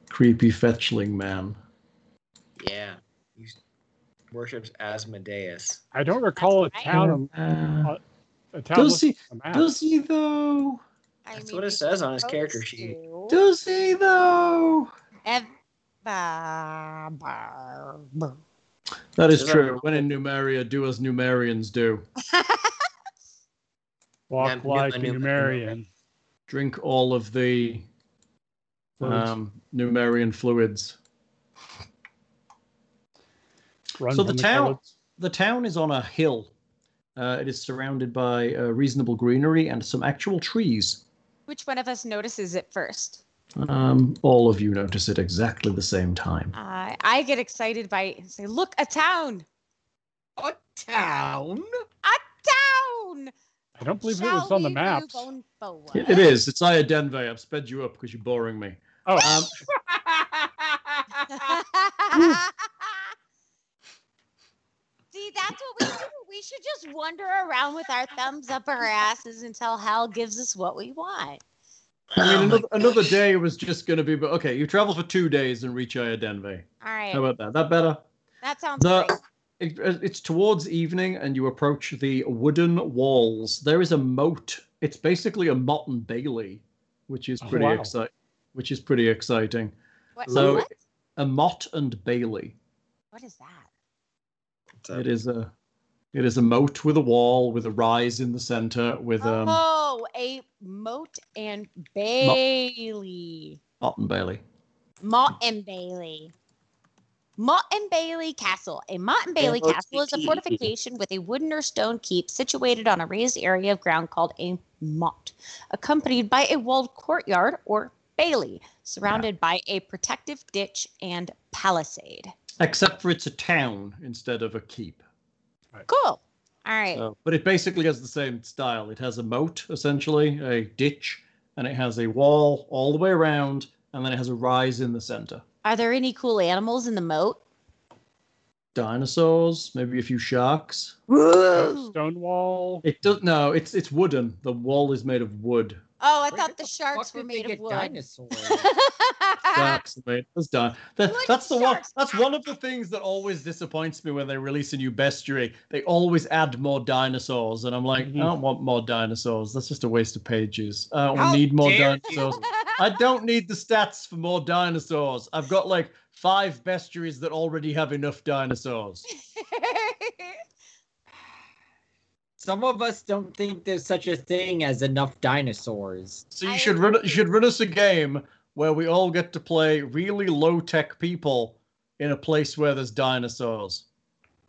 B: creepy fetchling man.
E: Yeah. He worships Asmodeus.
C: I don't recall a
H: That's right.
C: town.
B: Uh,
C: A town
B: does he?
C: listed on the map.
B: Does he though?
H: I
E: That's
H: mean,
E: what it
H: you're
E: says on his character
H: supposed
E: sheet.
H: to.
B: Does he though?
H: Ev- bah, bah, bah.
B: That is
E: Does that-
B: true. When in Numeria, do as Numerians do.
C: Walk
E: Num- num-
C: like a
E: num-
C: Numerian.
B: Drink all of the
C: Fluids.
B: um, Numerian fluids.
C: Run
B: so the
C: from
B: town-
C: bullets.
B: The town is on a hill. Uh, it is surrounded by uh, reasonable greenery and some actual trees.
H: Which one of us notices it first?
B: Um, all of you notice it exactly the same time.
H: I I get excited by it and say, "Look, a town,
D: a town.
H: a town!"
C: I don't believe it
H: Shall
C: was on the
H: we
C: map.
H: move on forward?"
B: It- it is. It's Iadenve. I've sped you up because you're boring me.
C: Oh,
B: Um,
H: See, that's what we do. We should just just wander around with our thumbs up our asses until Hal gives us what we want.
B: I mean,
E: Oh my
B: another, another
E: gosh.
B: day was just going to be, but okay, you travel for two days and reach Aya Denve.
H: All right.
B: How about that? That better?
H: that sounds
B: the-
H: great.
B: It, uh, it's towards evening and you approach the wooden walls. There is a moat. It's basically a motte and bailey, which is
C: Oh,
B: pretty
C: wow.
B: exciting. Which is pretty exciting.
H: What,
B: so-
H: what?
B: A motte and bailey.
H: what is that?
B: It is a it is a moat with a wall with a rise in the center with um motte
H: oh, a moat and Bailey.
B: and bailey.
H: Mott and Bailey. Mott and Bailey Castle. A Mott and Bailey Castle is a
E: M-O-T-T-E.
H: fortification with a wooden or stone keep situated on a raised area of ground called a motte, accompanied by a walled courtyard or bailey, surrounded by a protective ditch and palisade.
B: Except for it's a town instead of a keep.
H: Cool. All right.
B: So- but it basically has the same style. It has a moat, essentially, a ditch, and it has a wall all the way around, and then it has a rise in the center.
H: Are there any cool animals in the moat?
B: Dinosaurs, maybe a few sharks.
H: Oh.
C: Stone- Stonewall.
B: It does no, it's it's wooden. The wall is made of wood.
H: Oh, I
D: Where
H: thought
D: the
H: the sharks
D: Fuck
H: were
D: did
H: made
D: they
H: of
D: get
H: wood.
D: Dinosaurs.
B: Sharks are made. That's done. That,
H: Wood
B: that's the one.
H: sharks.
B: That's one of the things that always disappoints me when they release a new bestiary. They always add more dinosaurs, and I'm like,
C: Mhm.
B: I don't want more dinosaurs. That's just a waste of pages. I don't
E: How
B: need more
E: dare you.
B: dinosaurs. I don't need the stats for more dinosaurs. I've got like five bestiaries that already have enough dinosaurs.
D: Some of us don't think there's such a thing as enough dinosaurs.
B: So you
H: I
B: should run you should run us a game where we all get to play really low tech people in a place where there's dinosaurs.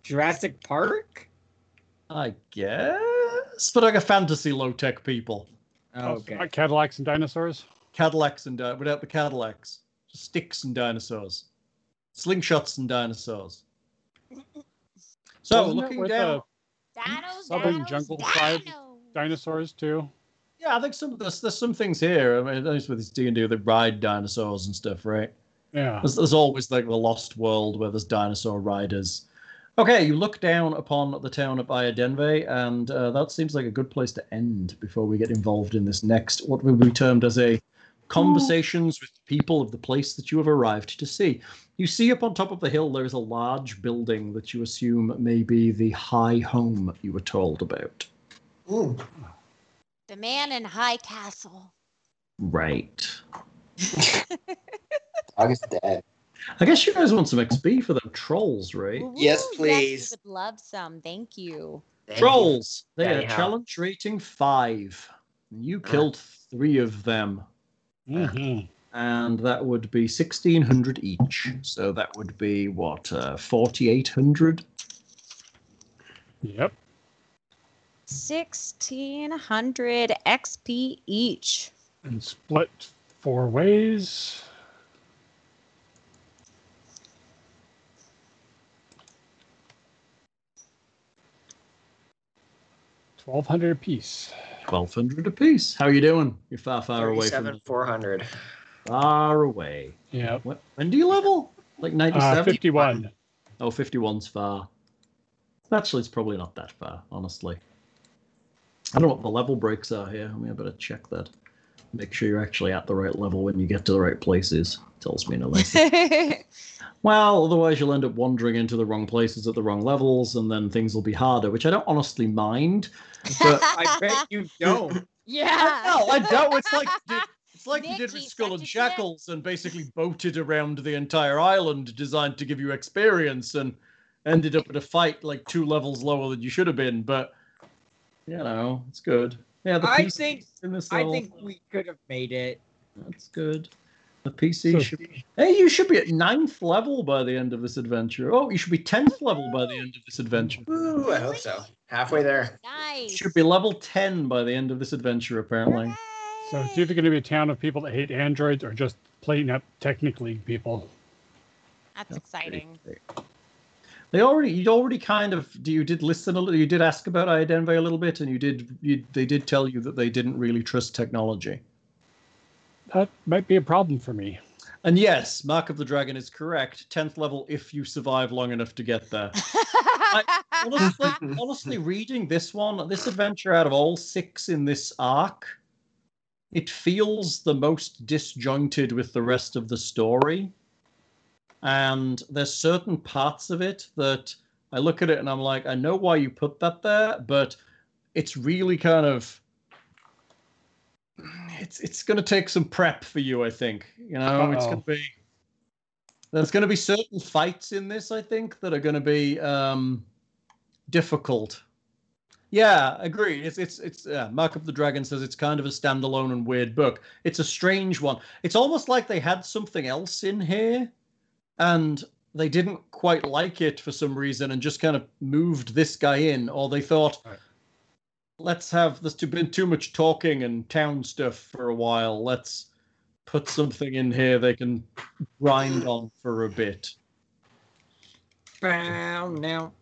D: Jurassic Park?
B: I guess, but like a fantasy low tech people, Oh,
D: Okay.
C: Oh, Cadillacs and dinosaurs.
B: Cadillacs and di- without the Cadillacs, just sticks and dinosaurs, slingshots and dinosaurs. So
C: Wasn't it
B: looking
C: with,
B: down,
C: uh, Southern jungle tribe dinosaurs too.
B: Yeah, I think some there's, there's some things here. I mean, at least with this D and D, they ride dinosaurs and stuff, right?
C: Yeah.
B: There's, there's always like the Lost World where there's dinosaur riders. Okay, you look down upon the town of Iadenve, and uh, that seems like a good place to end before we get involved in this next what will be termed as a conversations with people of the place that you have arrived to see. You see up on top of the hill there is a large building that you assume may be the High Home you were told about.
E: Ooh.
H: The man in high castle.
B: Right.
G: Dog is dead.
B: I guess you guys want some XP for them trolls, right?
H: Woo-woo,
E: Yes,
H: we
E: please.
H: would love some. Thank you.
E: Thank you.
B: Trolls. They had a
E: Anyhow.
B: challenge rating five. You killed three of them,
C: Mhm.
B: and that would be sixteen hundred each. So that would be what uh, forty-eight hundred.
C: Yep.
H: 1600 XP each.
C: And split four ways. Twelve hundred apiece.
B: Twelve hundred apiece. How you doing? You're far, far away from
E: 37, 400.
B: far away.
C: Yep.
B: What, when do you level? Like
C: Uh,
B: ninety-seven.
C: Fifty-one.
B: Oh, 51's far. Actually, it's probably not that far, honestly. I don't know what the level breaks are here. I mean, I better check that. Make sure you're actually at the right level when you get to the right places. Tells me in a lesson. well, otherwise you'll end up wandering into the wrong places at the wrong levels, and then things will be harder, which I don't honestly mind. But
D: I bet you don't.
H: yeah.
B: no, I don't. It's like you did, it's like you
H: Nick,
B: did with
H: he's
B: Skull
H: such
B: and
H: a dick.
B: Shackles, and basically boated around the entire island, designed to give you experience, and ended up in a fight like two levels lower than you should have been. But you know, it's good. Yeah, the
D: I
B: PC
D: think-
B: in this
D: I
B: level,
D: think we could have made it.
B: that's good. The PC
C: So-
B: should. Be, hey, you should be at ninth level by the end of this adventure. Oh, you should be tenth level by the end of this adventure.
E: Ooh, I hope so. Halfway there.
H: Nice.
B: Should be level ten by the end of this adventure, apparently.
C: So it's
H: Hooray.
C: either going to be a town of people that hate androids or just plain up technically people.
H: That's exciting.
B: They already, you'd already kind of, you did listen a little, you did ask about Iadenve a little bit, and you did, you, they did tell you that they didn't really trust technology.
C: That might be a problem for me.
B: And yes, Mark of the Dragon is correct. Tenth level if you survive long enough to get there. honestly, honestly, reading this one, this adventure out of all six in this arc, it feels the most disjointed with the rest of the story. And there's certain parts of it that I look at it and I'm like, I know why you put that there, but it's really kind of it's it's going to take some prep for you, I think. You know, it's
C: Uh-oh.
B: going to be there's going to be certain fights in this, I think, that are going to be um, difficult. Yeah, agreed. It's it's it's uh, Mark of the Dragon says it's kind of a standalone and weird book. It's a strange one. It's almost like they had something else in here, and they didn't quite like it for some reason, and just kind of moved this guy in, or they thought,
C: Right.
B: let's have there's too, been too much talking and town stuff for a while. Let's put something in here they can grind on for a bit.
D: Brown now.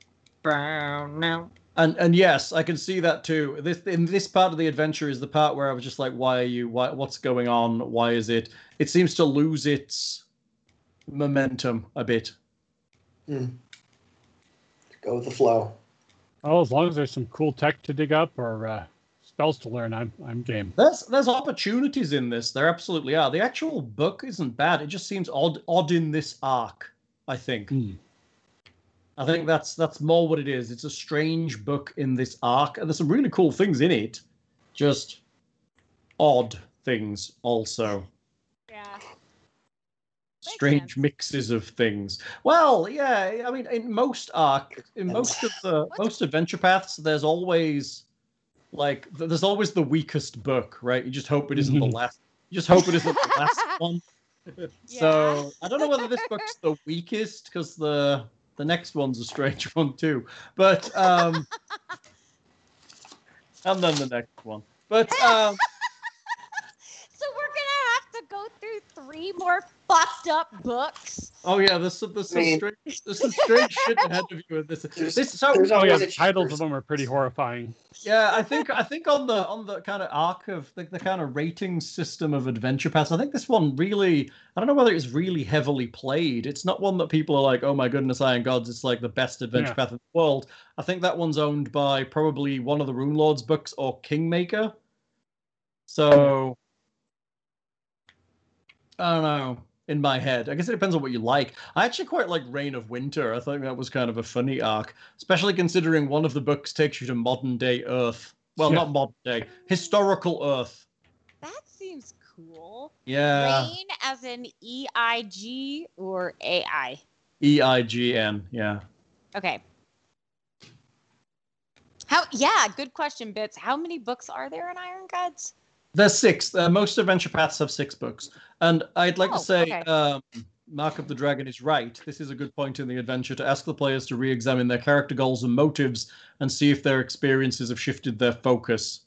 D: Brown now.
B: And and yes, I can see that too. This in this part of the adventure is the part where I was just like, why are you? Why? What's going on? Why is it? It seems to lose its momentum a bit.
F: Go with the flow.
C: Oh, as long as there's some cool tech to dig up or uh, spells to learn, I'm I'm game.
B: There's there's opportunities in this. There absolutely are. The actual book isn't bad. It just seems odd odd in this arc. I think.
C: Hmm.
B: I think that's that's more what it is. It's a strange book in this arc, and there's some really cool things in it. Just odd things also.
H: yeah. Makes
B: strange
H: sense.
B: mixes of things. Well, yeah, I mean, in most arc, in most of the most adventure paths, there's always like th- there's always the weakest book, right? You just hope it isn't the
C: Mhm.
B: last. You just hope it isn't the last one.
H: Yeah.
B: So I don't know whether this book's the weakest because the the next one's a strange one too. But um, and then the next one. But um,
H: So we're gonna have to go through three more fucked up books.
B: oh yeah, there's some, there's some
F: I mean-
B: strange there's some strange shit ahead of you in this.
F: There's-
B: This so
F: there's
C: Oh yeah,
F: always
C: the
F: a
C: titles of
F: cheaper-
C: them are pretty horrifying.
B: Yeah, I think I think on the on the kind of arc of the, the kind of rating system of Adventure Pass, I think this one really I don't know whether it's really heavily played. It's not one that people are like, oh my goodness, Iron Gods, it's like the best Adventure
C: Yeah.
B: Path in the world. I think that one's owned by probably one of the Rune Lords books or Kingmaker. So I don't know. In my head, I guess it depends on what you like. I actually quite like Reign of Winter. I think that was kind of a funny arc, especially considering one of the books takes you to modern day Earth. Well,
C: Yeah.
B: not modern day, historical Earth.
H: That seems cool.
B: Yeah,
H: Rain as in E I G or A I.
B: E I G N. Yeah.
H: Okay. How? Yeah, good question, Bits. How many books are there in Iron Gods?
B: There's six. Uh, most adventure paths have six books, and I'd like
H: Oh,
B: to say,
H: okay.
B: um, Mark of the Dragon is right. This is a good point in the adventure to ask the players to re-examine their character goals and motives, and see if their experiences have shifted their focus.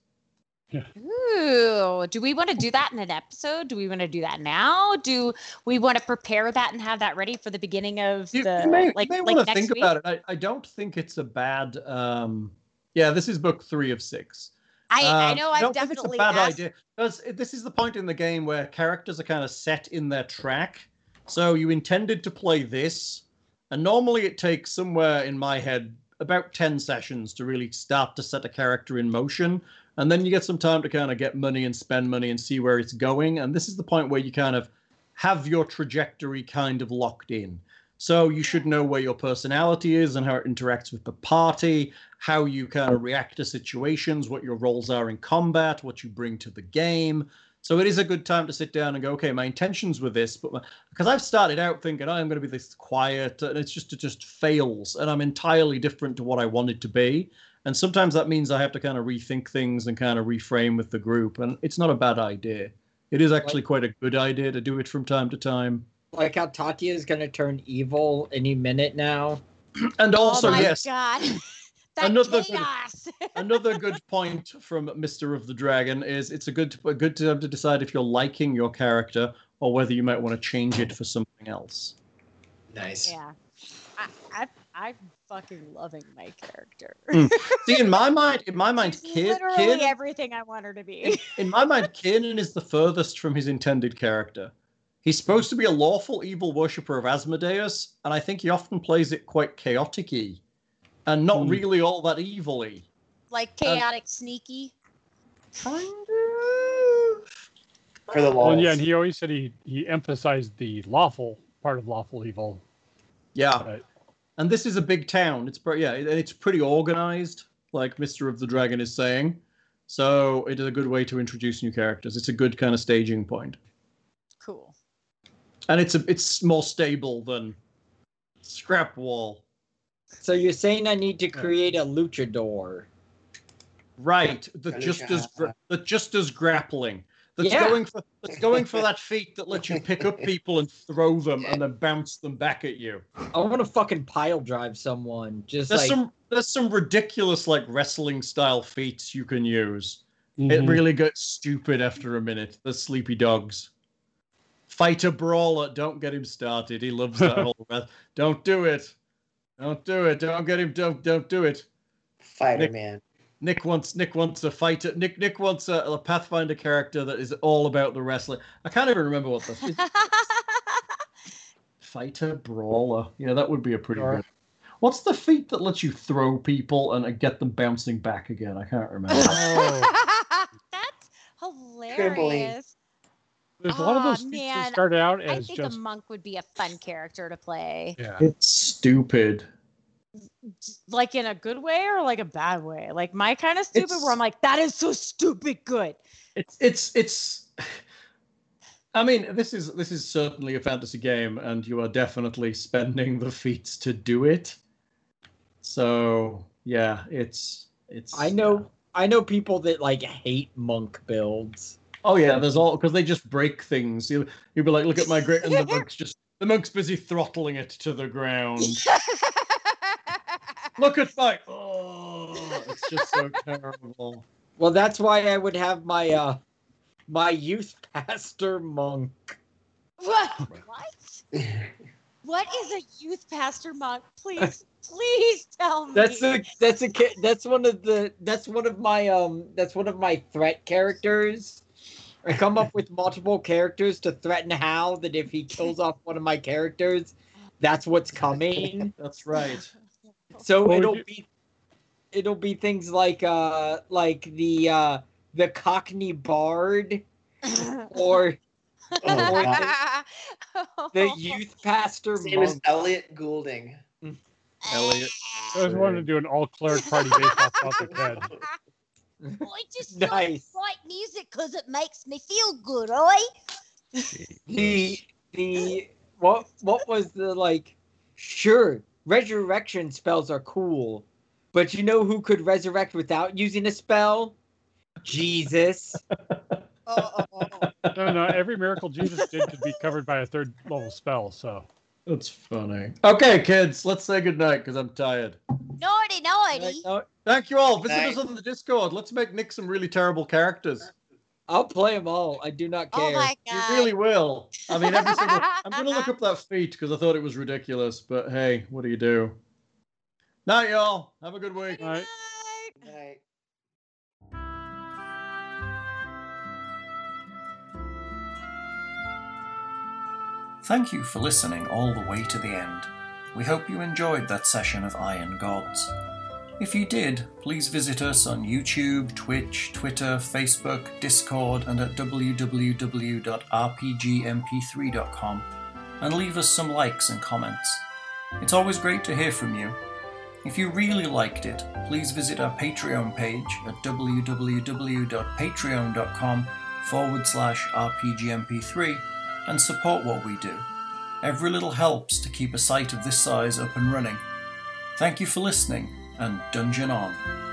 H: Ooh, do we want to do that in an episode? Do we want to do that now? Do we want to prepare that and have that ready for the beginning of
B: You,
H: the
B: you may,
H: like
B: you may
H: like
B: want to
H: next
B: think
H: week?
B: about it. I, I don't think it's a bad. Um, yeah, this is book three of six.
H: I, I
B: Um,
H: know I've
B: don't think
H: definitely
B: it's a bad
H: asked-
B: idea because this is the point in the game where characters are kind of set in their track. So you intended to play this, and normally it takes somewhere in my head about ten sessions to really start to set a character in motion, and then you get some time to kind of get money and spend money and see where it's going. And this is the point where you kind of have your trajectory kind of locked in. So you should know where your personality is and how it interacts with the party, how you kind of react to situations, what your roles are in combat, what you bring to the game. So it is a good time to sit down and go, okay, my intentions were this, but because I've started out thinking oh, I'm going to be this quiet, and it's just it just fails, and I'm entirely different to what I wanted to be. And sometimes that means I have to kind of rethink things and kind of reframe with the group, and it's not a bad idea. It is actually quite a good idea to do it from time to time.
D: Like how Tatya is gonna turn evil any minute now.
B: And also,
H: oh my
B: yes,
H: god, that
B: Another-
H: chaos.
B: Another good point from Mister of the Dragon is it's a good a good time to decide if you're liking your character or whether you might want to change it for something else.
E: Nice.
H: yeah, I, I I'm fucking loving my character.
B: See, in my mind, in my mind,
H: She's
B: Mm, Kid,
H: literally
B: Kid,
H: everything I want her to be.
B: in my mind, Kanan is the furthest from his intended character. He's supposed to be a lawful evil worshipper of Asmodeus, and I think he often plays it quite chaotic y. and not
H: Mm.
C: Hmm.
B: really all that evilly.
H: Like
B: uh,
H: chaotic, sneaky.
B: Kind of.
E: for the law.
C: Well, yeah, and he always said he he emphasized the lawful part of lawful evil.
B: Yeah.
C: But
B: And this is a big town. It's pretty, yeah, it- it's pretty organized, like Mister of the Dragon is saying. So it is a good way to introduce new characters. It's a good kind of staging point,
H: Cool.
B: and it's a, it's more stable than Scrap Wall.
D: So you're saying I need to create a luchador?
B: Right, that
E: Really
B: just does
E: sharp.
B: that just does grappling. That's
D: Yeah.
B: going for that's going for that feat that lets you pick up people and throw them and then bounce them back at you.
D: I want to fucking pile drive someone. Just
B: There's
D: like
B: some there's some ridiculous like wrestling style feats you can use.
C: Mhm.
B: It really gets stupid after a minute. The sleepy dogs. Fight a brawler. Don't get him started. He loves that whole breath. Don't do it. Don't do it. Don't get him. Don't don't do it.
E: Fighter
B: Nick-
E: Man.
B: Nick wants Nick wants a fighter. Nick Nick wants a, a Pathfinder character that is all about the wrestling. I can't even remember what this is. fighter brawler. Yeah, that would be a pretty
E: Sure.
B: good. What's the feat that lets you throw people and uh, get them bouncing back again? I can't remember.
H: That's hilarious.
C: There's a lot of
H: Aw,
C: those things
H: Ah, man.
C: that started out
H: I
C: as
H: think
C: just
H: a monk would be a fun character to play.
C: yeah.
B: it's stupid.
H: Like in a good way or like a bad way? Like my kind of stupid
B: It's-
H: where I'm like, that is so stupid good.
B: It's it's it's. I mean, this is this is certainly a fantasy game, and you are definitely spending the feats to do it. So yeah, it's it's.
D: I know I know people that like hate monk builds.
B: Oh yeah, there's all because they just break things. You you'd be like, look at my great, and the monk's just the monk's busy throttling it to the ground. look at my, oh, it's just so terrible.
D: Well, that's why I would have my uh my youth pastor monk.
H: what? What? What is a youth pastor monk? Please, please tell me.
D: That's a that's a ca- that's one of the that's one of my um that's one of my threat characters. I come up with multiple characters to threaten Hal that if he kills off one of my characters, that's what's coming.
B: That's right.
D: So
C: Well,
D: it'll
C: you-
D: be it'll be things like uh like the uh the Cockney Bard Oh, or
H: Oh.
D: the youth pastor
E: Oh, His name is
D: monk.
E: Elliot Goulding.
B: Elliot.
C: I always wanted to do an all cleric party based off Father Ted.
H: I just
D: Nice.
H: like music because it makes me feel good, oi?
D: the the what what was the like sure resurrection spells are cool but you know who could resurrect without using a spell jesus
C: No, no, every miracle Jesus did could be covered by a third level spell. So
B: That's funny. Okay, kids, let's say goodnight because I'm tired.
H: Naughty, naughty.
D: Like,
B: Thank you all. Visit us
E: Night.
B: on the Discord. Let's make Nick some really terrible characters.
D: i'll play them all i do not care
H: Oh my
B: You
H: god.
B: really will. I mean, every single. I'm gonna look up that feat because I thought it was ridiculous. But hey, what do you do? Night, y'all. Have a good week.
C: all right.
E: Right.
A: Thank you for listening all the way to the end. We hope you enjoyed that session of Iron Gods. If you did, please visit us on YouTube, Twitch, Twitter, Facebook, Discord, and at www.rpgmp3.com, and leave us some likes and comments. It's always great to hear from you. If you really liked it, please visit our Patreon page at www.patreon.com forward slash rpgmp3 and support what we do. Every little helps to keep a site of this size up and running. Thank you for listening, and Dungeon On.